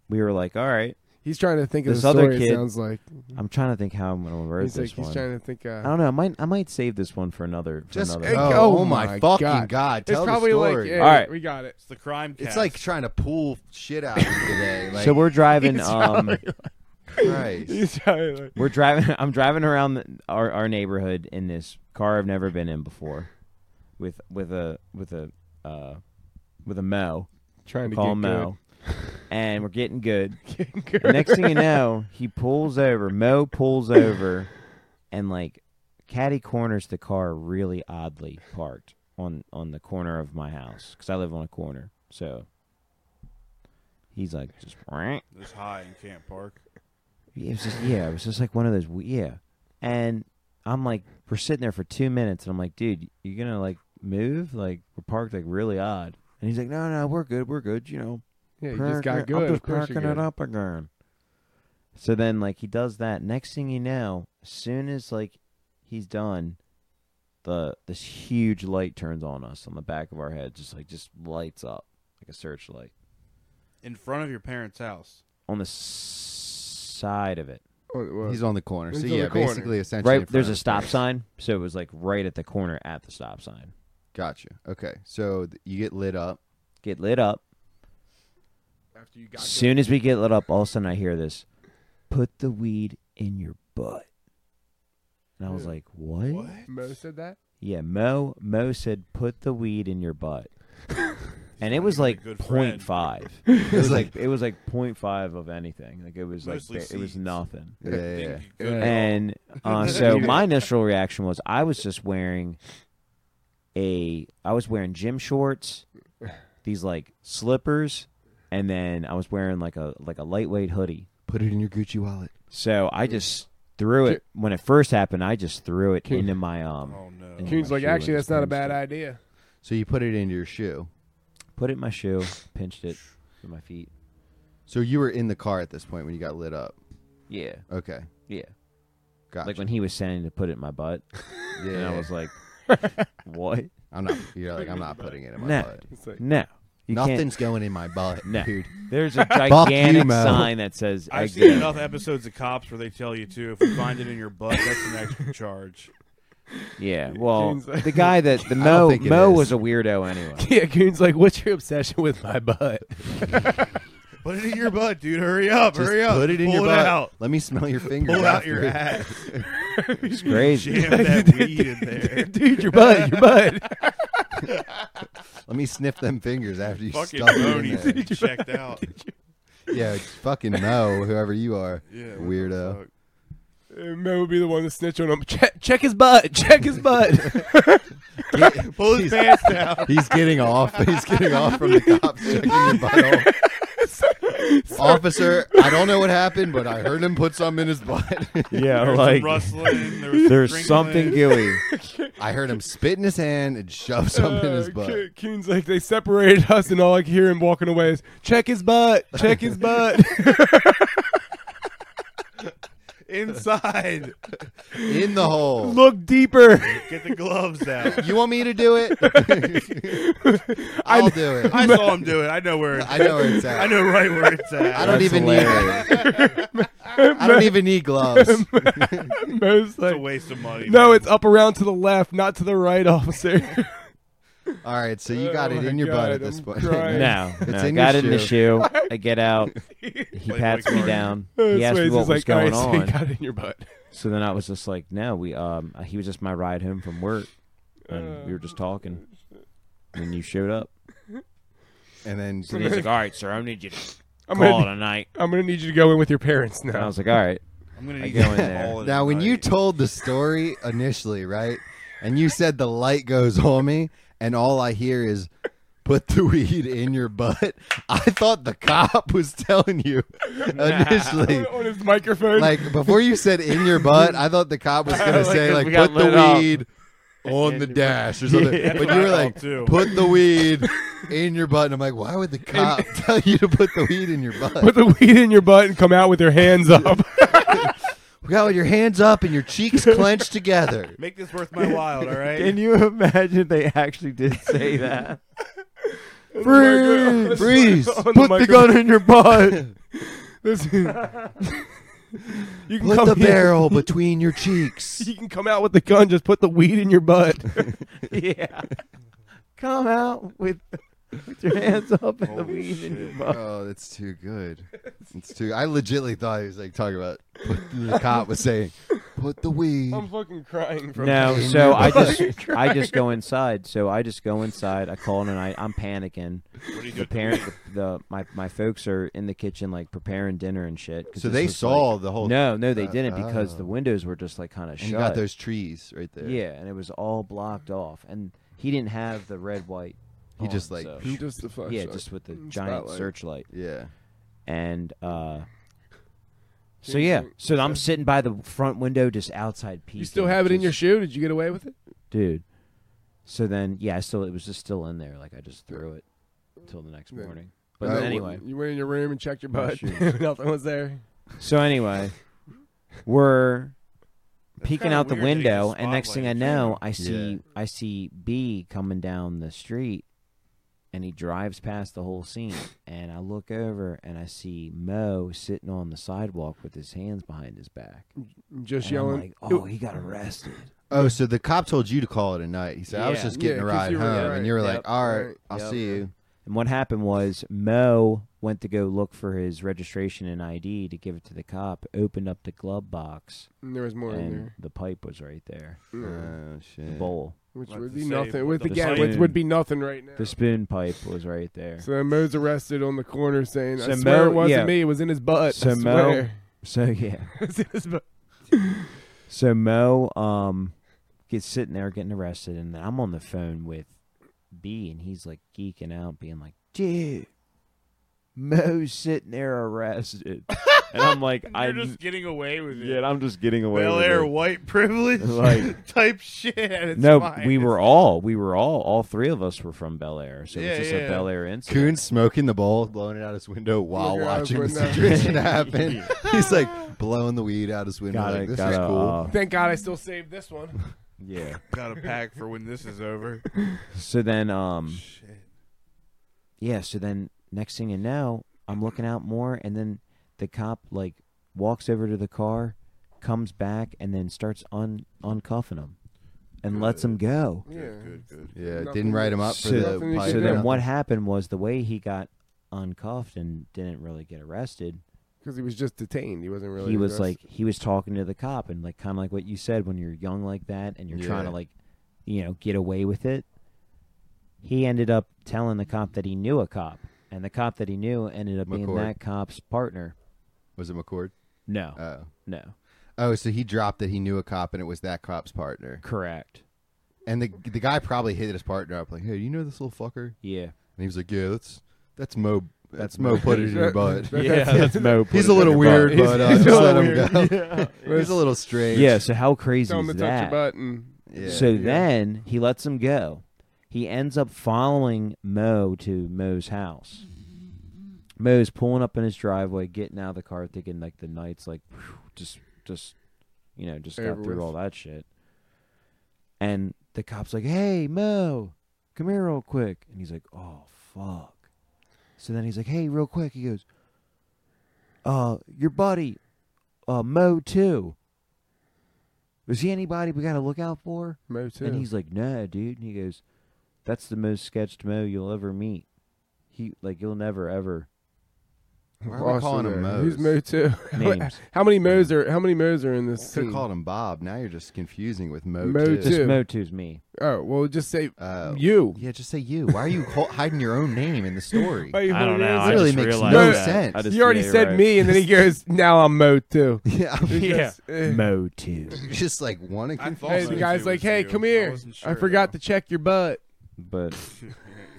[SPEAKER 2] we were like, all right.
[SPEAKER 1] He's trying to think of
[SPEAKER 2] This
[SPEAKER 1] the
[SPEAKER 2] other
[SPEAKER 1] story. It
[SPEAKER 2] kid-
[SPEAKER 1] sounds like
[SPEAKER 2] I'm trying to think how I'm gonna
[SPEAKER 1] Mm-hmm.
[SPEAKER 2] word
[SPEAKER 1] he's like
[SPEAKER 2] this
[SPEAKER 1] he's
[SPEAKER 2] one.
[SPEAKER 1] trying to think. Uh,
[SPEAKER 2] I don't know. I might I might save this one for another. For
[SPEAKER 3] Just
[SPEAKER 2] another.
[SPEAKER 1] Hey,
[SPEAKER 3] oh,
[SPEAKER 1] oh
[SPEAKER 3] oh my,
[SPEAKER 1] my
[SPEAKER 3] fucking god!
[SPEAKER 1] God.
[SPEAKER 3] tell
[SPEAKER 1] it's probably
[SPEAKER 3] the
[SPEAKER 1] like,
[SPEAKER 3] story.
[SPEAKER 1] yeah,
[SPEAKER 2] All right.
[SPEAKER 1] we got it. <laughs>
[SPEAKER 5] It's the crime.
[SPEAKER 3] It's
[SPEAKER 5] cast.
[SPEAKER 3] like trying to pull shit out of you <laughs> today. Like,
[SPEAKER 2] so we're driving. Um,
[SPEAKER 3] Christ.
[SPEAKER 1] He's trying to, like,
[SPEAKER 2] we're driving. <laughs> I'm driving around the, our our neighborhood in this car I've never been in before, with with a with a uh, with a mo.
[SPEAKER 1] trying to
[SPEAKER 2] Call
[SPEAKER 1] get
[SPEAKER 2] mo, and we're
[SPEAKER 1] <laughs>
[SPEAKER 2] getting good.
[SPEAKER 1] good.
[SPEAKER 2] The next thing you know, he pulls over. Mo pulls over, and like caddy corners the car really oddly parked on on the corner of my house because I live on a corner. So he's like just "Wah."
[SPEAKER 5] It's high and can't park.
[SPEAKER 2] It was just yeah, it was just like one of those we- yeah. And I'm like, we're sitting there for two minutes, and I'm like, dude, you're gonna like move? Like we're parked like really odd. And he's like, no, no, we're good, we're good. You know,
[SPEAKER 1] Yeah, you just got
[SPEAKER 2] Parking-
[SPEAKER 1] good.
[SPEAKER 2] I'm
[SPEAKER 1] of
[SPEAKER 2] just
[SPEAKER 1] course you're
[SPEAKER 2] parking it
[SPEAKER 1] good.
[SPEAKER 2] up again. So then, like, he does that. Next thing you know, as soon as like he's done, the this huge light turns on us on the back of our head, just like just lights up like a searchlight
[SPEAKER 5] in front of your parents' house.
[SPEAKER 2] on the s- side of it.
[SPEAKER 1] What- what?
[SPEAKER 3] <laughs> He's on the corner.
[SPEAKER 1] He's
[SPEAKER 3] So
[SPEAKER 1] on the
[SPEAKER 3] yeah,
[SPEAKER 1] corner.
[SPEAKER 3] basically, essentially, in
[SPEAKER 2] Right,
[SPEAKER 3] front
[SPEAKER 2] there's
[SPEAKER 3] of
[SPEAKER 2] a
[SPEAKER 3] his
[SPEAKER 2] stop
[SPEAKER 3] place.
[SPEAKER 2] sign, so it was like right at the corner at the stop sign.
[SPEAKER 3] Gotcha. Okay, so th- you get lit
[SPEAKER 1] <laughs>
[SPEAKER 3] up.
[SPEAKER 2] Get lit up.
[SPEAKER 1] After you got good.
[SPEAKER 2] Soon as we get lit up, all of a sudden I hear this: "Put the weed in your butt." And I was like, "What?"
[SPEAKER 1] Mo said that.
[SPEAKER 2] Yeah, Mo Mo said put the weed in your butt. and it was like
[SPEAKER 5] good friend.
[SPEAKER 2] 0.5. It
[SPEAKER 5] <laughs>
[SPEAKER 2] was like it was like 0.5 of anything. Like it was
[SPEAKER 5] Mostly
[SPEAKER 2] like ba- it was
[SPEAKER 5] seeds.
[SPEAKER 2] nothing.
[SPEAKER 3] Yeah, yeah, yeah.
[SPEAKER 5] <laughs>
[SPEAKER 2] And uh, so my initial reaction was I was just wearing a I was wearing gym shorts, these like slippers, and then I was wearing like a like a lightweight hoodie.
[SPEAKER 3] Put it in your Gucci wallet.
[SPEAKER 2] So I just threw it when it first happened. I just threw it into my um
[SPEAKER 5] Oh no!
[SPEAKER 2] into
[SPEAKER 1] Coon's
[SPEAKER 2] my
[SPEAKER 1] like,
[SPEAKER 2] shoe
[SPEAKER 1] actually,
[SPEAKER 2] and
[SPEAKER 1] that's not a
[SPEAKER 2] just
[SPEAKER 1] bad
[SPEAKER 2] pinched it.
[SPEAKER 1] idea.
[SPEAKER 3] So you put it into your shoe.
[SPEAKER 2] Put it in my shoe, pinched it with my feet.
[SPEAKER 3] So you were in the car at this point when you got lit up.
[SPEAKER 2] Yeah,
[SPEAKER 3] Okay,
[SPEAKER 2] yeah.
[SPEAKER 3] gotcha.
[SPEAKER 2] Like when he was saying to put it in my butt,
[SPEAKER 3] yeah,
[SPEAKER 2] and I
[SPEAKER 3] yeah.
[SPEAKER 2] was
[SPEAKER 3] <laughs>
[SPEAKER 2] like, "What?
[SPEAKER 3] I'm not. You're like, I'm not putting <laughs> it in my
[SPEAKER 2] No.
[SPEAKER 3] butt.
[SPEAKER 1] It's like,
[SPEAKER 2] No, you can't."
[SPEAKER 3] Nothing's going in my butt,
[SPEAKER 2] No.
[SPEAKER 3] dude.
[SPEAKER 2] There's
[SPEAKER 3] <laughs>
[SPEAKER 2] a gigantic
[SPEAKER 3] Mo.
[SPEAKER 2] sign that says
[SPEAKER 5] I've
[SPEAKER 2] exit.
[SPEAKER 5] seen enough episodes of cops where they tell you too. If you find it in your butt, that's
[SPEAKER 3] <laughs>
[SPEAKER 5] an extra charge.
[SPEAKER 1] <laughs>
[SPEAKER 2] Yeah, well,
[SPEAKER 1] Coon's like-
[SPEAKER 2] the guy that
[SPEAKER 3] <laughs>
[SPEAKER 2] the Mo
[SPEAKER 3] think it
[SPEAKER 2] Mo
[SPEAKER 3] is.
[SPEAKER 2] was a weirdo
[SPEAKER 1] <laughs>
[SPEAKER 2] anyway.
[SPEAKER 1] <laughs> yeah, Coon's like, what's your obsession with my
[SPEAKER 5] <laughs>
[SPEAKER 1] butt?
[SPEAKER 5] Put it in your butt, dude. Hurry up!
[SPEAKER 3] Just
[SPEAKER 5] hurry up!
[SPEAKER 3] put it in
[SPEAKER 5] Pull
[SPEAKER 3] your
[SPEAKER 5] it
[SPEAKER 3] butt.
[SPEAKER 5] out.
[SPEAKER 3] Let me smell your fingers.
[SPEAKER 5] Pull out your
[SPEAKER 3] after. <laughs>
[SPEAKER 5] ass.
[SPEAKER 2] It's crazy.
[SPEAKER 5] Jam that
[SPEAKER 1] <laughs>
[SPEAKER 5] weed in there.
[SPEAKER 1] Dude, your butt, your butt.
[SPEAKER 3] Let me sniff them fingers after you
[SPEAKER 5] Fucking
[SPEAKER 3] stuff it in
[SPEAKER 5] Monies
[SPEAKER 3] there. <laughs>
[SPEAKER 5] checked out.
[SPEAKER 3] Yeah, it's fucking Mo, whoever you are,
[SPEAKER 5] <laughs> Yeah, what the
[SPEAKER 3] weirdo.
[SPEAKER 5] fuck?
[SPEAKER 1] <laughs> And Mo would be the one to snitch on him. Check, check his butt. Check his <laughs> butt.
[SPEAKER 5] Pull his pants
[SPEAKER 3] <laughs>
[SPEAKER 5] down.
[SPEAKER 3] He's getting off. He's getting off from the
[SPEAKER 5] <laughs>
[SPEAKER 3] cops checking your butthole. Officer, I don't know what happened, but I heard him put something in his butt. <laughs>
[SPEAKER 2] Yeah,
[SPEAKER 5] There's some
[SPEAKER 2] like
[SPEAKER 5] rustling. There was some
[SPEAKER 2] there's
[SPEAKER 5] crinkling.
[SPEAKER 2] something
[SPEAKER 1] <laughs>
[SPEAKER 2] gooey.
[SPEAKER 3] I heard him spit in his hand and shove something in his
[SPEAKER 1] Uh,
[SPEAKER 3] butt.
[SPEAKER 1] Coon- Coon's like, they separated us, and all I can hear him walking away is, check his butt. Check his <laughs> butt.
[SPEAKER 5] <laughs> inside.
[SPEAKER 3] In the hole.
[SPEAKER 1] Look deeper.
[SPEAKER 5] Get the
[SPEAKER 2] <laughs>
[SPEAKER 5] gloves out.
[SPEAKER 3] You want me to do it? <laughs> I'll do it.
[SPEAKER 5] <laughs> I saw him do it. I know where. It's
[SPEAKER 3] I know where it's at.
[SPEAKER 5] I know right where it's at.
[SPEAKER 3] I don't
[SPEAKER 2] That's
[SPEAKER 1] <laughs>
[SPEAKER 3] even
[SPEAKER 2] hilarious.
[SPEAKER 3] need. I don't even need gloves.
[SPEAKER 1] Mo's
[SPEAKER 5] It's a
[SPEAKER 1] like,
[SPEAKER 5] waste of money.
[SPEAKER 1] no,
[SPEAKER 5] man.
[SPEAKER 1] it's up around to the left, not to the right, <laughs> officer.
[SPEAKER 3] All right, so you got
[SPEAKER 1] Oh
[SPEAKER 3] it
[SPEAKER 1] my
[SPEAKER 3] in your butt
[SPEAKER 1] God,
[SPEAKER 3] at this
[SPEAKER 1] I'm
[SPEAKER 3] point. <laughs>
[SPEAKER 1] crying.
[SPEAKER 2] No,
[SPEAKER 3] It's
[SPEAKER 2] no.
[SPEAKER 3] in
[SPEAKER 2] got
[SPEAKER 3] your
[SPEAKER 2] it in the shoe. I get out.
[SPEAKER 1] <laughs>
[SPEAKER 2] He
[SPEAKER 5] Playboy
[SPEAKER 2] pats me
[SPEAKER 5] card.
[SPEAKER 2] down.
[SPEAKER 1] That's
[SPEAKER 2] He asked me
[SPEAKER 1] he's
[SPEAKER 2] what was
[SPEAKER 1] like, "All
[SPEAKER 2] going
[SPEAKER 1] right, so you
[SPEAKER 2] on.
[SPEAKER 1] got it in your butt. <laughs>
[SPEAKER 2] So then I was just like, no, we um he was just my ride home from work and we were just talking. And you showed up.
[SPEAKER 3] and then
[SPEAKER 2] And he's like, All right, sir, I need <laughs> you to
[SPEAKER 1] I'm
[SPEAKER 2] call
[SPEAKER 1] gonna,
[SPEAKER 2] tonight.
[SPEAKER 1] I'm gonna need you to go in with your parents
[SPEAKER 2] And
[SPEAKER 1] <laughs>
[SPEAKER 2] I
[SPEAKER 1] now.
[SPEAKER 2] was like, All right.
[SPEAKER 5] I'm gonna
[SPEAKER 2] I
[SPEAKER 5] need
[SPEAKER 2] go in there.
[SPEAKER 5] all of
[SPEAKER 3] now,
[SPEAKER 5] the
[SPEAKER 3] when you
[SPEAKER 5] night.
[SPEAKER 3] told the story initially, right, and you said the light goes on me, and all I hear is put the weed in your butt. <laughs> I thought the cop was telling you initially.
[SPEAKER 1] on his microphone.
[SPEAKER 3] Like before you said in your butt, I thought the cop was gonna
[SPEAKER 2] Like,
[SPEAKER 3] say
[SPEAKER 2] 'cause
[SPEAKER 3] like
[SPEAKER 2] we got
[SPEAKER 3] put
[SPEAKER 2] lit
[SPEAKER 3] the
[SPEAKER 2] up.
[SPEAKER 3] weed on the dash or something. but you
[SPEAKER 5] what
[SPEAKER 3] were
[SPEAKER 5] I thought,
[SPEAKER 3] like
[SPEAKER 5] too.
[SPEAKER 3] put the weed in your butt. And I'm like, why would the cop <laughs> tell you to put the weed in your
[SPEAKER 1] <laughs>
[SPEAKER 3] butt?
[SPEAKER 1] put the weed in your butt and come out with your hands up. <laughs>
[SPEAKER 3] We got with your hands up and your cheeks clenched together.
[SPEAKER 5] make this worth my while, all
[SPEAKER 2] <laughs>
[SPEAKER 5] right?
[SPEAKER 2] you imagine they actually did <laughs> say that?
[SPEAKER 1] <laughs>
[SPEAKER 3] Freeze! Freeze!
[SPEAKER 1] On the
[SPEAKER 3] Put the
[SPEAKER 1] microphone.
[SPEAKER 3] gun in your butt.
[SPEAKER 1] <laughs> This- <laughs> you can
[SPEAKER 3] Put
[SPEAKER 1] come
[SPEAKER 3] the
[SPEAKER 1] in-
[SPEAKER 3] barrel between your cheeks.
[SPEAKER 1] <laughs> You can come out with the gun. Just put the weed in your <laughs> butt.
[SPEAKER 2] yeah. Come out with, with your hands up and
[SPEAKER 5] Holy shit.
[SPEAKER 3] Oh, that's too good. It's too. I legitly thought he was like talking about. Put, the cop was saying, "Put the weed."
[SPEAKER 1] I'm fucking crying <laughs> from
[SPEAKER 2] No,
[SPEAKER 3] In
[SPEAKER 2] so
[SPEAKER 3] your
[SPEAKER 2] I
[SPEAKER 3] butt.
[SPEAKER 2] just I just go inside. So I just go inside. I call in and I I'm panicking.
[SPEAKER 5] What do you do
[SPEAKER 2] The
[SPEAKER 5] with the
[SPEAKER 2] parent, the, the my my folks are in the kitchen like preparing dinner and shit. 'cause
[SPEAKER 3] So
[SPEAKER 2] this
[SPEAKER 3] they
[SPEAKER 2] was,
[SPEAKER 3] saw
[SPEAKER 2] like-
[SPEAKER 3] the whole.
[SPEAKER 2] No, no, they
[SPEAKER 3] uh,
[SPEAKER 2] didn't because
[SPEAKER 3] oh.
[SPEAKER 2] the windows were just like kind of
[SPEAKER 3] And
[SPEAKER 2] shut.
[SPEAKER 3] you got those trees right there.
[SPEAKER 2] Yeah, and it was all blocked off, and he didn't have the red white.
[SPEAKER 3] He just,
[SPEAKER 2] on,
[SPEAKER 3] like,
[SPEAKER 2] so-
[SPEAKER 1] just the fuck.
[SPEAKER 2] yeah, just with the giant
[SPEAKER 1] spotlight.
[SPEAKER 2] searchlight,
[SPEAKER 3] Yeah.
[SPEAKER 2] and uh, So yeah, so I'm sitting by the front window, just outside peeking.
[SPEAKER 1] You still have it in your
[SPEAKER 2] just-
[SPEAKER 1] shoe? Did you get away with it?
[SPEAKER 2] dude. So then, yeah, I still it was just still in there. Like I just threw it until the next
[SPEAKER 1] Yeah.
[SPEAKER 2] morning. But
[SPEAKER 3] Uh,
[SPEAKER 2] then anyway,
[SPEAKER 1] You went in your room and checked your
[SPEAKER 2] My
[SPEAKER 1] butt. <laughs>
[SPEAKER 2] shoes.
[SPEAKER 1] Nothing was there.
[SPEAKER 2] so anyway, we're peeking
[SPEAKER 5] kinda
[SPEAKER 2] out the
[SPEAKER 5] weird that you
[SPEAKER 2] window,
[SPEAKER 5] just
[SPEAKER 2] and next thing I
[SPEAKER 5] spotlighted
[SPEAKER 2] know,
[SPEAKER 5] you.
[SPEAKER 2] I see I see B coming down the street, and he drives past the whole scene, and I look over and I see Mo sitting on the sidewalk with his hands behind his back,
[SPEAKER 1] Just
[SPEAKER 2] and I'm
[SPEAKER 1] yelling.
[SPEAKER 2] like, "Oh, he got arrested."
[SPEAKER 3] Oh, so the cop told you to call it a night. He said, I was
[SPEAKER 2] Yeah.
[SPEAKER 3] just getting
[SPEAKER 1] Yeah,
[SPEAKER 3] a
[SPEAKER 1] 'cause
[SPEAKER 3] ride
[SPEAKER 1] you
[SPEAKER 3] home.
[SPEAKER 1] were-
[SPEAKER 3] And you were
[SPEAKER 2] Right.
[SPEAKER 3] like, all right,
[SPEAKER 1] Right.
[SPEAKER 3] I'll
[SPEAKER 2] Yep.
[SPEAKER 3] see you.
[SPEAKER 2] And what happened was Mo went to go look for his registration and ID to give it to the cop, opened up the glove box,
[SPEAKER 1] and uh, there was more in
[SPEAKER 2] and
[SPEAKER 1] there.
[SPEAKER 2] the pipe was right there.
[SPEAKER 1] Yeah.
[SPEAKER 3] Oh,
[SPEAKER 2] The
[SPEAKER 3] shit.
[SPEAKER 2] bowl.
[SPEAKER 1] Which
[SPEAKER 5] Like
[SPEAKER 1] would
[SPEAKER 5] to
[SPEAKER 1] be
[SPEAKER 5] say,
[SPEAKER 1] nothing. With
[SPEAKER 5] the
[SPEAKER 1] again,
[SPEAKER 5] sign-
[SPEAKER 1] which would be nothing right now.
[SPEAKER 2] The spoon pipe was right there.
[SPEAKER 1] so then Mo's arrested on the corner saying,
[SPEAKER 2] So
[SPEAKER 1] "I swear
[SPEAKER 2] Mo-
[SPEAKER 1] it wasn't
[SPEAKER 2] yeah.
[SPEAKER 1] me. It was in his butt."
[SPEAKER 2] So
[SPEAKER 1] I
[SPEAKER 2] Mo-
[SPEAKER 1] swear.
[SPEAKER 2] <laughs> So yeah.
[SPEAKER 1] It was in his butt.
[SPEAKER 2] So Mo um gets sitting there getting arrested and I'm on the phone with B and he's like geeking out, being like, dude, Mo's sitting there
[SPEAKER 5] <laughs>
[SPEAKER 2] arrested. and I'm like, I
[SPEAKER 5] You're just getting away with it.
[SPEAKER 2] yeah, and I'm just getting away.
[SPEAKER 5] Bel
[SPEAKER 2] with
[SPEAKER 5] Air
[SPEAKER 2] it.
[SPEAKER 5] white
[SPEAKER 2] <laughs>
[SPEAKER 5] privilege
[SPEAKER 2] Like-
[SPEAKER 5] <laughs> type shit. at its
[SPEAKER 2] No,
[SPEAKER 5] finest.
[SPEAKER 2] we were all we were all all three of us were from Bel Air, so
[SPEAKER 5] Yeah,
[SPEAKER 2] it's just
[SPEAKER 5] yeah.
[SPEAKER 2] a Bel Air incident.
[SPEAKER 3] Coon's smoking the bowl, blowing it out his window while
[SPEAKER 1] Looking out his
[SPEAKER 3] watching the
[SPEAKER 1] window. <laughs>
[SPEAKER 3] situation happen. He's like blowing the weed out his window.
[SPEAKER 2] Gotta-
[SPEAKER 3] like, this is
[SPEAKER 2] gotta,
[SPEAKER 3] cool.
[SPEAKER 2] uh,
[SPEAKER 1] <laughs> Thank God I still saved this <laughs> one.
[SPEAKER 2] yeah.
[SPEAKER 5] got a pack for when this is over.
[SPEAKER 2] So then, um, yeah. So then, next thing you know, I'm looking out more, and then the cop like walks over to the car, comes back, and then starts un uncuffing him, and lets him go.
[SPEAKER 1] Yeah.
[SPEAKER 5] Good, good.
[SPEAKER 3] yeah,
[SPEAKER 1] nothing
[SPEAKER 3] didn't write him up for
[SPEAKER 2] So-
[SPEAKER 3] the
[SPEAKER 1] Nothing you
[SPEAKER 3] pipe.
[SPEAKER 2] So
[SPEAKER 1] Yeah.
[SPEAKER 2] then, what happened was the way he got uncuffed and didn't really get arrested
[SPEAKER 1] Because he was just detained. He wasn't really.
[SPEAKER 2] he was
[SPEAKER 1] arrested.
[SPEAKER 2] like he was talking to the cop and like kind of like what you said when you're young like that and you're trying to
[SPEAKER 3] Yeah.
[SPEAKER 2] like you know get away with it he ended up telling the cop that he knew a cop and the cop that he knew ended up being
[SPEAKER 3] McCord.
[SPEAKER 2] that cop's partner
[SPEAKER 3] Was it McCord?
[SPEAKER 2] no
[SPEAKER 1] Uh,
[SPEAKER 3] Oh.
[SPEAKER 2] no
[SPEAKER 3] Oh, so he dropped that he knew a cop and it was that cop's partner.
[SPEAKER 2] correct
[SPEAKER 3] And the the guy probably hit his partner up like, "Hey, you know this little fucker?" And
[SPEAKER 2] yeah
[SPEAKER 3] he was like, "Yeah, that's that's Mo. That's Mo put it
[SPEAKER 1] <laughs>
[SPEAKER 3] in your butt.
[SPEAKER 1] Yeah,
[SPEAKER 2] that's Mo
[SPEAKER 3] He's a little weird,
[SPEAKER 1] He's-
[SPEAKER 3] but uh,
[SPEAKER 1] he's a
[SPEAKER 3] just let
[SPEAKER 1] little
[SPEAKER 3] him
[SPEAKER 1] weird. <laughs>
[SPEAKER 3] go. he's a little strange.
[SPEAKER 2] yeah so how crazy
[SPEAKER 1] Tell him
[SPEAKER 2] is
[SPEAKER 1] to touch
[SPEAKER 2] that
[SPEAKER 1] your butt and
[SPEAKER 3] Yeah.
[SPEAKER 2] So then he lets him go. He ends up following Mo to Mo's house. Mo's pulling up in his driveway, getting out of the car, thinking like the night's like phew, just just you know, just got
[SPEAKER 1] Over
[SPEAKER 2] through
[SPEAKER 1] with.
[SPEAKER 2] all that shit. And the cop's like, Hey Mo, come here real quick and he's like, Oh fuck. So then he's like, Hey, real quick, he goes, Uh, your buddy, uh Mo too. Is he anybody we gotta look out for?
[SPEAKER 1] Mo too.
[SPEAKER 2] And he's like, "Nah, dude." And he goes, "That's the most sketched Mo you'll ever meet. He like you'll never ever
[SPEAKER 3] Why are we calling him Mo?
[SPEAKER 1] Who's Mo too? <laughs>
[SPEAKER 2] names
[SPEAKER 1] how many Mo's are? How many Mo's are in this?
[SPEAKER 3] Could have
[SPEAKER 1] scene?
[SPEAKER 3] called him Bob. Now you're just confusing with Mo.
[SPEAKER 1] Hmm. Mo
[SPEAKER 3] too.
[SPEAKER 1] too.
[SPEAKER 2] just Mo two's me.
[SPEAKER 1] Oh well, just say
[SPEAKER 3] Uh,
[SPEAKER 1] you.
[SPEAKER 3] Yeah, just say you. Why are you hol- hiding your own name in the
[SPEAKER 1] <laughs>
[SPEAKER 3] story?
[SPEAKER 1] Why you
[SPEAKER 5] I don't
[SPEAKER 1] holding
[SPEAKER 5] know.
[SPEAKER 1] his-
[SPEAKER 5] I
[SPEAKER 3] Literally
[SPEAKER 5] just
[SPEAKER 3] makes
[SPEAKER 5] realized
[SPEAKER 1] no
[SPEAKER 5] that.
[SPEAKER 3] sense.
[SPEAKER 5] I just-
[SPEAKER 1] He already
[SPEAKER 5] yeah,
[SPEAKER 1] said
[SPEAKER 5] right.
[SPEAKER 1] me, and then he goes, "Now I'm Mo too."
[SPEAKER 3] <laughs> yeah, I'm
[SPEAKER 1] It's
[SPEAKER 5] Yeah.
[SPEAKER 1] just, eh.
[SPEAKER 2] <laughs> Mo two.
[SPEAKER 3] just like want to
[SPEAKER 5] I
[SPEAKER 3] confuse.
[SPEAKER 5] thought
[SPEAKER 1] Hey,
[SPEAKER 5] so
[SPEAKER 1] the
[SPEAKER 5] too
[SPEAKER 1] guy's
[SPEAKER 5] was
[SPEAKER 1] like, "Hey,
[SPEAKER 5] you.
[SPEAKER 1] come
[SPEAKER 5] I
[SPEAKER 1] here.
[SPEAKER 5] wasn't
[SPEAKER 1] I
[SPEAKER 5] sure,
[SPEAKER 1] forgot
[SPEAKER 5] though.
[SPEAKER 1] to check your <laughs> butt."
[SPEAKER 2] But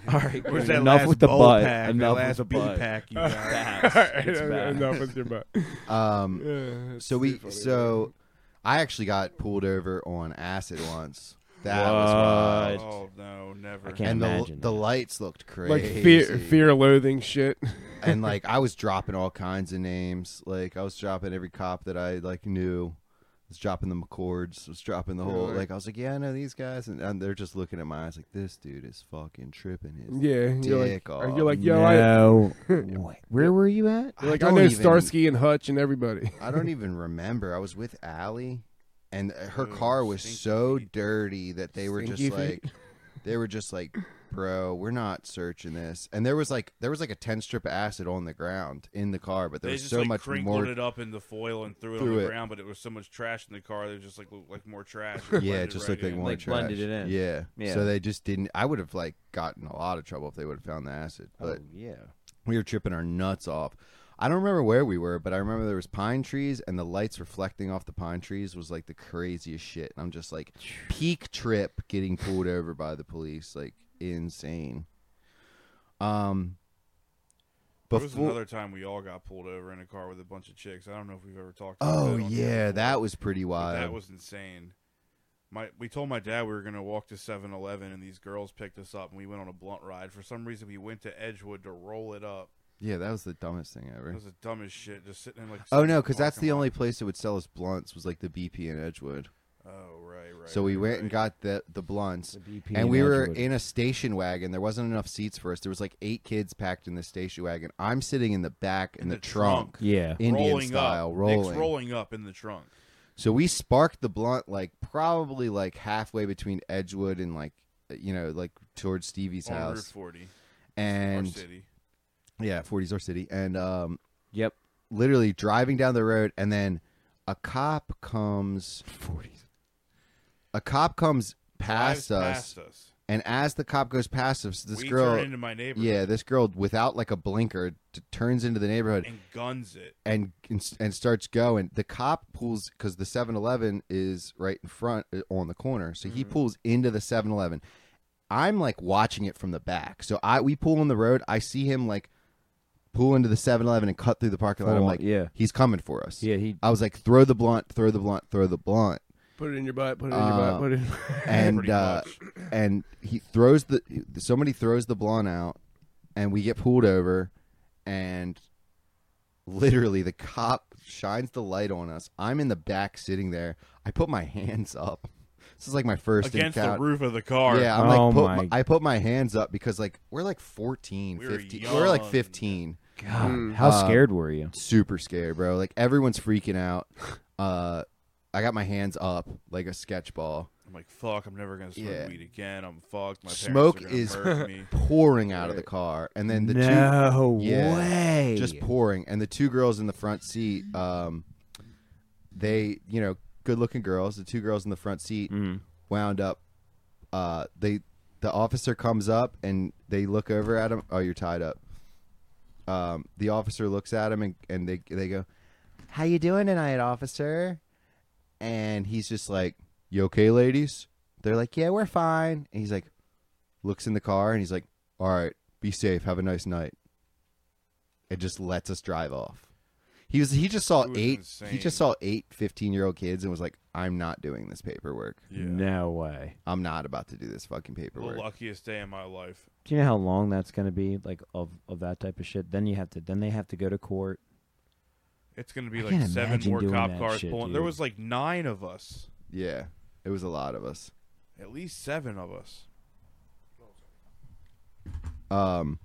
[SPEAKER 5] All right, where's that
[SPEAKER 2] Enough
[SPEAKER 5] last
[SPEAKER 2] with the
[SPEAKER 5] bowl
[SPEAKER 2] butt.
[SPEAKER 5] Pack,
[SPEAKER 2] Enough
[SPEAKER 5] that
[SPEAKER 2] with
[SPEAKER 5] last
[SPEAKER 2] the
[SPEAKER 5] bee
[SPEAKER 2] butt.
[SPEAKER 5] pack
[SPEAKER 2] <laughs>
[SPEAKER 5] you got.
[SPEAKER 2] It's bad.
[SPEAKER 1] Enough with your butt.
[SPEAKER 3] <laughs> Um,
[SPEAKER 1] Yeah,
[SPEAKER 3] so
[SPEAKER 1] it's
[SPEAKER 3] we
[SPEAKER 1] too funny.
[SPEAKER 3] so I actually got pulled over on acid once. That was wild.
[SPEAKER 5] Oh no, never.
[SPEAKER 2] I can't
[SPEAKER 3] And the
[SPEAKER 2] imagine
[SPEAKER 3] the
[SPEAKER 2] that.
[SPEAKER 3] lights looked crazy.
[SPEAKER 1] like fear, fear loathing shit. <laughs>
[SPEAKER 3] and like I was dropping all kinds of names. Like I was dropping every cop that I like knew. I was dropping the McCords. I was dropping the whole
[SPEAKER 1] Really?
[SPEAKER 3] like I was like, yeah, I know these guys, and, and they're just looking at my eyes like this dude is fucking tripping his.
[SPEAKER 1] Yeah, and you're like,
[SPEAKER 3] Dick off.
[SPEAKER 1] you're like, yo, I,
[SPEAKER 2] no. Wait, where were you at?
[SPEAKER 1] you're like, I,
[SPEAKER 3] don't
[SPEAKER 1] know
[SPEAKER 3] even-
[SPEAKER 1] Starsky and Hutch and everybody. <laughs>
[SPEAKER 3] I don't even remember. I was with Allie, and uh,
[SPEAKER 5] Oh,
[SPEAKER 3] her car was so dirty that they were just
[SPEAKER 1] Stinky
[SPEAKER 3] like,
[SPEAKER 1] feet.
[SPEAKER 3] they were just like, bro, we're not searching this. And there was like, there was like a ten strip of acid on the ground in the car, but there
[SPEAKER 5] they
[SPEAKER 3] was
[SPEAKER 5] just
[SPEAKER 3] so
[SPEAKER 5] like
[SPEAKER 3] much
[SPEAKER 5] crinkled
[SPEAKER 3] more.
[SPEAKER 5] it up in the foil and threw it
[SPEAKER 3] Threw
[SPEAKER 5] on the
[SPEAKER 3] it.
[SPEAKER 5] ground, but it was so much trash in the car. They just like looked like more trash.
[SPEAKER 2] <laughs>
[SPEAKER 5] and
[SPEAKER 3] Yeah, it
[SPEAKER 5] blended
[SPEAKER 3] just
[SPEAKER 5] right
[SPEAKER 3] looked like
[SPEAKER 5] in.
[SPEAKER 3] more
[SPEAKER 2] Like,
[SPEAKER 3] trash.
[SPEAKER 2] blended it in.
[SPEAKER 3] Yeah.
[SPEAKER 2] Yeah.
[SPEAKER 3] So they just didn't. I would have like gotten a lot of trouble if they would have found the acid, but
[SPEAKER 2] Oh, yeah.
[SPEAKER 3] we were tripping our nuts off. I don't remember where we were, but I remember there was pine trees and the lights reflecting off the pine trees was like the craziest shit. And I'm just like peak trip getting pulled over by the police, like insane. Um
[SPEAKER 5] There was
[SPEAKER 3] Before,
[SPEAKER 5] another time we all got pulled over in a car with a bunch of chicks. I don't know if we've ever talked. About
[SPEAKER 3] oh
[SPEAKER 5] that on here
[SPEAKER 3] yeah,
[SPEAKER 5] before,
[SPEAKER 3] that was pretty
[SPEAKER 5] but
[SPEAKER 3] wild.
[SPEAKER 5] that was insane. My we told my dad we were gonna walk to 7-Eleven and these girls picked us up and we went on a blunt ride. For some reason, we went to Edgewood to roll it up.
[SPEAKER 3] yeah, that was the dumbest thing
[SPEAKER 5] It
[SPEAKER 3] ever.
[SPEAKER 5] was the dumbest shit. Just sitting in like.
[SPEAKER 3] Oh
[SPEAKER 5] some
[SPEAKER 3] no, because that's
[SPEAKER 5] parking
[SPEAKER 3] the
[SPEAKER 5] lot.
[SPEAKER 3] only place that would sell us blunts was like the BP in Edgewood.
[SPEAKER 5] Oh right, right.
[SPEAKER 3] so we
[SPEAKER 5] right,
[SPEAKER 3] went
[SPEAKER 5] right.
[SPEAKER 3] and got the the blunts,
[SPEAKER 2] The BP
[SPEAKER 3] and
[SPEAKER 2] in
[SPEAKER 3] we were
[SPEAKER 2] Edgewood.
[SPEAKER 3] in a station wagon. There wasn't enough seats for us. There was like eight kids packed in the station wagon. I'm sitting in the back in,
[SPEAKER 5] In
[SPEAKER 3] the,
[SPEAKER 5] the
[SPEAKER 3] trunk,
[SPEAKER 5] trunk.
[SPEAKER 2] Yeah.
[SPEAKER 3] Indian
[SPEAKER 5] rolling
[SPEAKER 3] style,
[SPEAKER 5] up.
[SPEAKER 3] rolling.
[SPEAKER 5] Nick's rolling up in the trunk.
[SPEAKER 3] So we sparked the blunt like probably like halfway between Edgewood and like you know like towards Stevie's
[SPEAKER 5] on Route
[SPEAKER 3] house
[SPEAKER 5] 40, our
[SPEAKER 3] and
[SPEAKER 5] city.
[SPEAKER 3] yeah, 40s our city and um
[SPEAKER 2] Yep.
[SPEAKER 3] literally driving down the road and then a cop comes 40s. A cop comes past us,
[SPEAKER 5] Drives past us.
[SPEAKER 3] and as the cop goes past us this
[SPEAKER 5] we
[SPEAKER 3] girl
[SPEAKER 5] turn into my neighbor.
[SPEAKER 3] yeah, this girl without like a blinker t- turns into the neighborhood
[SPEAKER 5] and guns it.
[SPEAKER 3] and and starts going. The cop pulls because the 7-Eleven is right in front uh, on the corner, so
[SPEAKER 2] Mm-hmm.
[SPEAKER 3] he pulls into the 7-Eleven. I'm like watching it from the back, so I we pull on the road. I see him like pull into the 7-Eleven and cut through the parking lot.
[SPEAKER 2] Full
[SPEAKER 3] I'm
[SPEAKER 2] on,
[SPEAKER 3] like,
[SPEAKER 2] yeah.
[SPEAKER 3] he's coming for us.
[SPEAKER 2] Yeah, he-
[SPEAKER 3] I was like, throw the blunt, throw the blunt, throw the blunt,
[SPEAKER 1] Put it in your butt. Put it in your butt. <laughs>
[SPEAKER 3] Uh,
[SPEAKER 1] Put it. In...
[SPEAKER 3] and
[SPEAKER 5] Pretty
[SPEAKER 3] uh,
[SPEAKER 5] much. <clears throat>
[SPEAKER 3] and he throws the somebody throws the blonde out, and we get pulled over, and literally the cop shines the light on us. I'm in the back sitting there. I put my hands up. This is like my first
[SPEAKER 5] against the
[SPEAKER 3] encounter.
[SPEAKER 5] roof of the car.
[SPEAKER 3] Yeah, I'm
[SPEAKER 2] Oh
[SPEAKER 3] like put
[SPEAKER 2] my-
[SPEAKER 3] my, I put my hands up because like we're like 14,
[SPEAKER 5] We were
[SPEAKER 3] 15. We're like
[SPEAKER 5] young.
[SPEAKER 3] 15
[SPEAKER 2] God, how
[SPEAKER 3] Uh,
[SPEAKER 2] scared were you?
[SPEAKER 3] super scared, bro. Like everyone's freaking
[SPEAKER 5] <laughs>
[SPEAKER 3] out. Uh, I got my hands up like a sketch ball.
[SPEAKER 5] I'm like, fuck, I'm never gonna smoke
[SPEAKER 3] Yeah.
[SPEAKER 5] weed again. I'm fucked. My parents are
[SPEAKER 3] Smoke
[SPEAKER 5] gonna
[SPEAKER 3] is <laughs>
[SPEAKER 5] murder me.
[SPEAKER 3] pouring out of the car, and then the
[SPEAKER 2] no
[SPEAKER 3] yeah,
[SPEAKER 2] way.
[SPEAKER 3] two just pouring, and the two girls in the front seat. Um, they you know good looking girls. The two girls in the front seat wound up. Uh, they the officer comes up and they look over at him. Oh, you're tied up. Um, the officer looks at him and, and they they go, "How you doing tonight, officer?" And he's just like, "You okay, ladies?" They're like, "Yeah, we're fine." And he's like, looks in the car and he's like, "All right, be safe. Have a nice night." And just lets us drive off. He was he just saw
[SPEAKER 5] It was
[SPEAKER 3] eight he
[SPEAKER 5] insane.
[SPEAKER 3] just saw eight 15-year-old kids and was like, "I'm not doing this paperwork.
[SPEAKER 5] Yeah.
[SPEAKER 2] No way.
[SPEAKER 3] I'm not about to do this fucking
[SPEAKER 5] The
[SPEAKER 3] paperwork."
[SPEAKER 5] luckiest day in my life.
[SPEAKER 2] Do you know how long that's going to be? Like of of that type of shit. Then you have to. Then they have to go to court.
[SPEAKER 5] It's gonna be
[SPEAKER 2] I
[SPEAKER 5] like
[SPEAKER 2] can't
[SPEAKER 5] seven
[SPEAKER 2] imagine
[SPEAKER 5] more
[SPEAKER 2] doing
[SPEAKER 5] cop
[SPEAKER 2] that
[SPEAKER 5] cars
[SPEAKER 2] shit,
[SPEAKER 5] pulling. There
[SPEAKER 2] dude.
[SPEAKER 5] was like nine of us,
[SPEAKER 3] Yeah. It was a lot of us.
[SPEAKER 5] at least seven of us.
[SPEAKER 3] Um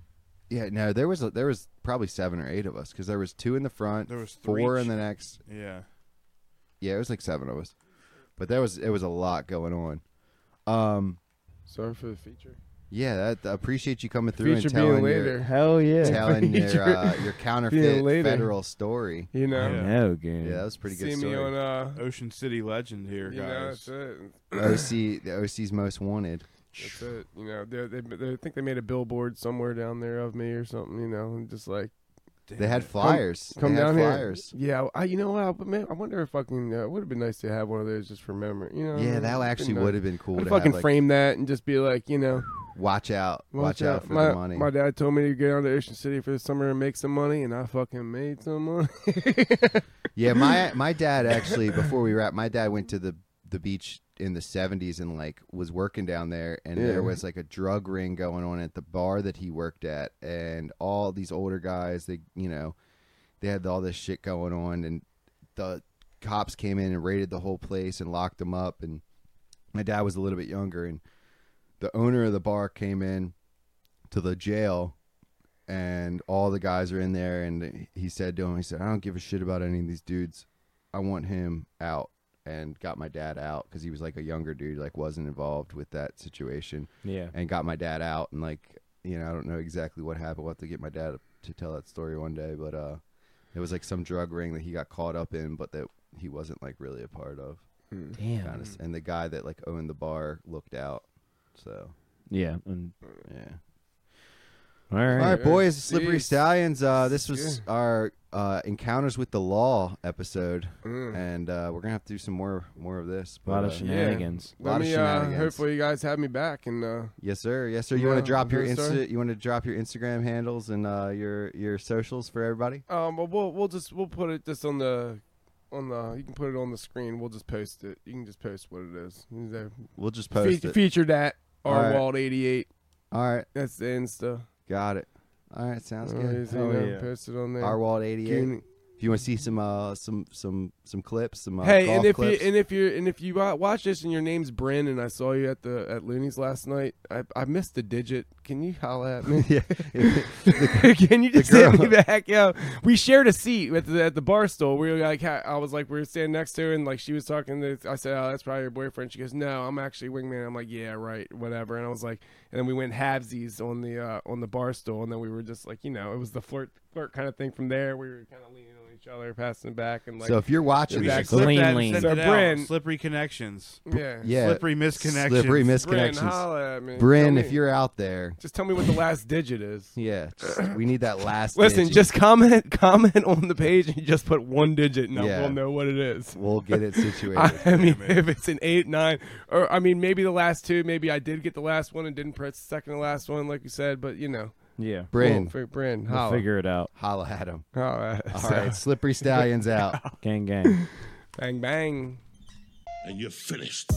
[SPEAKER 3] yeah, no, there was a, there was probably 7 or 8 of us cuz there was two in the front,
[SPEAKER 5] There was three
[SPEAKER 3] four in
[SPEAKER 5] ch-
[SPEAKER 3] the next.
[SPEAKER 5] Yeah,
[SPEAKER 3] Yeah, it was like 7 of us. But there was it was a lot going on. Um
[SPEAKER 1] Sorry for the feature.
[SPEAKER 3] yeah, that, I appreciate you coming through
[SPEAKER 1] Feature
[SPEAKER 3] and telling
[SPEAKER 1] being
[SPEAKER 3] your-
[SPEAKER 1] later.
[SPEAKER 2] Hell
[SPEAKER 1] <laughs>
[SPEAKER 2] yeah.
[SPEAKER 3] telling your
[SPEAKER 1] Feature
[SPEAKER 3] uh, your counterfeit
[SPEAKER 1] later.
[SPEAKER 3] federal story.
[SPEAKER 1] You know.
[SPEAKER 5] Yeah.
[SPEAKER 2] <laughs> No, game.
[SPEAKER 3] Yeah, that was a pretty good
[SPEAKER 1] See me
[SPEAKER 3] story.
[SPEAKER 1] on uh.
[SPEAKER 5] Ocean City legend here,
[SPEAKER 1] You know,
[SPEAKER 5] guys.
[SPEAKER 1] that's it.
[SPEAKER 3] OC, the OC's most wanted.
[SPEAKER 1] That's it. You know, they, they, they I think they made a billboard somewhere down there of me or something. You know, and just like
[SPEAKER 3] They had flyers.
[SPEAKER 1] come
[SPEAKER 3] they had
[SPEAKER 1] down
[SPEAKER 3] flyers.
[SPEAKER 1] here. Yeah, I, you know what? I, but man, I wonder if fucking uh, it would have been nice to have one of those just for memory. You know,
[SPEAKER 3] Yeah, that actually would have been cool.
[SPEAKER 1] I'd
[SPEAKER 3] to
[SPEAKER 1] uh, fucking
[SPEAKER 3] have, like,
[SPEAKER 1] frame that and just be like, you know,
[SPEAKER 3] Watch out! Watch, out. for
[SPEAKER 1] my,
[SPEAKER 3] the money.
[SPEAKER 1] My dad told me to go down to Ocean City for the summer and make some money, and I fucking made some money.
[SPEAKER 3] Yeah, my my dad actually before we wrap, my dad went to the the beach in the 70s and like was working down there and
[SPEAKER 1] Yeah.
[SPEAKER 3] there was like a drug ring going on at the bar that he worked at and all these older guys they you know they had all this shit going on and the cops came in and raided the whole place and locked them up and my dad was a little bit younger and the owner of the bar came in to the jail and all the guys are in there and he said to him he said i don't give a shit about any of these dudes i want him out and got my dad out because he was like a younger dude like wasn't involved with that situation
[SPEAKER 2] Yeah.
[SPEAKER 3] and got my dad out and like you know i don't know exactly what happened we'll have to get my dad to tell that story one day but uh it was like some drug ring that he got caught up in but that he wasn't like really a part of Hmm.
[SPEAKER 2] Damn.
[SPEAKER 3] kind of, and the guy that like owned the bar looked out so
[SPEAKER 2] Yeah, and
[SPEAKER 3] yeah
[SPEAKER 2] All right.
[SPEAKER 3] All right, boys,
[SPEAKER 1] Jeez.
[SPEAKER 3] Slippery Stallions. Uh, this was our uh, encounters with the law episode,
[SPEAKER 1] <laughs> Mm.
[SPEAKER 3] and uh, we're gonna have to do some more more of this.
[SPEAKER 2] A lot
[SPEAKER 3] but,
[SPEAKER 2] of
[SPEAKER 3] uh,
[SPEAKER 2] shenanigans.
[SPEAKER 3] lot
[SPEAKER 1] Let
[SPEAKER 3] of
[SPEAKER 1] me, uh,
[SPEAKER 3] shenanigans.
[SPEAKER 1] hopefully you guys have me back and uh,
[SPEAKER 3] yes, sir. Yes, sir. You
[SPEAKER 1] Yeah,
[SPEAKER 3] want to drop
[SPEAKER 1] I'm
[SPEAKER 3] your
[SPEAKER 1] here, sir.
[SPEAKER 3] Insta- You want to drop your Instagram handles and uh, your your socials for everybody.
[SPEAKER 1] Um, well, we'll we'll just we'll put it just on the on the you can put it on the screen. We'll just post it. You can just post what it is. There.
[SPEAKER 3] We'll just post
[SPEAKER 1] Fe-
[SPEAKER 3] it.
[SPEAKER 1] Feature that
[SPEAKER 3] All right.
[SPEAKER 1] Arwald eighty eight.
[SPEAKER 3] All right,
[SPEAKER 1] That's the Insta.
[SPEAKER 3] got it. All right, sounds
[SPEAKER 1] Uh,
[SPEAKER 3] good.
[SPEAKER 1] is, you
[SPEAKER 5] Hell
[SPEAKER 1] know,
[SPEAKER 5] yeah.
[SPEAKER 1] Post it on there.
[SPEAKER 3] Arwald eighty eight.
[SPEAKER 1] Can-
[SPEAKER 3] If you want to see some uh, some some some clips, some uh,
[SPEAKER 1] hey,
[SPEAKER 3] golf
[SPEAKER 1] and if
[SPEAKER 3] clips.
[SPEAKER 1] you and if you and if you wa- watch this and your name's Bryn and I saw you at the at Looney's last night, I I missed a digit. Can you holla at me?
[SPEAKER 3] <laughs> yeah.
[SPEAKER 1] <laughs> Can you just
[SPEAKER 3] girl.
[SPEAKER 1] hit me back? Yo, we shared a seat at the, at the bar stool. We were like, ha- I was like, we were standing next to her, and like she was talking. To, I said, "Oh, that's probably your boyfriend." She goes, "No, I'm actually wingman." I'm like, "Yeah, right, whatever." And I was like, and then we went halvesies on the uh, on the bar stool, and then we were just like, you know, it was the flirt flirt kind of thing. From there, we were kind of leaning on each other, passing it back, and like,
[SPEAKER 3] so if you're watching
[SPEAKER 1] We
[SPEAKER 3] this,
[SPEAKER 1] should
[SPEAKER 5] clip
[SPEAKER 2] Lean,
[SPEAKER 5] that and
[SPEAKER 2] lean.
[SPEAKER 5] send
[SPEAKER 1] So
[SPEAKER 5] it out.
[SPEAKER 1] Bryn-
[SPEAKER 5] Slippery connections.
[SPEAKER 1] yeah,
[SPEAKER 3] yeah,
[SPEAKER 5] Slippery misconnections.
[SPEAKER 3] slippery
[SPEAKER 1] Bryn,
[SPEAKER 3] misconnections.
[SPEAKER 1] holla at me,
[SPEAKER 3] Bryn,
[SPEAKER 1] Tell
[SPEAKER 3] if
[SPEAKER 1] me-
[SPEAKER 3] you're out there,
[SPEAKER 1] just tell me what the last digit is.
[SPEAKER 3] yeah, just-
[SPEAKER 1] <laughs>
[SPEAKER 3] we need that last.
[SPEAKER 1] Listen,
[SPEAKER 3] digit.
[SPEAKER 1] just comment comment on the page and just put one digit, and
[SPEAKER 3] Yeah.
[SPEAKER 1] we'll know what it is.
[SPEAKER 3] we'll get it situated.
[SPEAKER 1] <laughs> I mean, if it's an eight, nine, or I mean, maybe the last two. Maybe I did get the last one and didn't press the second to last one, like you said. But you know,
[SPEAKER 2] Yeah.
[SPEAKER 3] Bryn,
[SPEAKER 1] Well, for Bryn,
[SPEAKER 2] We'll
[SPEAKER 1] holla.
[SPEAKER 2] figure it out.
[SPEAKER 3] holla at him.
[SPEAKER 1] <laughs> All right,
[SPEAKER 3] All
[SPEAKER 1] so,
[SPEAKER 3] right, slippery stallions out.
[SPEAKER 2] Gang, gang.
[SPEAKER 1] <laughs> bang bang.
[SPEAKER 4] and you're finished.